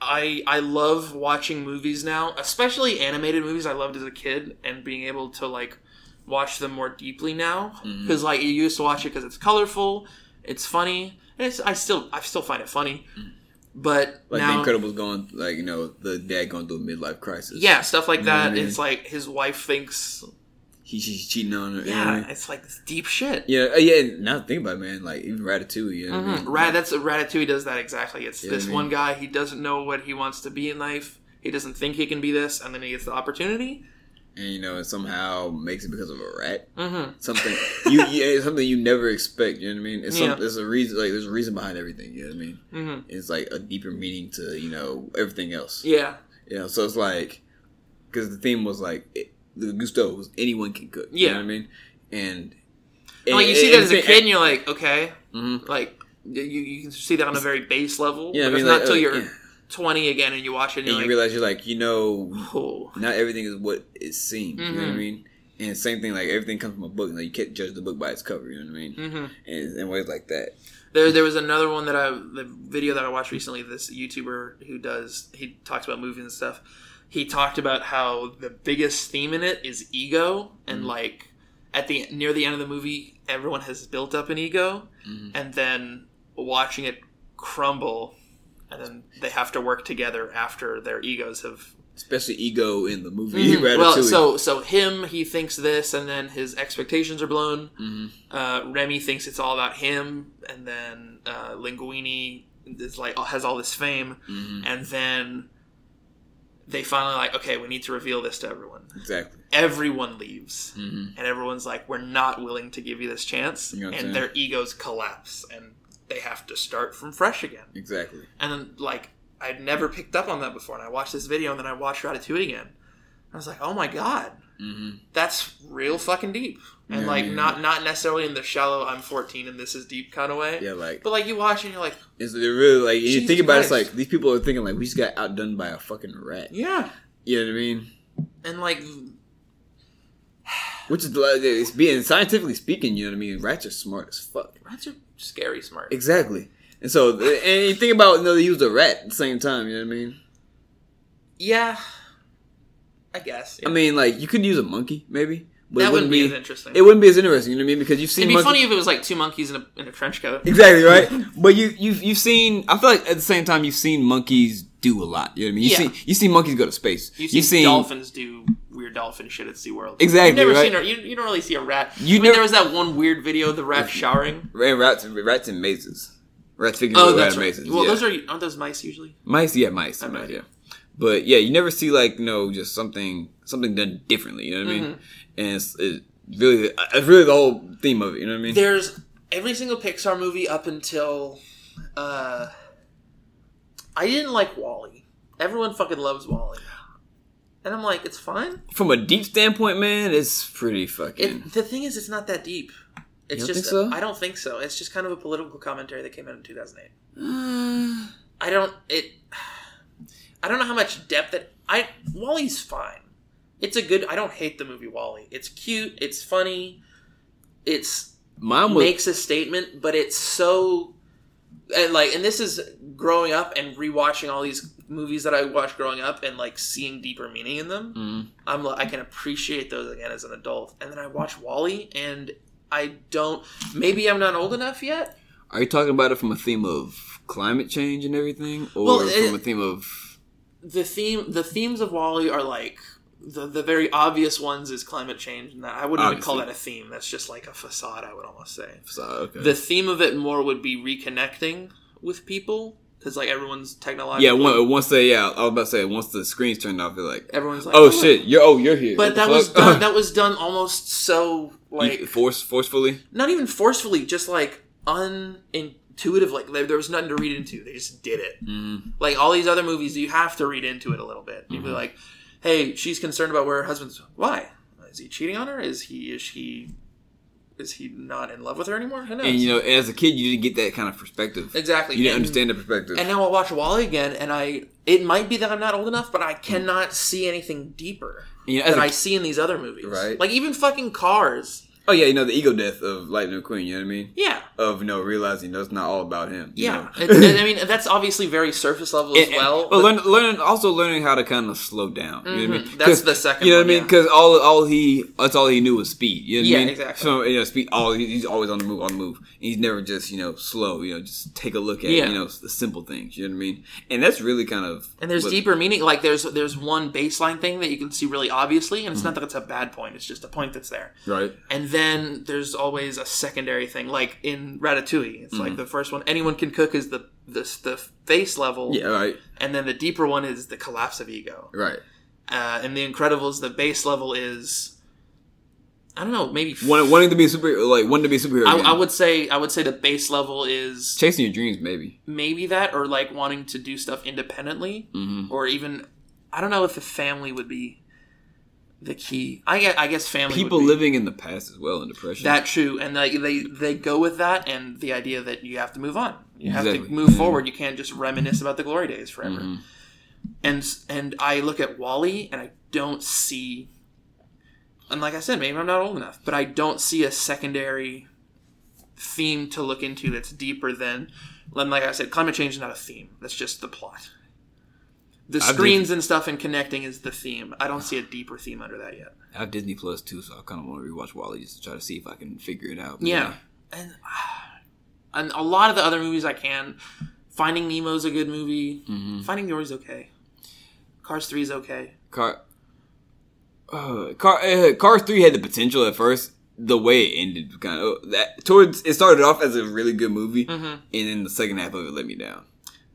S2: I I love watching movies now, especially animated movies I loved as a kid and being able to like watch them more deeply now
S1: Mhm.
S2: because like you used to watch it because it's colorful, it's funny, and it's I still I still find it funny, but
S1: Mm. like
S2: now
S1: The Incredibles going, like you know, the dad going through a midlife crisis.
S2: yeah stuff like
S1: You know what
S2: that.
S1: I mean?
S2: It's like his wife thinks
S1: he, she's cheating on her.
S2: yeah,
S1: Yeah,
S2: it's like this deep shit.
S1: yeah, uh, yeah. and Now think about it, man, like even Ratatouille. You know what I
S2: Mhm.
S1: mean?
S2: Rat, that's Ratatouille does that exactly. It's
S1: Yeah,
S2: this
S1: I mean-
S2: one guy. He doesn't know what he wants to be in life. He doesn't think he can be this, and then he gets the opportunity.
S1: and you know, it somehow makes it because of a rat.
S2: Mm-hmm.
S1: Something you, yeah, it's something you never expect. You know what I mean? It's
S2: Yeah.
S1: some, there's a reason, like there's a reason behind everything. You know what I mean?
S2: Mm-hmm.
S1: It's like a deeper meaning to you know everything else.
S2: Yeah.
S1: You know, so it's like because the theme was like it, the Gusto was anyone can cook. You
S2: Yeah.
S1: know what I mean? And,
S2: And, like you see that as a kid, and you're like, okay,
S1: Mhm.
S2: like you, you can see that on a very base level.
S1: Yeah, I
S2: but
S1: mean,
S2: it's
S1: like,
S2: not till
S1: uh,
S2: you're
S1: yeah.
S2: 20 again and you watch it, and
S1: and
S2: you're
S1: you
S2: like,
S1: realize you're like you know
S2: oh,
S1: not everything is what it seems. You know what I
S2: Mhm.
S1: mean? And same thing like everything comes from a book. Like you can't judge the book by its cover. You know what I mean?
S2: hmm
S1: And in ways like that.
S2: There, there was another one that I the video that I watched recently. This YouTuber who does he talks about movies and stuff. He talked about how the biggest theme in it is ego, and like at the near the end of the movie, everyone has built up an ego,
S1: Mhm.
S2: and then watching it crumble, and then they have to work together after their egos have
S1: Especially ego in the movie. (laughs)
S2: Mhm.
S1: Ratatouille.
S2: Well, so so him he thinks this, and then his expectations are blown.
S1: Mhm.
S2: Uh, Remy thinks it's all about him, and then uh, Linguini is like oh, has all this fame,
S1: Mhm.
S2: and then they finally like, okay, we need to reveal this to everyone.
S1: exactly.
S2: Everyone leaves,
S1: Mm-hmm.
S2: and everyone's like, we're not willing to give you this chance,
S1: You know what I'm
S2: and their egos collapse, and they have to start from fresh again.
S1: Exactly.
S2: And then, like, I'd never picked up on that before. And I watched this video, and then I watched Ratatouille again. I was like, oh my god,
S1: Mm-hmm.
S2: that's real fucking deep. And
S1: Yeah,
S2: like,
S1: yeah.
S2: not not necessarily in the shallow "I'm 14 and this is deep" kind of way.
S1: Yeah, like
S2: But like, you watch and you're like,
S1: it's they're really like you
S2: Jesus
S1: think about it, it's
S2: Christ.
S1: like these people are thinking like we just got outdone by a fucking rat.
S2: yeah,
S1: You know what I mean?
S2: and like,
S1: Which is like it's being scientifically speaking, you know what I mean? Rats are smart as fuck.
S2: rats are scary smart.
S1: Exactly. And so and you think about you know, they used a rat at the same time, you know what I mean?
S2: yeah, I guess.
S1: I mean like you could use a monkey, maybe. But
S2: that
S1: it wouldn't
S2: wouldn't be,
S1: be,
S2: as interesting.
S1: it wouldn't be as interesting, you know what I mean? Because you've seen
S2: It'd be
S1: monkey-
S2: funny if it was like two monkeys in a, in a trench coat.
S1: Exactly right, (laughs) but you you've you've seen. I feel like at the same time you've seen monkeys do a lot. You know what I mean? You
S2: Yeah.
S1: see you see monkeys go to space.
S2: You've
S1: You've seen
S2: seen, dolphins do weird dolphin shit at SeaWorld.
S1: Exactly,
S2: You've never
S1: right?
S2: seen a, you, you don't really see a rat.
S1: You
S2: I mean,
S1: never-
S2: there was that one weird video of the rat showering.
S1: Ran rats, rats in mazes. Rats figure
S2: Oh,
S1: oh, rat
S2: that's
S1: in
S2: right.
S1: mazes.
S2: Well,
S1: yeah.
S2: those are aren't those mice usually?
S1: mice. Yeah, mice.
S2: I know.
S1: mice, yeah. But yeah, you never see like no, just something something done differently. You know what I
S2: Mm-hmm.
S1: mean? And it's, it's really it's really the whole theme of it. You know what I mean?
S2: There's every single Pixar movie up until uh I didn't like Wally. Everyone fucking loves Wally. And I'm like, it's fine.
S1: From a deep standpoint, man, it's pretty
S2: It,
S1: fucking.
S2: The thing is, it's not that deep. It's
S1: You don't
S2: just
S1: think so?
S2: I don't think so. It's just kind of a political commentary that came out in 2008.
S1: Uh,
S2: I don't it (sighs) I don't know how much depth that I Wally's fine. It's a good I don't hate the movie Wally. It's cute, it's funny. It's
S1: mine was
S2: makes a statement, but it's so and like and this is growing up and rewatching all these movies that I watched growing up and like seeing deeper meaning in them.
S1: Mm,
S2: I'm like I can appreciate those again as an adult. And then I watch Wally and I don't maybe I'm not old enough yet.
S1: are you talking about it from a theme of climate change and everything, or
S2: Well, it-
S1: from a theme of?
S2: The theme the themes of Wally are like the, the very obvious ones is climate change and that I wouldn't even call that
S1: Obviously.
S2: a theme. That's just like a facade I would almost say.
S1: so, okay.
S2: The theme of it more would be reconnecting with people because like everyone's technological.
S1: yeah, one, once they yeah, I was about to say once the screens turned off, they're like,
S2: everyone's like,
S1: oh shit, you're oh you're here. What the
S2: But that was
S1: fuck? (laughs)
S2: done, that was done almost
S1: You-
S2: so like
S1: force forcefully.
S2: not even forcefully, just like unintuitive. Like there, there was nothing to read into. They just did it.
S1: Mm-hmm.
S2: Like all these other movies, you have to read into it a little bit. You'd be
S1: Mhm.
S2: like, hey, she's concerned about where her husband's. Why is he cheating on her? Is he is she is he not in love with her anymore? Who knows?
S1: And you know, as a kid, you didn't get that kind of perspective.
S2: exactly.
S1: You didn't
S2: And-
S1: understand the perspective.
S2: And now I'll watch Wally again, and I it might be that I'm not old enough, but I cannot see anything deeper
S1: you know, as
S2: that
S1: a-
S2: I see in these other movies.
S1: Right.
S2: Like even fucking Cars.
S1: oh yeah, you know the ego death of Lightning McQueen. You know what I mean?
S2: Yeah,
S1: Of you know realizing that's not all about him. you
S2: yeah.
S1: know?
S2: It- it- I mean, that's obviously very surface level as
S1: And- and-
S2: well.
S1: but
S2: but-
S1: learn, learning also learning how to kind of slow down. You know what I
S2: Mhm,
S1: mean?
S2: that's
S1: 'Cause-
S2: the second
S1: You know what I
S2: one,
S1: mean?
S2: yeah.
S1: Because all all he that's all he knew was speed. You know what
S2: Yeah,
S1: I mean?
S2: exactly.
S1: So you know, speed. All he- he's always on the move, on the move. And he's never just you know slow. You know, just take a look at
S2: Yeah.
S1: you know the simple things. You know what I mean? And that's really kind of
S2: and there's
S1: what-
S2: deeper meaning. Like there's there's one baseline thing that you can see really obviously,
S1: Mm-hmm.
S2: and it's not that it's a bad point. It's just a point that's there.
S1: right.
S2: And then there's always a secondary thing, like in Ratatouille. It's
S1: Mm-hmm.
S2: like the first one anyone can cook is the the, the face level,
S1: Yeah, right,
S2: and then the deeper one is the collapse of ego.
S1: right.
S2: uh, in The Incredibles, the base level is, I don't know, maybe
S1: Wanting, wanting to be a super, like wanting to be a superhero.
S2: I,
S1: again.
S2: I would say I would say the base level is
S1: chasing your dreams, maybe.
S2: maybe that, or like wanting to do stuff independently,
S1: Mm-hmm.
S2: or even I don't know if the family would be the key. I guess, I guess family. would
S1: People
S2: be
S1: living in the past as well in depression.
S2: that true, and like they they go with that, and the idea that you have to move on, you have to
S1: Exactly.
S2: move
S1: Yeah.
S2: forward. You can't just reminisce about the glory days forever.
S1: Mhm.
S2: and and I look at Wally and I don't see and like I said, maybe I'm not old enough, but I don't see a secondary theme to look into that's deeper than, and like I said, climate change is not a theme. That's just the plot. The
S1: I've
S2: screens and stuff and connecting is the theme. I don't see a deeper theme under that yet.
S1: I have Disney Plus too, so I kind of want to rewatch Wally just to try to see if I can figure it out.
S2: Yeah, and (sighs) and a lot of the other movies I can. Finding Nemo's a good movie.
S1: hmm
S2: Finding Dory's okay. Cars Three is okay.
S1: Car. Uh, Car uh, Cars Three had the potential at first. The way it ended, kind of that towards it started off as a really good movie,
S2: Mm-hmm.
S1: and then the second half of it let me down.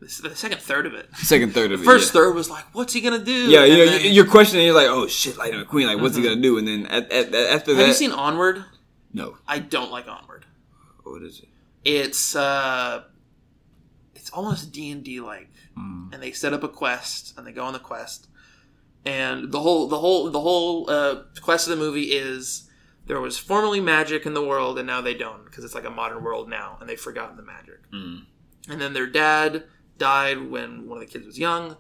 S2: The, s- the second third of it.
S1: Second third of it,
S2: First
S1: yeah.
S2: third was like, what's he gonna do?
S1: yeah, you
S2: And
S1: know,
S2: then- Mm-hmm.
S1: you- you're questioning. You're like, oh shit, Lightning McQueen, like, what's he gonna do? And then at, at, at- after that,
S2: have you seen Onward?
S1: no,
S2: I don't like Onward.
S1: what is it?
S2: It's uh, it's almost D and D like, and they set up a quest and they go on the quest, and the whole the whole the whole uh, quest of the movie is there was formerly magic in the world and now they don't because it's like a modern world now and they've forgotten the magic.
S1: (laughs) Mm.
S2: And then their dad died when one of the kids was young,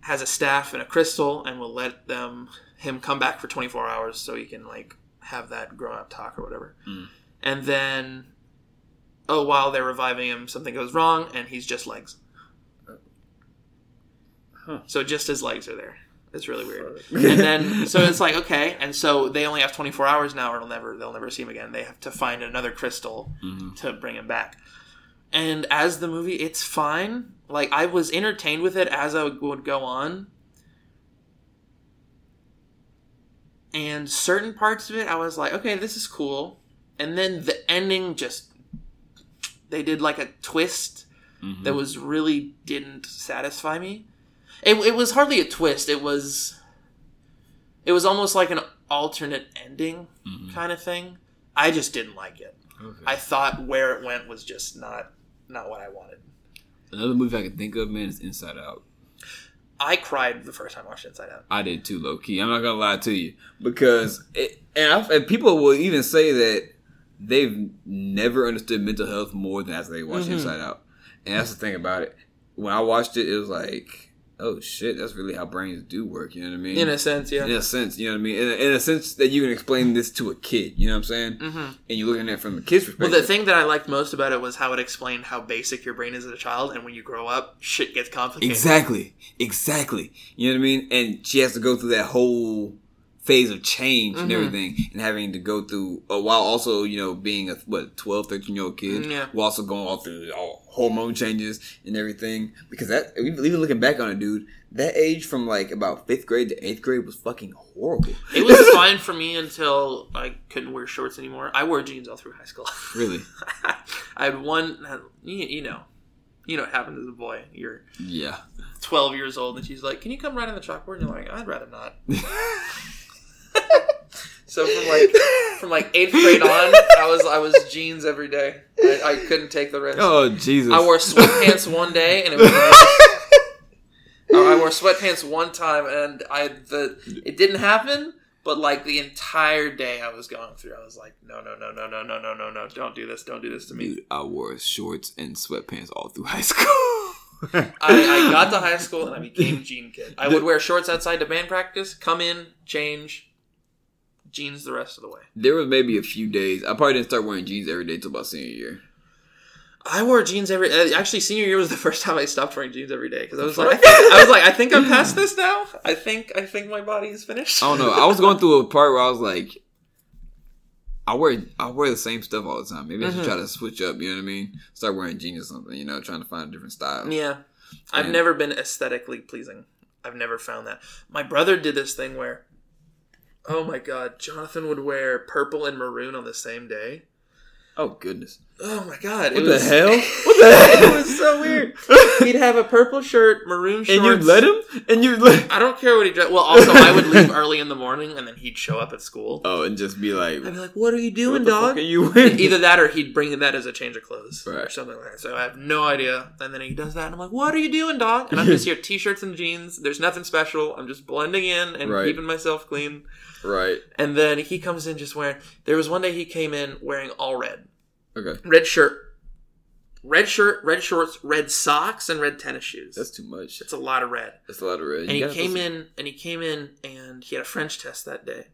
S2: has a staff and a crystal, and will let them him come back for 24 hours so he can like have that grown up talk or whatever.
S1: Mm.
S2: And then, oh, while they're reviving him, something goes wrong, and he's just legs.
S5: Huh.
S2: So just his legs are there. It's really weird. And then, so it's like okay, and so they only have 24 hours now, or it'll never they'll never see him again. They have to find another crystal
S1: Mhm.
S2: to bring him back. And as the movie, it's fine. Like I was entertained with it as I would- would go on. And certain parts of it, I was like, okay, this is cool. And then the ending just they did like a twist
S1: Mhm.
S2: that was really didn't satisfy me. It, it was hardly a twist. It was it was almost like an alternate ending
S1: Mhm.
S2: kind of thing. I just didn't like it.
S1: Okay.
S2: I thought where it went was just not not what I wanted.
S1: Another movie I can think of, man, is Inside Out.
S2: I cried the first time I watched Inside Out.
S1: I did too, low key. I'm not gonna lie to you because it, and, I, and people will even say that they've never understood mental health more than after they watched
S2: Mhm.
S1: Inside Out, and that's the thing about it. When I watched it, it was like, oh shit, that's really how brains do work. You know what I mean?
S2: In a sense, yeah.
S1: in a sense, you know what I mean. In a, in a sense that you can explain this to a kid, you know what I'm saying,
S2: hmm
S1: and you're looking at it from a kid's
S2: Well,
S1: perspective.
S2: the thing that I liked most about it was how it explained how basic your brain is as a child, and when you grow up, shit gets complicated.
S1: Exactly. Exactly. You know what I mean? And she has to go through that whole phase of change and
S2: Mhm.
S1: everything and having to go through uh, while also, you know, being a what 12, 13 year old kid.
S2: Yeah.
S1: While also going all through all hormone changes and everything. Because that even looking back on it, dude, that age from like about fifth grade to eighth grade was fucking horrible.
S2: It was fine for me until I couldn't wear shorts anymore. I wore jeans all through high school. (laughs)
S1: really.
S2: I had one, you, you know, you know what happened to the boy. You're
S1: Yeah. (laughs)
S2: 12 years old, and she's like, "Can you come write on the chalkboard?" And you're like, "I'd rather not." so from like from like eighth grade on, I was I was jeans every day. I, I couldn't take the risk.
S1: Oh Jesus.
S2: I
S1: (laughs)
S2: wore sweatpants one day, and it was. I wore sweatpants one time, and I the it didn't happen. But like the entire day I was going through, I was like, no, no, no, no, no, no, no, no, no, don't do this, don't do this to me.
S1: Dude, I wore shorts and sweatpants all through (laughs) high school.
S2: I, I got to high school and I became jean kid. I would wear shorts outside to band practice, come in, change, jeans the rest of the way.
S1: There was maybe a few days. I probably didn't start wearing jeans every day till about senior year.
S2: I wore jeans every. uh, Actually, senior year was the (laughs) first time I stopped wearing jeans every day because I was like, I, think- I was like, I think I'm
S1: (laughs)
S2: past this now. I think I think my body is finished.
S1: I don't know. I
S2: (laughs)
S1: was going through a part where I was like, I wear I wear the same stuff all the time. Maybe I should
S2: Mhm.
S1: try to switch up. You know what I mean? Start wearing jeans or something. You know, trying to find a different style.
S2: Um, Yeah. I've
S1: Yeah.
S2: never been aesthetically pleasing. I've never found that. My brother did this thing where, oh my God, Jonathan would wear purple and maroon on the same day.
S1: Oh goodness!
S2: Oh my God.
S1: What
S2: it
S1: the
S2: was,
S1: (laughs) hell? What the
S2: (laughs) it
S1: hell?
S2: was
S1: (laughs)
S2: so weird. He'd have a purple shirt, maroon shorts.
S1: and you let him? And you let?
S2: I don't care what he dressed. Well, also, I would leave early in the morning and then he'd show up at school.
S1: (laughs) Oh, and just be like,
S2: I'd be like, what are you
S1: what
S2: doing,
S1: the
S2: dog?
S1: fuck are you (laughs) wearing?
S2: (laughs) Either that or he'd bring that as a change of clothes or
S1: Right.
S2: something like that. So I have no idea. And then he does that, and I'm like, what are you doing, dog? And
S1: (laughs)
S2: I'm just here, t shirts and jeans. There's nothing special. I'm just blending in and
S1: Right.
S2: keeping myself clean.
S1: right.
S2: And then he comes in just wearing. There was one day he came in wearing all red
S1: Okay.
S2: red shirt, red shirt, red shorts, red socks, and red tennis shoes.
S1: That's too much.
S2: it's a lot of red
S1: That's a lot of red.
S2: and he came in and he came in and he had a french test that day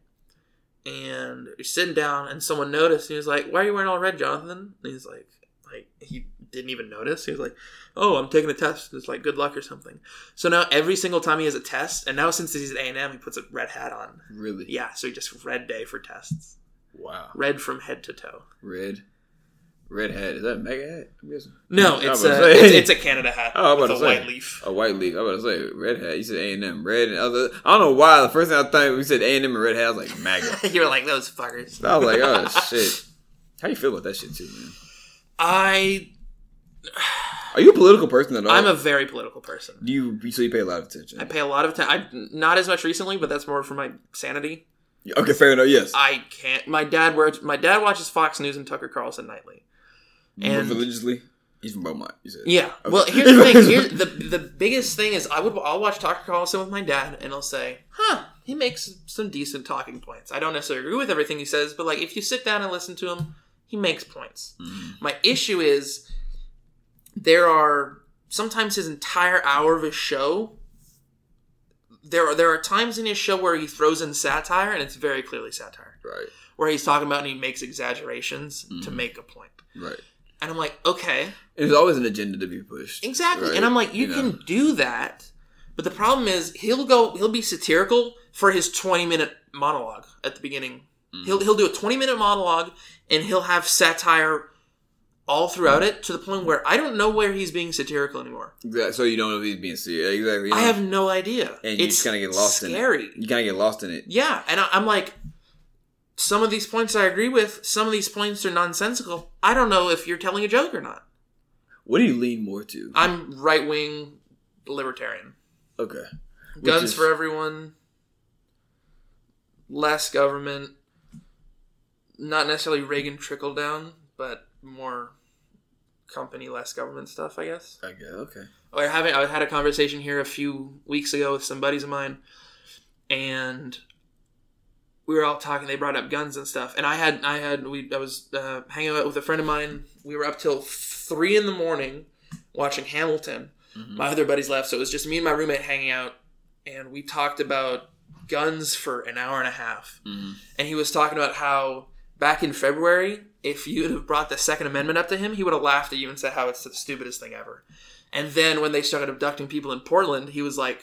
S2: and you're sitting down, and someone noticed. And he was like, "Why are you wearing all red, Jonathan?" And he's like, "Like he didn't even notice." He was like, "Oh, I'm taking a test." It's like, "Good luck" or something. So now every single time he has a test, and now since he's at A and M, he puts a red hat on.
S1: Really?
S2: Yeah, so he just red day for tests,
S1: Wow.
S2: red from head to toe.
S1: Red. Red hat. Is that a mega hat? I'm guessing.
S2: No,
S1: Yeah, I
S2: it's
S1: was
S2: a
S1: about to say.
S2: it's, it's a Canada hat
S1: Oh, I was
S2: with
S1: about
S2: a
S1: to say.
S2: white leaf. (laughs)
S1: A white leaf. I was about to say red hat. You said A and M. Red. And I, was, I don't know why. The first thing I thought we said A and M and red hat. I was like
S2: (laughs)
S1: MAGA.
S2: You're like those fuckers.
S1: I was like, oh shit. How you feel about that shit too, man?
S2: I
S1: Are you a political person at all?
S2: I'm a very political person.
S1: Do you so you pay a lot of attention?
S2: I pay a lot of time. I not as much recently, but that's more for my sanity.
S1: okay, fair enough. Yes.
S2: I can't. My dad works. My dad watches Fox News and Tucker Carlson nightly. And
S1: religiously, he's from Beaumont. You said.
S2: Yeah.
S1: Okay.
S2: Well, here's the thing. Here, the the biggest thing is I would I'll watch Tucker Carlson with my dad, and I'll say, "Huh, he makes some decent talking points. I don't necessarily agree with everything he says, but like if you sit down and listen to him, he makes points." My issue is there are sometimes his entire hour of his show. There are there are times in his show where he throws in satire, and it's very clearly satire,
S1: Right.
S2: where he's talking about and he makes exaggerations to make a point.
S1: Right.
S2: And I'm like, okay.
S1: There's always an agenda to be pushed.
S2: Exactly.
S1: Right.
S2: And I'm like, you,
S1: You
S2: can
S1: know.
S2: do that. But the problem is he'll go he'll be satirical for his 20 minute monologue at the beginning.
S1: Mm.
S2: He'll he'll do a 20 minute monologue and he'll have satire all throughout
S1: Mm.
S2: it to the point where I don't know where he's being satirical anymore.
S1: Exactly. So you don't know if he's being serious. Exactly. you
S2: I
S1: know.
S2: have no idea.
S1: And you just kinda get lost in it.
S2: scary.
S1: You kind of get lost in it.
S2: Yeah, and I, I'm like some of these points I agree with, some of these points are nonsensical. I don't know if you're telling a joke or not.
S1: What do you lean more to?
S2: I'm right wing libertarian.
S1: Okay. Which
S2: guns
S1: is-
S2: for everyone, less government, not necessarily Reagan trickle down, but more company, less government stuff, I guess.
S1: I guess. Okay.
S2: Oh, I having I had a conversation here a few weeks ago with some buddies of mine, and we were all talking. They brought up guns and stuff, and I had I had we I was uh, hanging out with a friend of mine. We were up till three in the morning watching Hamilton. My other buddies left, so it was just me and my roommate hanging out, and we talked about guns for an hour and a half. And he was talking about how back in February, if you'd have brought the Second Amendment up to him, he would have laughed at you and said how it's the stupidest thing ever. And then when they started abducting people in Portland, he was like,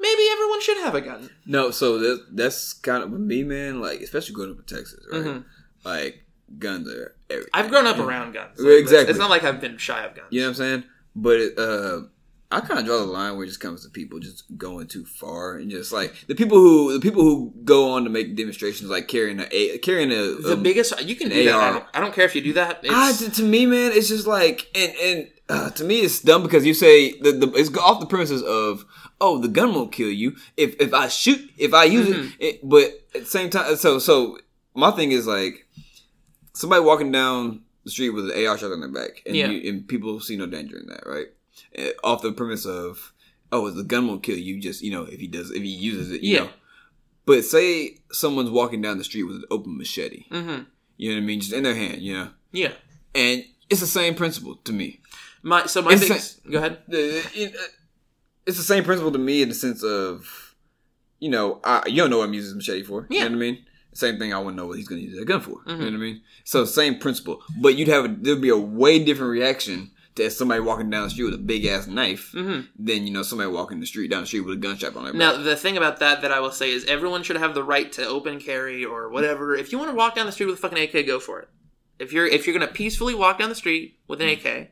S2: maybe everyone should have a gun.
S1: No. So that that's kind of with me, man. Like especially growing up in Texas, right? Like guns are everything.
S2: Mm-hmm. I've grown up around guns.
S1: Yeah, exactly.
S2: It's not like I've been shy of guns.
S1: You know what I'm saying? But it, uh, I kind of draw the line where it just comes to people just going too far and just like the people who the people who go on to make demonstrations like carrying a, a carrying a
S2: The
S1: um,
S2: biggest you can do that. I
S1: AR.
S2: don't, I don't care if you do that. It's,
S1: Ah, to, to me, man, it's just like and and uh, to me, it's dumb because you say the, the it's off the premises of oh the gun won't kill you if if I shoot if I use
S2: Mm-hmm.
S1: it, it but at the same time so so my thing is like somebody walking down the street with an AR shot on their back and
S2: Yeah.
S1: you, and people see no danger in that right Eh, off the premise of oh the gun won't kill you just you know if he does if he uses it you
S2: Yeah.
S1: know but say someone's walking down the street with an open machete
S2: Mhm.
S1: you know what I mean just in their hand you know
S2: yeah.
S1: and it's the same principle to me.
S2: My so my
S1: It's
S2: biggest. Go ahead.
S1: The- it- uh, It's the same principle to me in the sense of, you know, I, you don't know what I'm using the machete for.
S2: Yeah.
S1: You know what I mean? Same thing. I wouldn't know what he's going to use that gun for. You know what I mean? So same principle, but you'd have a, there'd be a way different reaction to somebody walking down the street with a big ass knife
S2: Mm-hmm.
S1: than you know somebody walking the street down the street with a gun strap on their back.
S2: Now the thing about that that I will say is everyone should have the right to open carry or whatever. If you want to walk down the street with a fucking AK, go for it. If you're if you're gonna peacefully walk down the street with an
S1: Hmm.
S2: AK,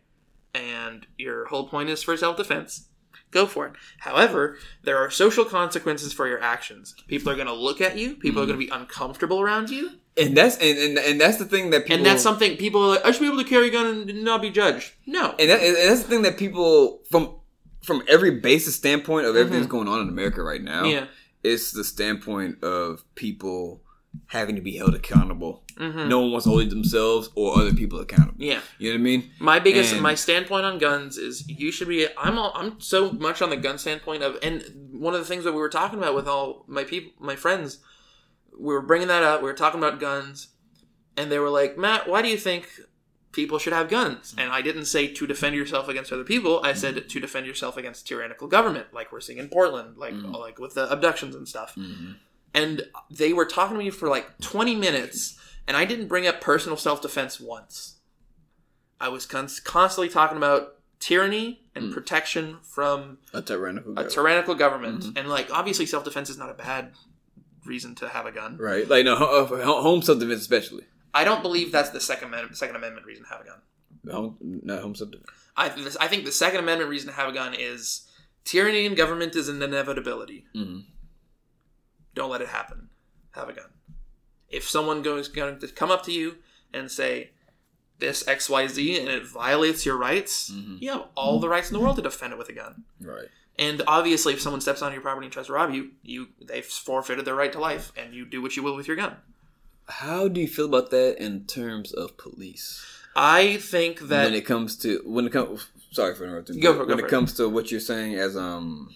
S2: and your whole point is for self defense, go for it. However, there are social consequences for your actions. People are gonna look at you. People are
S1: Hmm.
S2: gonna be uncomfortable around you,
S1: And that's and, and and that's the thing that people
S2: and that's something people are like. I should be able to carry a gun and not be judged. No,
S1: and, that, and that's the thing that people from from every basis standpoint of everything that's going on in America right now.
S2: yeah,
S1: it's the standpoint of people having to be held accountable.
S2: Hmm.
S1: No one wants to hold themselves or other people accountable.
S2: Mm-hmm. yeah.
S1: You know what I mean?
S2: My biggest,
S1: And-
S2: my standpoint on guns is you should be. I'm all, I'm so much on the gun standpoint of, and one of the things that we were talking about with all my people, my friends, we were bringing that up. We were talking about guns, and they were like, Matt, why do you think people should have guns? And I didn't say to defend yourself against other people. I said to
S1: Mm-hmm.
S2: defend yourself against tyrannical government, like we're seeing in Portland, like like with the abductions and stuff. and they were talking to me for like 20 minutes, and I didn't bring up personal self defense once. I was con- constantly talking about tyranny and protection from
S1: A tyrannical.
S2: a
S1: government.
S2: tyrannical government, and like obviously self defense is not a bad reason to have a gun.
S1: right. Like no, ho- uh, ho- home subdivision especially.
S2: I don't believe that's the second amendment, second amendment reason to have a gun.
S1: Home, not home subdivision.
S2: I this, I think the second amendment reason to have a gun is tyranny in government is an inevitability.
S1: Mhm.
S2: Don't let it happen. Have a gun. If someone goes going to come up to you and say this XYZ and it violates your rights, you have all the rights in the world to defend it with a gun.
S1: Right.
S2: And obviously, if someone steps on your property and tries to rob you, you they've forfeited their right to life, and you do what you will with your gun.
S1: How do you feel about that in terms of police?
S2: I think that
S1: when it comes to when it comes sorry for interrupting
S2: Go
S1: but
S2: for it, go
S1: when
S2: for
S1: it
S2: it.
S1: comes to what you're saying as um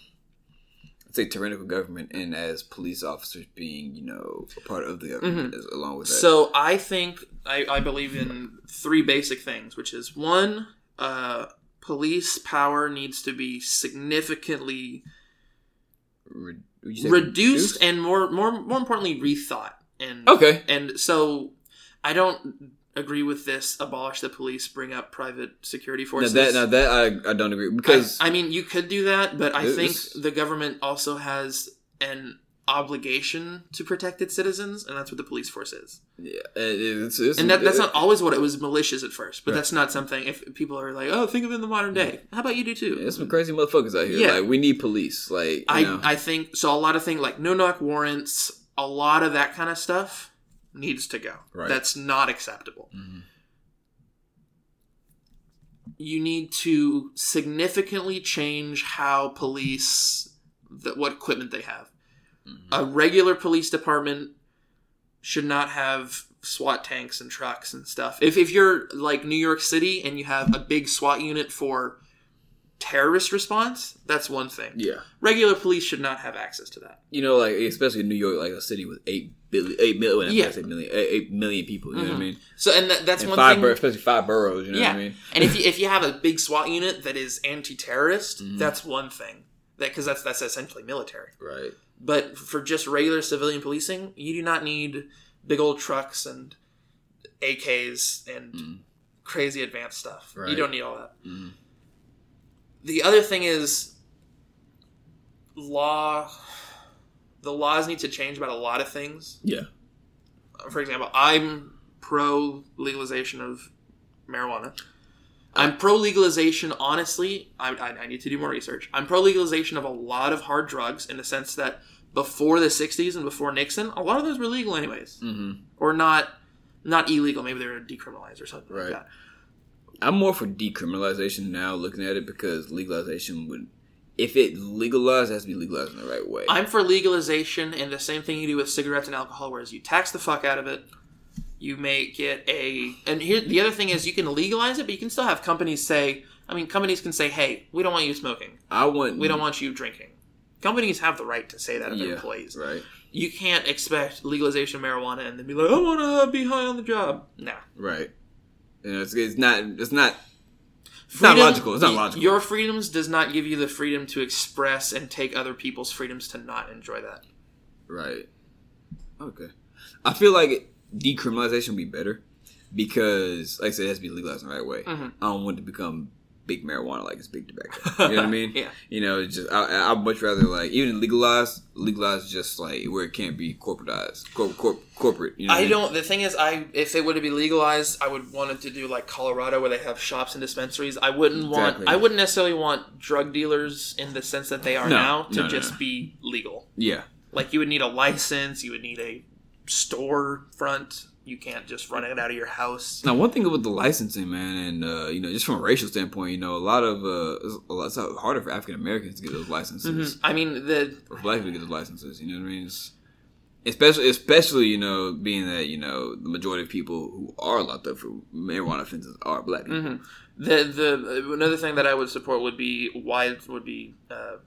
S1: let's say tyrannical government and as police officers being you know a part of the government as, along with that
S2: Mm-hmm. So I think I, I believe in three basic things, which is one, uh, police power needs to be significantly
S1: re- would you say
S2: reduced, and more more more importantly rethought. And
S1: okay
S2: and so I don't agree with this. Abolish the police. Bring up private security
S1: now
S2: forces.
S1: that now that I, I don't agree because
S2: I, I mean, you could do that, but I
S1: This-
S2: think the government also has an obligation to protect its citizens, and that's what the police force is.
S1: yeah, it- it's, it's,
S2: And that, that's
S1: it-
S2: not always what it was malicious at first, but that's not something if people are like, oh, think of it in the modern day. How about you do too?
S1: it's some crazy motherfuckers out here
S2: Yeah.
S1: like we need police like you
S2: I,
S1: know.
S2: I think so. A lot of things like no knock warrants, a lot of that kind of stuff needs to go.
S1: Right.
S2: That's not acceptable.
S1: Mm-hmm.
S2: You need to significantly change how police, the, what equipment they have.
S1: Mm-hmm.
S2: A regular police department should not have SWAT tanks and trucks and stuff. If, if you're like New York City and you have a big SWAT unit for terrorist response, that's one thing
S1: yeah
S2: regular police should not have access to that.
S1: you know like especially in New York like a city with eight billion eight million
S2: Yeah.
S1: yeah. million eight, eight million people you know what I mean
S2: So, and that, that's
S1: and
S2: one
S1: five
S2: thing.
S1: bur- especially five boroughs you know
S2: yeah,
S1: what I mean
S2: and if you, if you have a big SWAT unit that is anti-terrorist, that's one thing. That because that's that's essentially military.
S1: right
S2: But for just regular civilian policing, you do not need big old trucks and AKs and crazy advanced stuff. You
S1: Right.
S2: don't need all that. The other thing is law. The laws need to change about a lot of things.
S1: yeah
S2: for example, I'm pro legalization of marijuana. I'm pro legalization, honestly. I, I, I need to do more research. I'm pro legalization of a lot of hard drugs in the sense that before the 60s and before Nixon, a lot of those were legal, anyways.
S1: Mhm.
S2: Or not not illegal. Maybe they were decriminalized or something
S1: Right.
S2: like that.
S1: I'm more for decriminalization now, looking at it because legalization would, if it legalized, it has to be legalized in the right way.
S2: I'm for legalization and the same thing you do with cigarettes and alcohol, whereas you tax the fuck out of it. You make it a and here the other thing is you can legalize it, but you can still have companies say I mean companies can say, Hey, we don't want you smoking.
S1: I want
S2: We don't want you drinking. Companies have the right to say that of
S1: Mm-hmm. Yeah,
S2: their employees.
S1: right,
S2: You can't expect legalization of marijuana and then be like, I wanna be high on the job. No.
S1: right. You know, it's, it's not, it's not. It's not
S2: Freedom-
S1: logical. It's not
S2: y-
S1: logical.
S2: Your freedoms does not give you the freedom to express and take other people's freedoms to not enjoy that.
S1: Right. Okay. I feel like decriminalization would be better because, like I said, it has to be legalized in the right way.
S2: Mm. (laughs)
S1: I don't want it to become big marijuana like it's big tobacco. Mm-hmm. You know what I mean?
S2: (laughs) Yeah.
S1: You know, it's just I, I'd much rather like even legalized, legalized just like where it can't be corporatized, cor- cor- corporate. You know what
S2: I
S1: mean?
S2: don't. The thing is, I if it were to be legalized, I would want it to do like Colorado, where they have shops and dispensaries. I wouldn't
S1: Exactly.
S2: want. I wouldn't necessarily want drug dealers in the sense that they are
S1: No,
S2: now to
S1: no, no,
S2: just
S1: no.
S2: be legal.
S1: Yeah.
S2: Like you would need a license. You would need a store front. You can't just run it out of your house.
S1: Now, one thing with the licensing, man, and uh, you know, just from a racial standpoint, you know, a lot of uh, it's a lot- it's harder for African Americans to get those licenses,
S2: I mean, the
S1: or for black people to get those licenses. You know what I mean? It's, especially, especially, you know, being that you know the majority of people who are locked up for marijuana offenses are black people.
S2: Mm-hmm. the the another thing that I would support would be wide would be uh,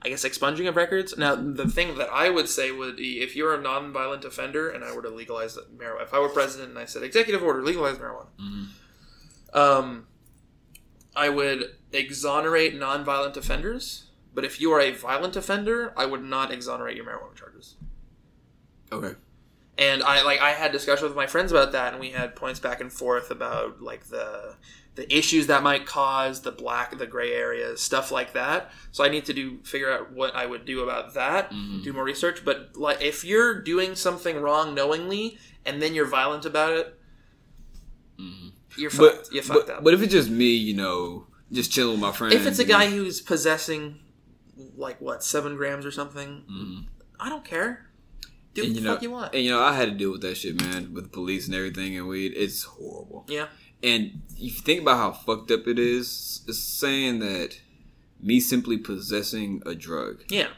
S2: I guess expunging of records. Now the thing that I would say would be if you're a nonviolent offender and I were to legalize marijuana, if I were president and I said executive order legalize marijuana, um, I would exonerate nonviolent offenders. But if you are a violent offender, I would not exonerate your marijuana charges.
S1: Okay.
S2: and I like I had discussions with my friends about that, and we had points back and forth about like the the issues that might cause the black, the gray areas, stuff like that. So I need to do figure out what I would do about that,
S1: Mm-hmm.
S2: do more research. But like, if you're doing something wrong knowingly and then you're violent about it, you're fucked.
S1: But
S2: Mm-hmm. you're
S1: but,
S2: fucked up.
S1: but if it's just me, you know, just chilling with my friends.
S2: if it's a guy who's possessing like what seven grams or something, I don't care. Do what
S1: and,
S2: the
S1: you know,
S2: fuck you want.
S1: Mm-hmm. and you know, I had to deal with that shit, man, with the police and everything and weed. It's horrible.
S2: yeah.
S1: And if you think about how fucked up it is, it's saying that me simply possessing a drug
S2: Yeah.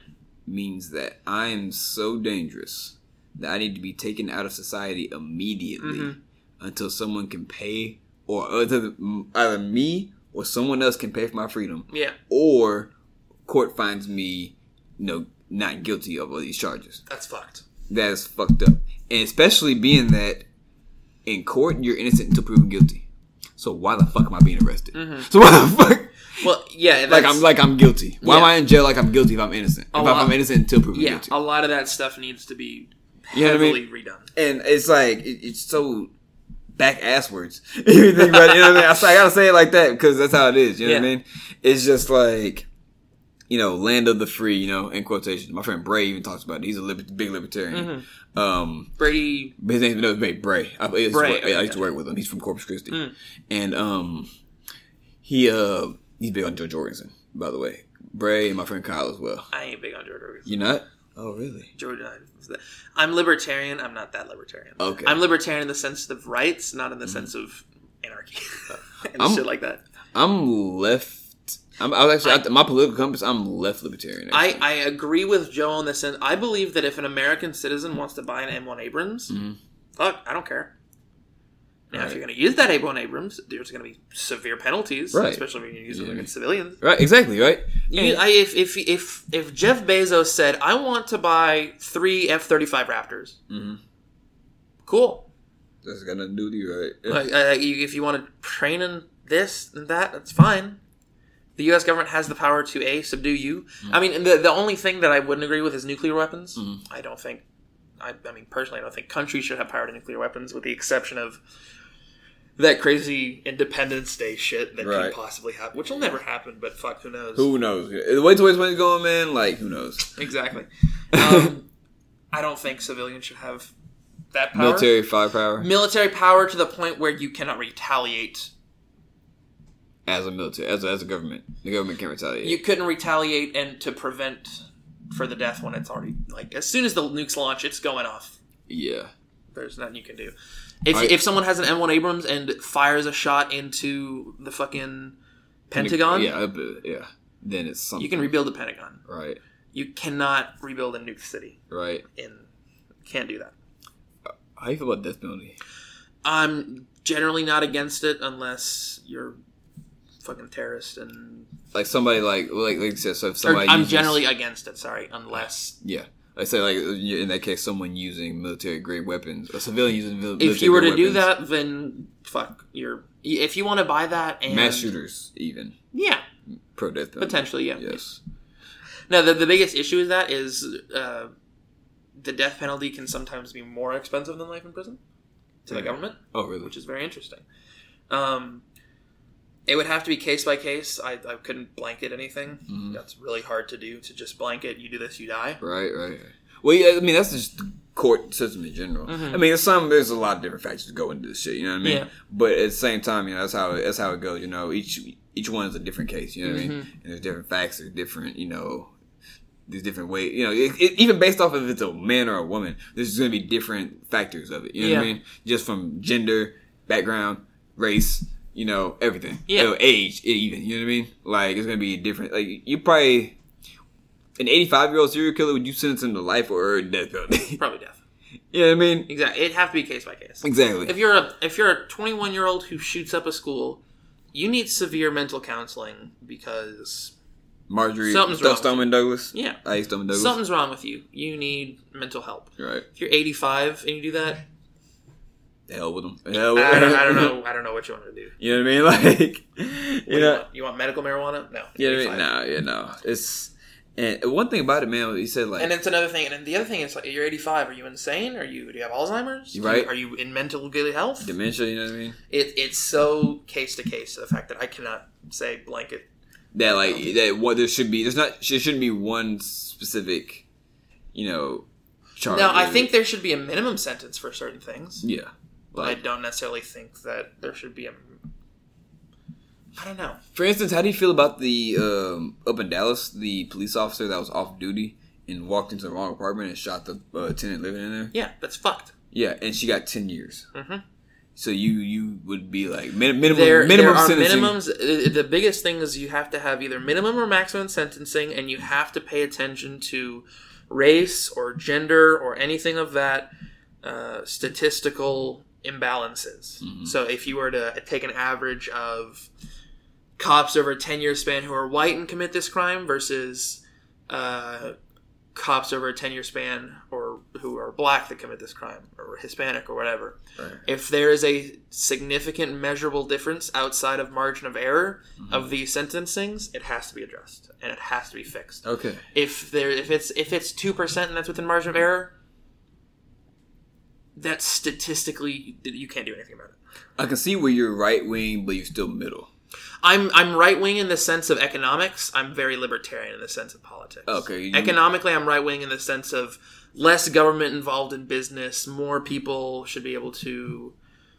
S1: means that I am so dangerous that I need to be taken out of society immediately
S2: Mm-hmm.
S1: until someone can pay, or other, either me or someone else can pay for my freedom,
S2: Yeah.
S1: or court finds me, you know, not guilty of all these charges.
S2: That's fucked.
S1: That is fucked up, and especially being that in court you're innocent until proven guilty. So why the fuck am I being arrested? So why the fuck?
S2: Well, yeah.
S1: Like
S2: Mm-hmm. that's-
S1: I'm like I'm guilty. Why am
S2: Yeah.
S1: I in jail? Like I'm guilty if I'm innocent. If
S2: lot-
S1: I'm innocent until proven
S2: yeah,
S1: guilty.
S2: a lot of that stuff needs to be
S1: You know what I
S2: heavily
S1: mean?
S2: redone.
S1: and it's like it, it's so back ass words. (laughs) you think about it, you know what I mean? I, s- I gotta say it like that because that's how it is. You know what I
S2: Yeah.
S1: mean? It's just like you know, land of the free. You know, in quotation. My friend Bray even talks about it. He's a liber- big libertarian. Um,
S2: Brady,
S1: but his name's no, Bray. Bray. I, I used to
S2: Mm-hmm. Bray,
S1: work- yeah, I used to
S2: okay. Mm.
S1: work with him. He's from Corpus Christi, and um, he uh, he's big on Joe Jorgensen, by the way. Bray and my friend Kyle as well.
S2: I ain't big on George Orwell.
S1: You not? Oh, really?
S2: George, I- I'm libertarian. I'm not that libertarian.
S1: Okay.
S2: I'm libertarian in the sense of rights, not in the sense of anarchy (laughs) and
S1: I'm-
S2: shit like that.
S1: I'm left. I'm, I was actually I, my political compass. I'm left libertarian.
S2: I, I agree with Joe on this, and I believe that if an American citizen wants to buy an M1 Abrams,
S1: Mm-hmm.
S2: fuck, I don't care. Now,
S1: Mm.
S2: if
S1: Right.
S2: you're going to use that M1 Abrams, there's going to be severe penalties,
S1: Right.
S2: especially when you use it
S1: Yeah.
S2: against civilians.
S1: right, exactly, right.
S2: You, I, if, if if if Jeff Bezos said, "I want to buy three F thirty five Raptors," cool.
S1: Mm-hmm. That's got nothing to do with you, right?
S2: Like, uh, you, if you want to train in this and that, that's fine. The U.S. government has the power to a subdue you. I mean, the the only thing that I wouldn't agree with is nuclear weapons. I don't think. I, I mean, personally, I don't think countries should have power to nuclear weapons, with the exception of that crazy Independence Day shit that
S1: Right.
S2: could possibly happen, which will never happen. But fuck, who knows?
S1: Who knows? The way to where it's going, man. Like, who knows?
S2: Exactly. Um, I don't think civilians should have that power. Military.
S1: Military firepower
S2: power to the point where you cannot retaliate.
S1: as a military, as a, as a government, the government can't retaliate.
S2: You couldn't retaliate and to prevent further death when it's already like as soon as the nukes launch, it's going off.
S1: yeah,
S2: There's nothing you can do. If
S1: I-
S2: if someone has an M1 Abrams and fires a shot into the fucking Pentagon,
S1: Yeah, uh, yeah. Then it's something.
S2: you can rebuild the Pentagon.
S1: right,
S2: You cannot rebuild a nuke city.
S1: right.
S2: In can't do that.
S1: How you feel about death penalty?
S2: I'm generally not against it unless you're fucking terrorist and
S1: Like somebody, like like like you said, so if
S2: or
S1: somebody,
S2: I'm
S1: uses-
S2: generally against it, sorry, unless
S1: yeah. Like say like in that case, someone using military grade weapons, a civilian using mil- military
S2: if you were to
S1: grade
S2: do
S1: weapons.
S2: that then fuck, you're if you want to buy that and
S1: mass shooters even
S2: Yeah,
S1: pro death penalty.
S2: potentially, yeah.
S1: Yes.
S2: No, the, the biggest issue is that is uh, the death penalty can sometimes be more expensive than life in prison to the
S1: Yeah.
S2: government.
S1: Oh, really?
S2: which is very interesting. Um, it would have to be case by case. I, I couldn't blanket anything. That's really hard to do. To just blanket, you do this, you die.
S1: Right, right. right. Well, yeah, I mean, that's just the court system in general. I mean, there's some, there's a lot of different factors that go into this shit. You know what I mean?
S2: Yeah.
S1: But at the same time, you know, that's how that's how it goes. You know, each each one is a different case. You know what I mean? And there's different facts, there's different, you know, there's different ways. You know, it, it, even based off of if it's a man or a woman, there's going to be different factors of it. You know what I
S2: Yeah.
S1: mean? Just from gender, background, race. You know everything.
S2: Yeah.
S1: You know, age, even. You know what I mean? Like it's gonna be different. Like you probably an 85 year old serial killer, would you sentence him to life or death penalty? (laughs)
S2: Probably death.
S1: you know what I mean?
S2: Exactly. It'd have to be case by case. If
S1: Exactly.
S2: you're a if you're a 21 year old who shoots up a school, you need severe mental counseling because
S1: Marjorie
S2: Something's
S1: Stow-
S2: wrong.
S1: Stoneman Douglas.
S2: yeah,
S1: I used Stoneman Douglas.
S2: something's wrong with you. You need mental help.
S1: Right.
S2: If you're 85 and you do that,
S1: The hell with him. The hell with
S2: I don't,
S1: him.
S2: I don't know. I don't know what you want to do.
S1: (laughs) You know what I mean? (laughs) Like,
S2: What
S1: you
S2: do you,
S1: know,
S2: want? you want medical marijuana? No.
S1: you know what I mean?
S2: 85.
S1: No, you know, it's And one thing about it, man, he said like
S2: And it's another thing. And then the other thing is like, you're 85. Are you insane? Are you? Do you have Alzheimer's? Do you-
S1: Right.
S2: Are you in mental good health?
S1: dementia. You know what I mean?
S2: It, it's so case to case. The fact that I cannot say blanket.
S1: That like that what there should be. There's not. There shouldn't be one specific, you know, charge.
S2: Now, I think there should be a minimum sentence for certain things.
S1: yeah.
S2: I
S1: Like,
S2: don't necessarily think that there should be a. I don't know.
S1: for instance, how do you feel about the um, up in Dallas, the police officer that was off duty and walked into the wrong apartment and shot the uh, tenant living in there?
S2: Yeah, that's fucked.
S1: Yeah, and she got ten years.
S2: Mhm.
S1: So you you would be like min- minimum
S2: There,
S1: minimum
S2: there are
S1: sentencing.
S2: minimums. uh, The biggest thing is you have to have either minimum or maximum sentencing, and you have to pay attention to race or gender or anything of that uh, statistical imbalances.
S1: Mm-hmm.
S2: So if you were to take an average of cops over a 10 year span who are white and commit this crime versus uh, cops over a 10 year span or who are black that commit this crime or Hispanic or whatever.
S1: Right.
S2: If there is a significant measurable difference outside of margin of error
S1: Mm-hmm.
S2: of these sentencings, it has to be addressed and it has to be fixed.
S1: Okay.
S2: If there if it's if it's 2% and that's within margin of error, that's statistically you can't do anything about it.
S1: I can see where you're right wing, but you're still middle.
S2: I'm I'm right wing in the sense of economics. I'm very libertarian in the sense of politics.
S1: Okay, you-
S2: Economically, I'm right wing in the sense of less government involved in business. More people should be able to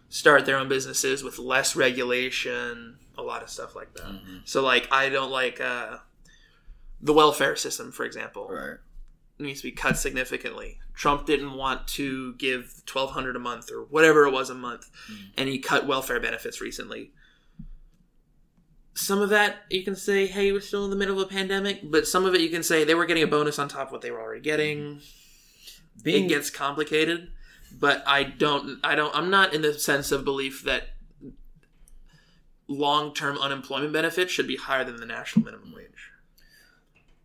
S2: start their own businesses with less regulation. A lot of stuff like that.
S1: Mm-hmm.
S2: So like I don't like uh, the welfare system, for example
S1: Right.
S2: needs to be cut significantly. Trump didn't want to give twelve hundred a month or whatever it was a month, and he cut welfare benefits recently. Some of that you can say, hey, we're still in the middle of a pandemic, but some of it you can say they were getting a bonus on top of what they were already getting.
S1: Being
S2: it gets complicated, but I don't, I don't, I'm not in the sense of belief that long-term unemployment benefits should be higher than the national minimum wage.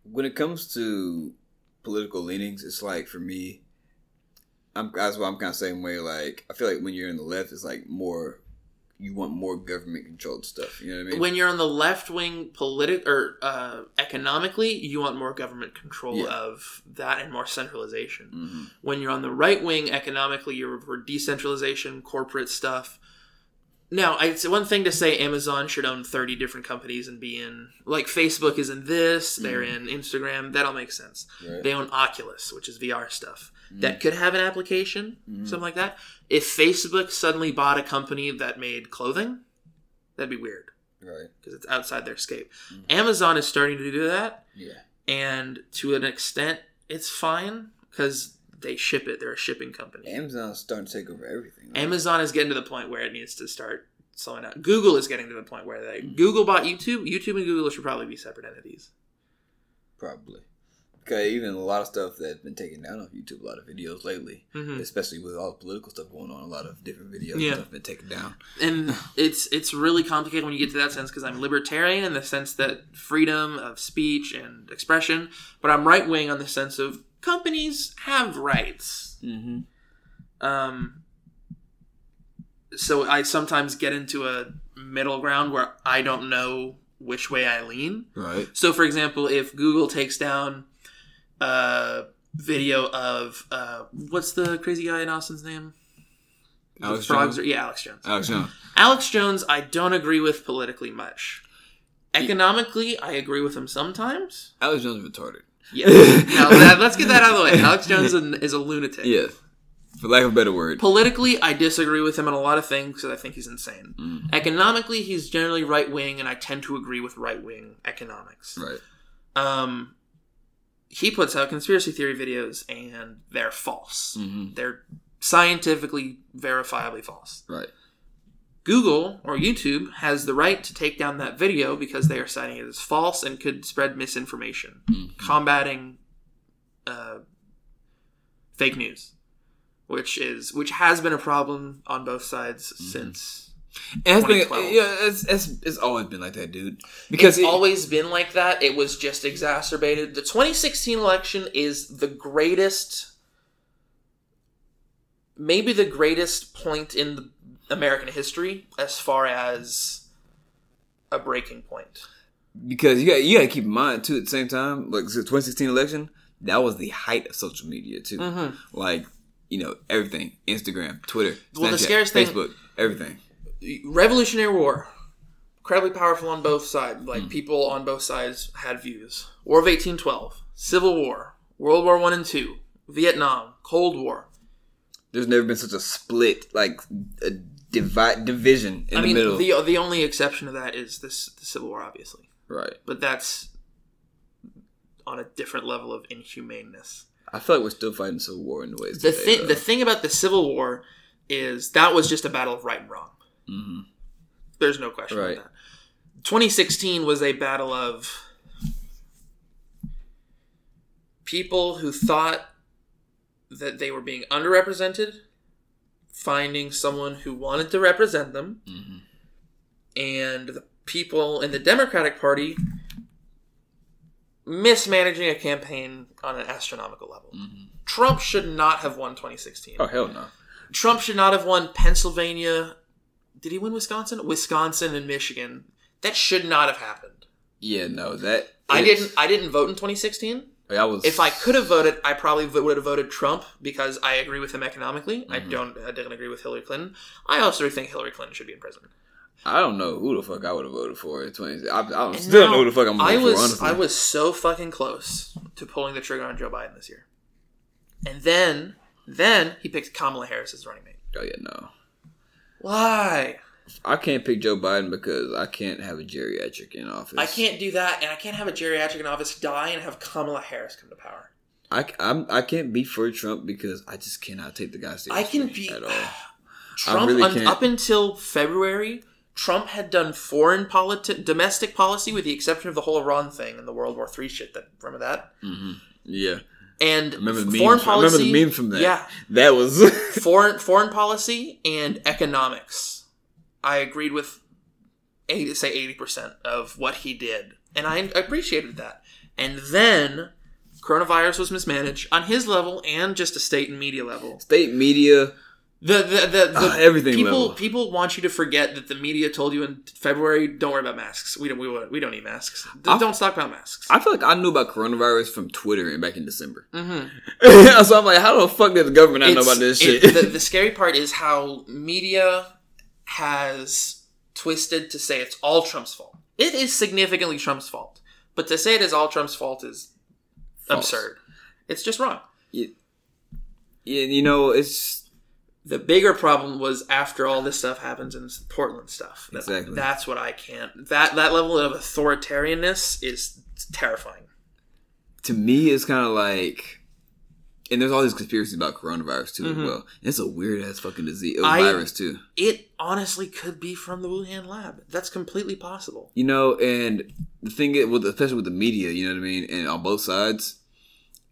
S1: when it comes to political leanings, it's like for me, I'm that's why I'm kind of same way. Like I feel like when you're in the left, it's like more you want more government controlled stuff. You know what I mean?
S2: when you're on the left wing politic or uh, economically, you want more government control
S1: Yeah.
S2: of that and more centralization.
S1: Mhm.
S2: When you're on the right wing economically, you're for decentralization, corporate stuff. Now, I- it's one thing to say Amazon should own 30 different companies and be in, like, Facebook is in this, they're in Instagram. That'll make sense.
S1: Right.
S2: They own Oculus, which is VR stuff. That could have an application, something like that. If Facebook suddenly bought a company that made clothing, that'd be weird
S1: Right.
S2: because it's outside their scope. Amazon is starting to do that,
S1: Yeah.
S2: and to an extent, it's fine because they ship it. They're a shipping company.
S1: Amazon's starting to take over everything. Like,
S2: Amazon is getting to the point where it needs to start selling out. Google is getting to the point where they Google bought YouTube. YouTube and Google should probably be separate entities.
S1: probably. Okay, even a lot of stuff that's been taken down off YouTube, a lot of videos lately,
S2: Mhm.
S1: especially with all the political stuff going on, a lot of different videos and
S2: Yeah.
S1: stuff been taken down.
S2: and it's it's really complicated when you get to that sense because I'm libertarian in the sense that freedom of speech and expression, but I'm right wing on the sense of companies have rights.
S1: Mhm.
S2: Um, so I sometimes get into a middle ground where I don't know which way I lean.
S1: Right.
S2: So, for example, if Google takes down a video of uh, what's the crazy guy in Austin's name? The
S1: Alex
S2: frogs
S1: Jones?
S2: are yeah, Alex Jones.
S1: Alex Jones.
S2: Alex Jones, I don't agree with politically much. Economically, I agree with
S1: (laughs)
S2: him sometimes.
S1: Alex Jones is retarded.
S2: Yeah. (laughs)
S1: (laughs)
S2: now, that, let's get that out of the way. Alex Jones is a, is a lunatic.
S1: Yes. For lack of a better word.
S2: Politically, I disagree with him on a lot of things because I think he's insane.
S1: Mm.
S2: Economically, he's generally right wing, and I tend to agree with right wing economics.
S1: Right.
S2: Um, he puts out conspiracy theory videos, and they're false.
S1: Mhm.
S2: They're scientifically verifiably false.
S1: Right.
S2: Google or YouTube has the right to take down that video because they are citing it as false and could spread misinformation,
S1: Hmm.
S2: combating uh, fake news, which is which has been a problem on both sides since.
S1: And that's been,
S2: 2012.
S1: yeah, it's, it's, it's always been like that, dude. Because
S2: it's
S1: it,
S2: always been like that. It was just exacerbated. The 2016 election is the greatest, maybe the greatest point in the American history as far as a breaking point.
S1: because you got you got to keep in mind too. At the same time, like so 2016 election, that was the height of social media too.
S2: Mm-hmm.
S1: Like you know everything: Instagram, Twitter,
S2: Well, the
S1: Snapchat,
S2: scariest thing-
S1: Facebook, everything.
S2: Revolutionary War, incredibly powerful on both sides. Like
S1: Hmm.
S2: people on both sides had views. War of 1812, Civil War, World War One and Two, Vietnam, Cold War.
S1: There's never been such a split like a divide division in
S2: I
S1: the
S2: mean,
S1: middle.
S2: the the only exception to that is this the Civil War, obviously,
S1: right.
S2: but that's on a different level of inhumaneness. Uh,
S1: I feel like we're still fighting civil war in ways.
S2: The
S1: today,
S2: thing,
S1: though.
S2: the thing about the Civil War is that was just a battle of right and wrong. There's no question
S1: Right.
S2: about that. 2016 was a battle of people who thought that they were being underrepresented, finding someone who wanted to represent them, and the people in the Democratic Party mismanaging a campaign on an astronomical level. Trump should not have won 2016.
S1: oh hell no.
S2: Trump should not have won Pennsylvania. Did he win Wisconsin? Wisconsin and Michigan. That should not have happened.
S1: Yeah, no, that
S2: I
S1: is-
S2: didn't. I didn't vote in 2016.
S1: I was
S2: If I could have voted, I probably vo- would have voted Trump because I agree with him economically. I don't. I don't agree with Hillary Clinton. I also think Hillary Clinton should be in prison.
S1: I don't know who the fuck I would have voted for in 20. I, I don't
S2: And
S1: still
S2: now,
S1: know who the fuck I'm
S2: I
S1: voting
S2: was.
S1: for. Honestly,
S2: I was so fucking close to pulling the trigger on Joe Biden this year, and then then he picked Kamala Harris as running mate.
S1: oh yeah, no,
S2: Why?
S1: I can't pick Joe Biden because I can't have a geriatric in office.
S2: I can't do that, and I can't have a geriatric in office die and have Kamala Harris come to power.
S1: I, I'm, I can't be for Trump because I just cannot take the guy seriously.
S2: I can be-
S1: at all.
S2: Trump,
S1: really
S2: un-
S1: can't-
S2: up until February, Trump had done foreign politi- domestic policy with the exception of the whole Iran thing and the World War III shit. That remember that?
S1: Yeah,
S2: And
S1: remember the
S2: foreign
S1: memes. I
S2: policy.
S1: remember the meme from that.
S2: Yeah,
S1: that was (laughs)
S2: foreign foreign policy and economics. I agreed with, 80, say eighty percent of what he did, and I appreciated that. And then coronavirus was mismanaged on his level and just a state and media level.
S1: state media.
S2: The the the, the
S1: Ah, everything
S2: people
S1: level.
S2: people want you to forget that the media told you in February don't worry about masks. We don't we, won't- we don't need masks. D-
S1: I-
S2: don't stockpile masks.
S1: I feel like I knew about coronavirus from Twitter and back in December. (laughs)
S2: Mhm.
S1: so I'm like, how the fuck did the government not know
S2: It's-
S1: about this
S2: it-
S1: shit? (laughs)
S2: the, the scary part is how media has twisted to say it's all Trump's fault. It is significantly Trump's fault, but to say it is all Trump's fault is
S1: False.
S2: absurd. It's just wrong.
S1: Yeah, you know, it's
S2: The bigger problem was after all this stuff happens in this Portland stuff. That-
S1: Exactly.
S2: That's what I can't. That that level of authoritarianness is terrifying.
S1: to me it's kind of like and there's all these conspiracies about coronavirus too as well it's a weird ass fucking disease
S2: Mm-hmm. I-
S1: virus too
S2: It honestly could be from the Wuhan lab. That's completely possible.
S1: you know and the thing is with especially with the media you know what i mean and on both sides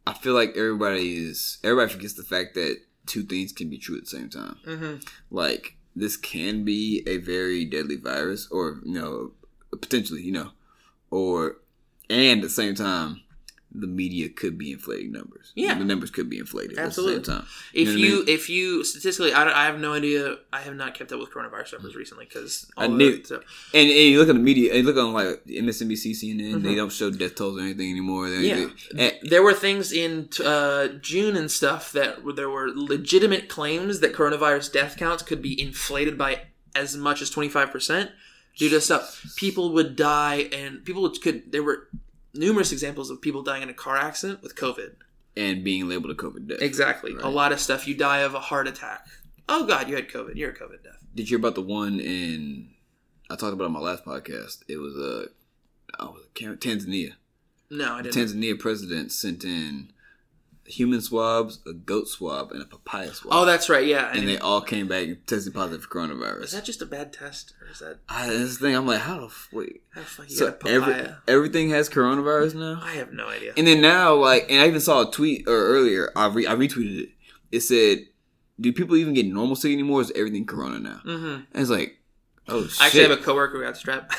S1: i feel like everybody is everybody forgets the fact that two things can be true at the same time
S2: Mhm.
S1: like this can be a very deadly virus or you know potentially you know or and at the same time the media could be inflating numbers
S2: Yeah.
S1: the numbers could be inflated at
S2: Absolutely.
S1: the same time
S2: If
S1: know what I
S2: you,
S1: mean?
S2: if you statistically, I, don't, I have no idea. I have not kept up with coronavirus numbers recently because
S1: Mm-hmm. I knew-
S2: So,
S1: And, and you look at the media, and you look on like MSNBC, CNN, they don't show death tolls or anything anymore. They-
S2: Mm-hmm.
S1: eh,
S2: Yeah.
S1: they- and-
S2: there were things in uh, June and stuff that were- there were legitimate claims that coronavirus death counts could be inflated by as much as twenty five percent due to stuff. People would die, and people would- could. There were numerous examples of people dying in a car accident with COVID.
S1: and being labeled a COVID death.
S2: Exactly. A
S1: Right.
S2: lot of stuff. You die of a heart attack. Oh God, you had COVID. You're a COVID death.
S1: Did you hear about the one in? I talked about it on my last podcast. It was a, uh, oh, Cam- Tanzania.
S2: No, I
S1: The
S2: didn't.
S1: Tanzania president sent in human swabs, a goat swab, and a papaya swab,
S2: Oh, that's right. Yeah.
S1: and
S2: And
S1: they all came back tested positive for coronavirus.
S2: is that just a bad test, or is that
S1: I, this thing, I'm like, how the f- wait?
S2: how the fuck you
S1: So
S2: got a papaya?
S1: every, everything has coronavirus now.
S2: I have no idea.
S1: And then now, like, and I even saw a tweet or earlier. I re- I retweeted it. It said, "Do people even get normal sick anymore? Is everything corona now?"
S2: hmm
S1: And it's like, oh
S2: I actually
S1: shit.
S2: have a coworker who got strep.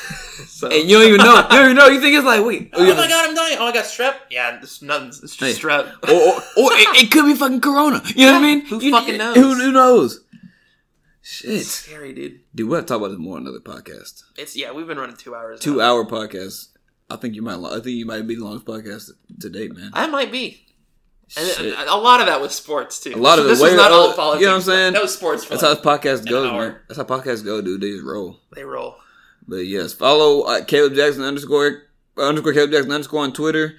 S2: (laughs) so.
S1: and you don't even know. you don't even know. You think it's like, wait,
S2: oh my god, I'm dying. Oh, I got strep. Yeah, it's nothing. It's just
S1: Hey. Oh.
S2: strep.
S1: Or, or, or it, it could be fucking corona. You know what I
S2: Yeah,
S1: mean?
S2: who
S1: You-
S2: fucking
S1: you-
S2: knows?
S1: Who, who knows?
S2: It's
S1: Shit,
S2: (laughs) scary, dude.
S1: dude. We'll have to talk about this more on another podcast.
S2: It's yeah. We've been running two hours.
S1: Two hour podcast. I think you might. lo- I think you might be the longest podcast to date, man.
S2: I might be. And
S1: Shit.
S2: a, a lot of that was sports too.
S1: A lot of it.
S2: this
S1: Way-
S2: was not all
S1: uh,
S2: politics.
S1: you know what I'm saying?
S2: That was sports. For
S1: That's how
S2: like,
S1: this podcast goes,
S2: hour.
S1: man. That's how podcasts go, dude. They just roll.
S2: they roll.
S1: But yes, follow uh, Caleb Jackson underscore underscore Caleb Jackson underscore on Twitter.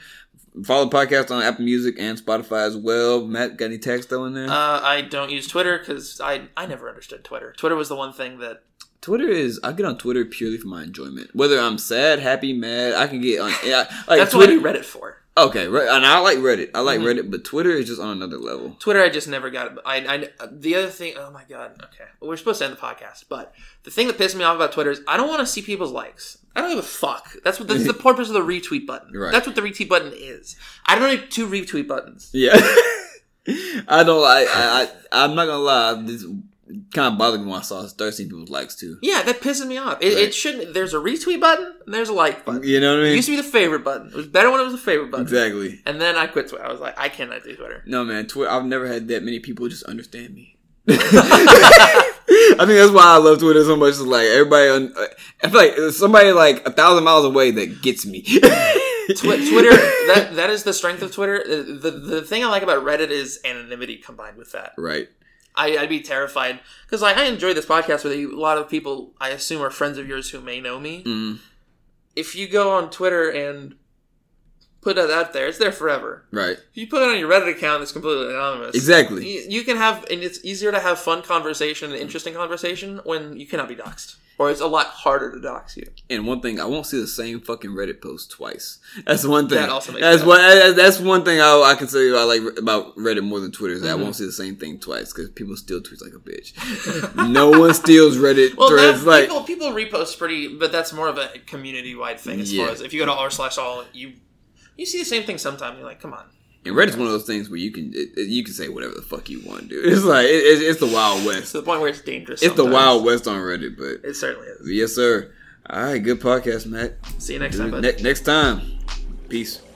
S1: Follow the podcast on Apple Music and Spotify as well. Matt, got any text though in there?
S2: Uh, I don't use Twitter because I I never understood Twitter. Twitter was the one thing that
S1: Twitter is I get on Twitter purely for my enjoyment. Whether I'm sad, happy, mad, I can get on. Yeah, like
S2: (laughs) that's
S1: Twitter.
S2: what I read it for.
S1: Okay, right, and I like Reddit. I like Reddit, but Twitter is just on another level.
S2: Twitter, I just never got it. I, I the other thing. Oh my god. Okay, well, we're supposed to end the podcast, but the thing that pissed me off about Twitter is I don't want to see people's likes. I don't give a fuck. That's what
S1: (laughs)
S2: that's the purpose of the retweet button.
S1: Right.
S2: That's what the retweet button is. I don't need two retweet buttons.
S1: Yeah, (laughs) I don't. I, I I I'm not gonna lie. This kind of bothered me when I saw thirteen people's likes too.
S2: Yeah, that pisses me off. It,
S1: Right.
S2: it shouldn't. There's a retweet button and there's a like button.
S1: You know what I
S2: It
S1: mean?
S2: used to be the favorite button. It was better when it was the favorite button.
S1: Exactly.
S2: And then I quit Twitter. I was like, I cannot
S1: (laughs)
S2: do Twitter.
S1: No man, Twitter. I've never had that many people just understand
S2: (laughs)
S1: me. (laughs) I think that's why I love Twitter so much. Is like everybody, on, I feel like there's somebody like a thousand miles away that gets me.
S2: Twi-
S1: (laughs)
S2: Twitter, that that is the strength of Twitter. The, the the thing I like about Reddit is anonymity combined with that.
S1: right?
S2: I, I'd be terrified because like I enjoy this podcast with you. A lot of people I assume are friends of yours who may know me.
S1: Mm,
S2: If you go on Twitter and put that out there, it's there forever.
S1: right.
S2: If you put it on your Reddit account, it's completely anonymous.
S1: Exactly.
S2: You, you can have, and it's easier to have fun conversation and interesting conversation when you cannot be doxxed, or it's a lot harder to dox you.
S1: And one thing, I won't see the same fucking Reddit post twice. That's one thing.
S2: That also makes
S1: that's
S2: sense.
S1: one. that- That's one thing I, I can say I like about Reddit more than Twitter is
S2: Mm-hmm.
S1: that I won't see the same thing twice because people steal tweets like a bitch. (laughs) no one steals Reddit
S2: Well,
S1: threads
S2: that,
S1: like
S2: people people repost pretty, but that's more of a community wide thing. As
S1: Yeah.
S2: far as if you go to r slash all, you you see the same thing sometimes. You're like, come on.
S1: And Reddit's one of those things where you can it, it- you can say whatever the fuck you want, dude. (laughs) It's like it, it, it's the Wild West.
S2: To the point where it's dangerous.
S1: It's the
S2: sometimes.
S1: Wild West on Reddit, but
S2: It certainly is.
S1: yes, sir. All right, good podcast, Matt.
S2: See you next time. bud.
S1: Ne- next time, peace.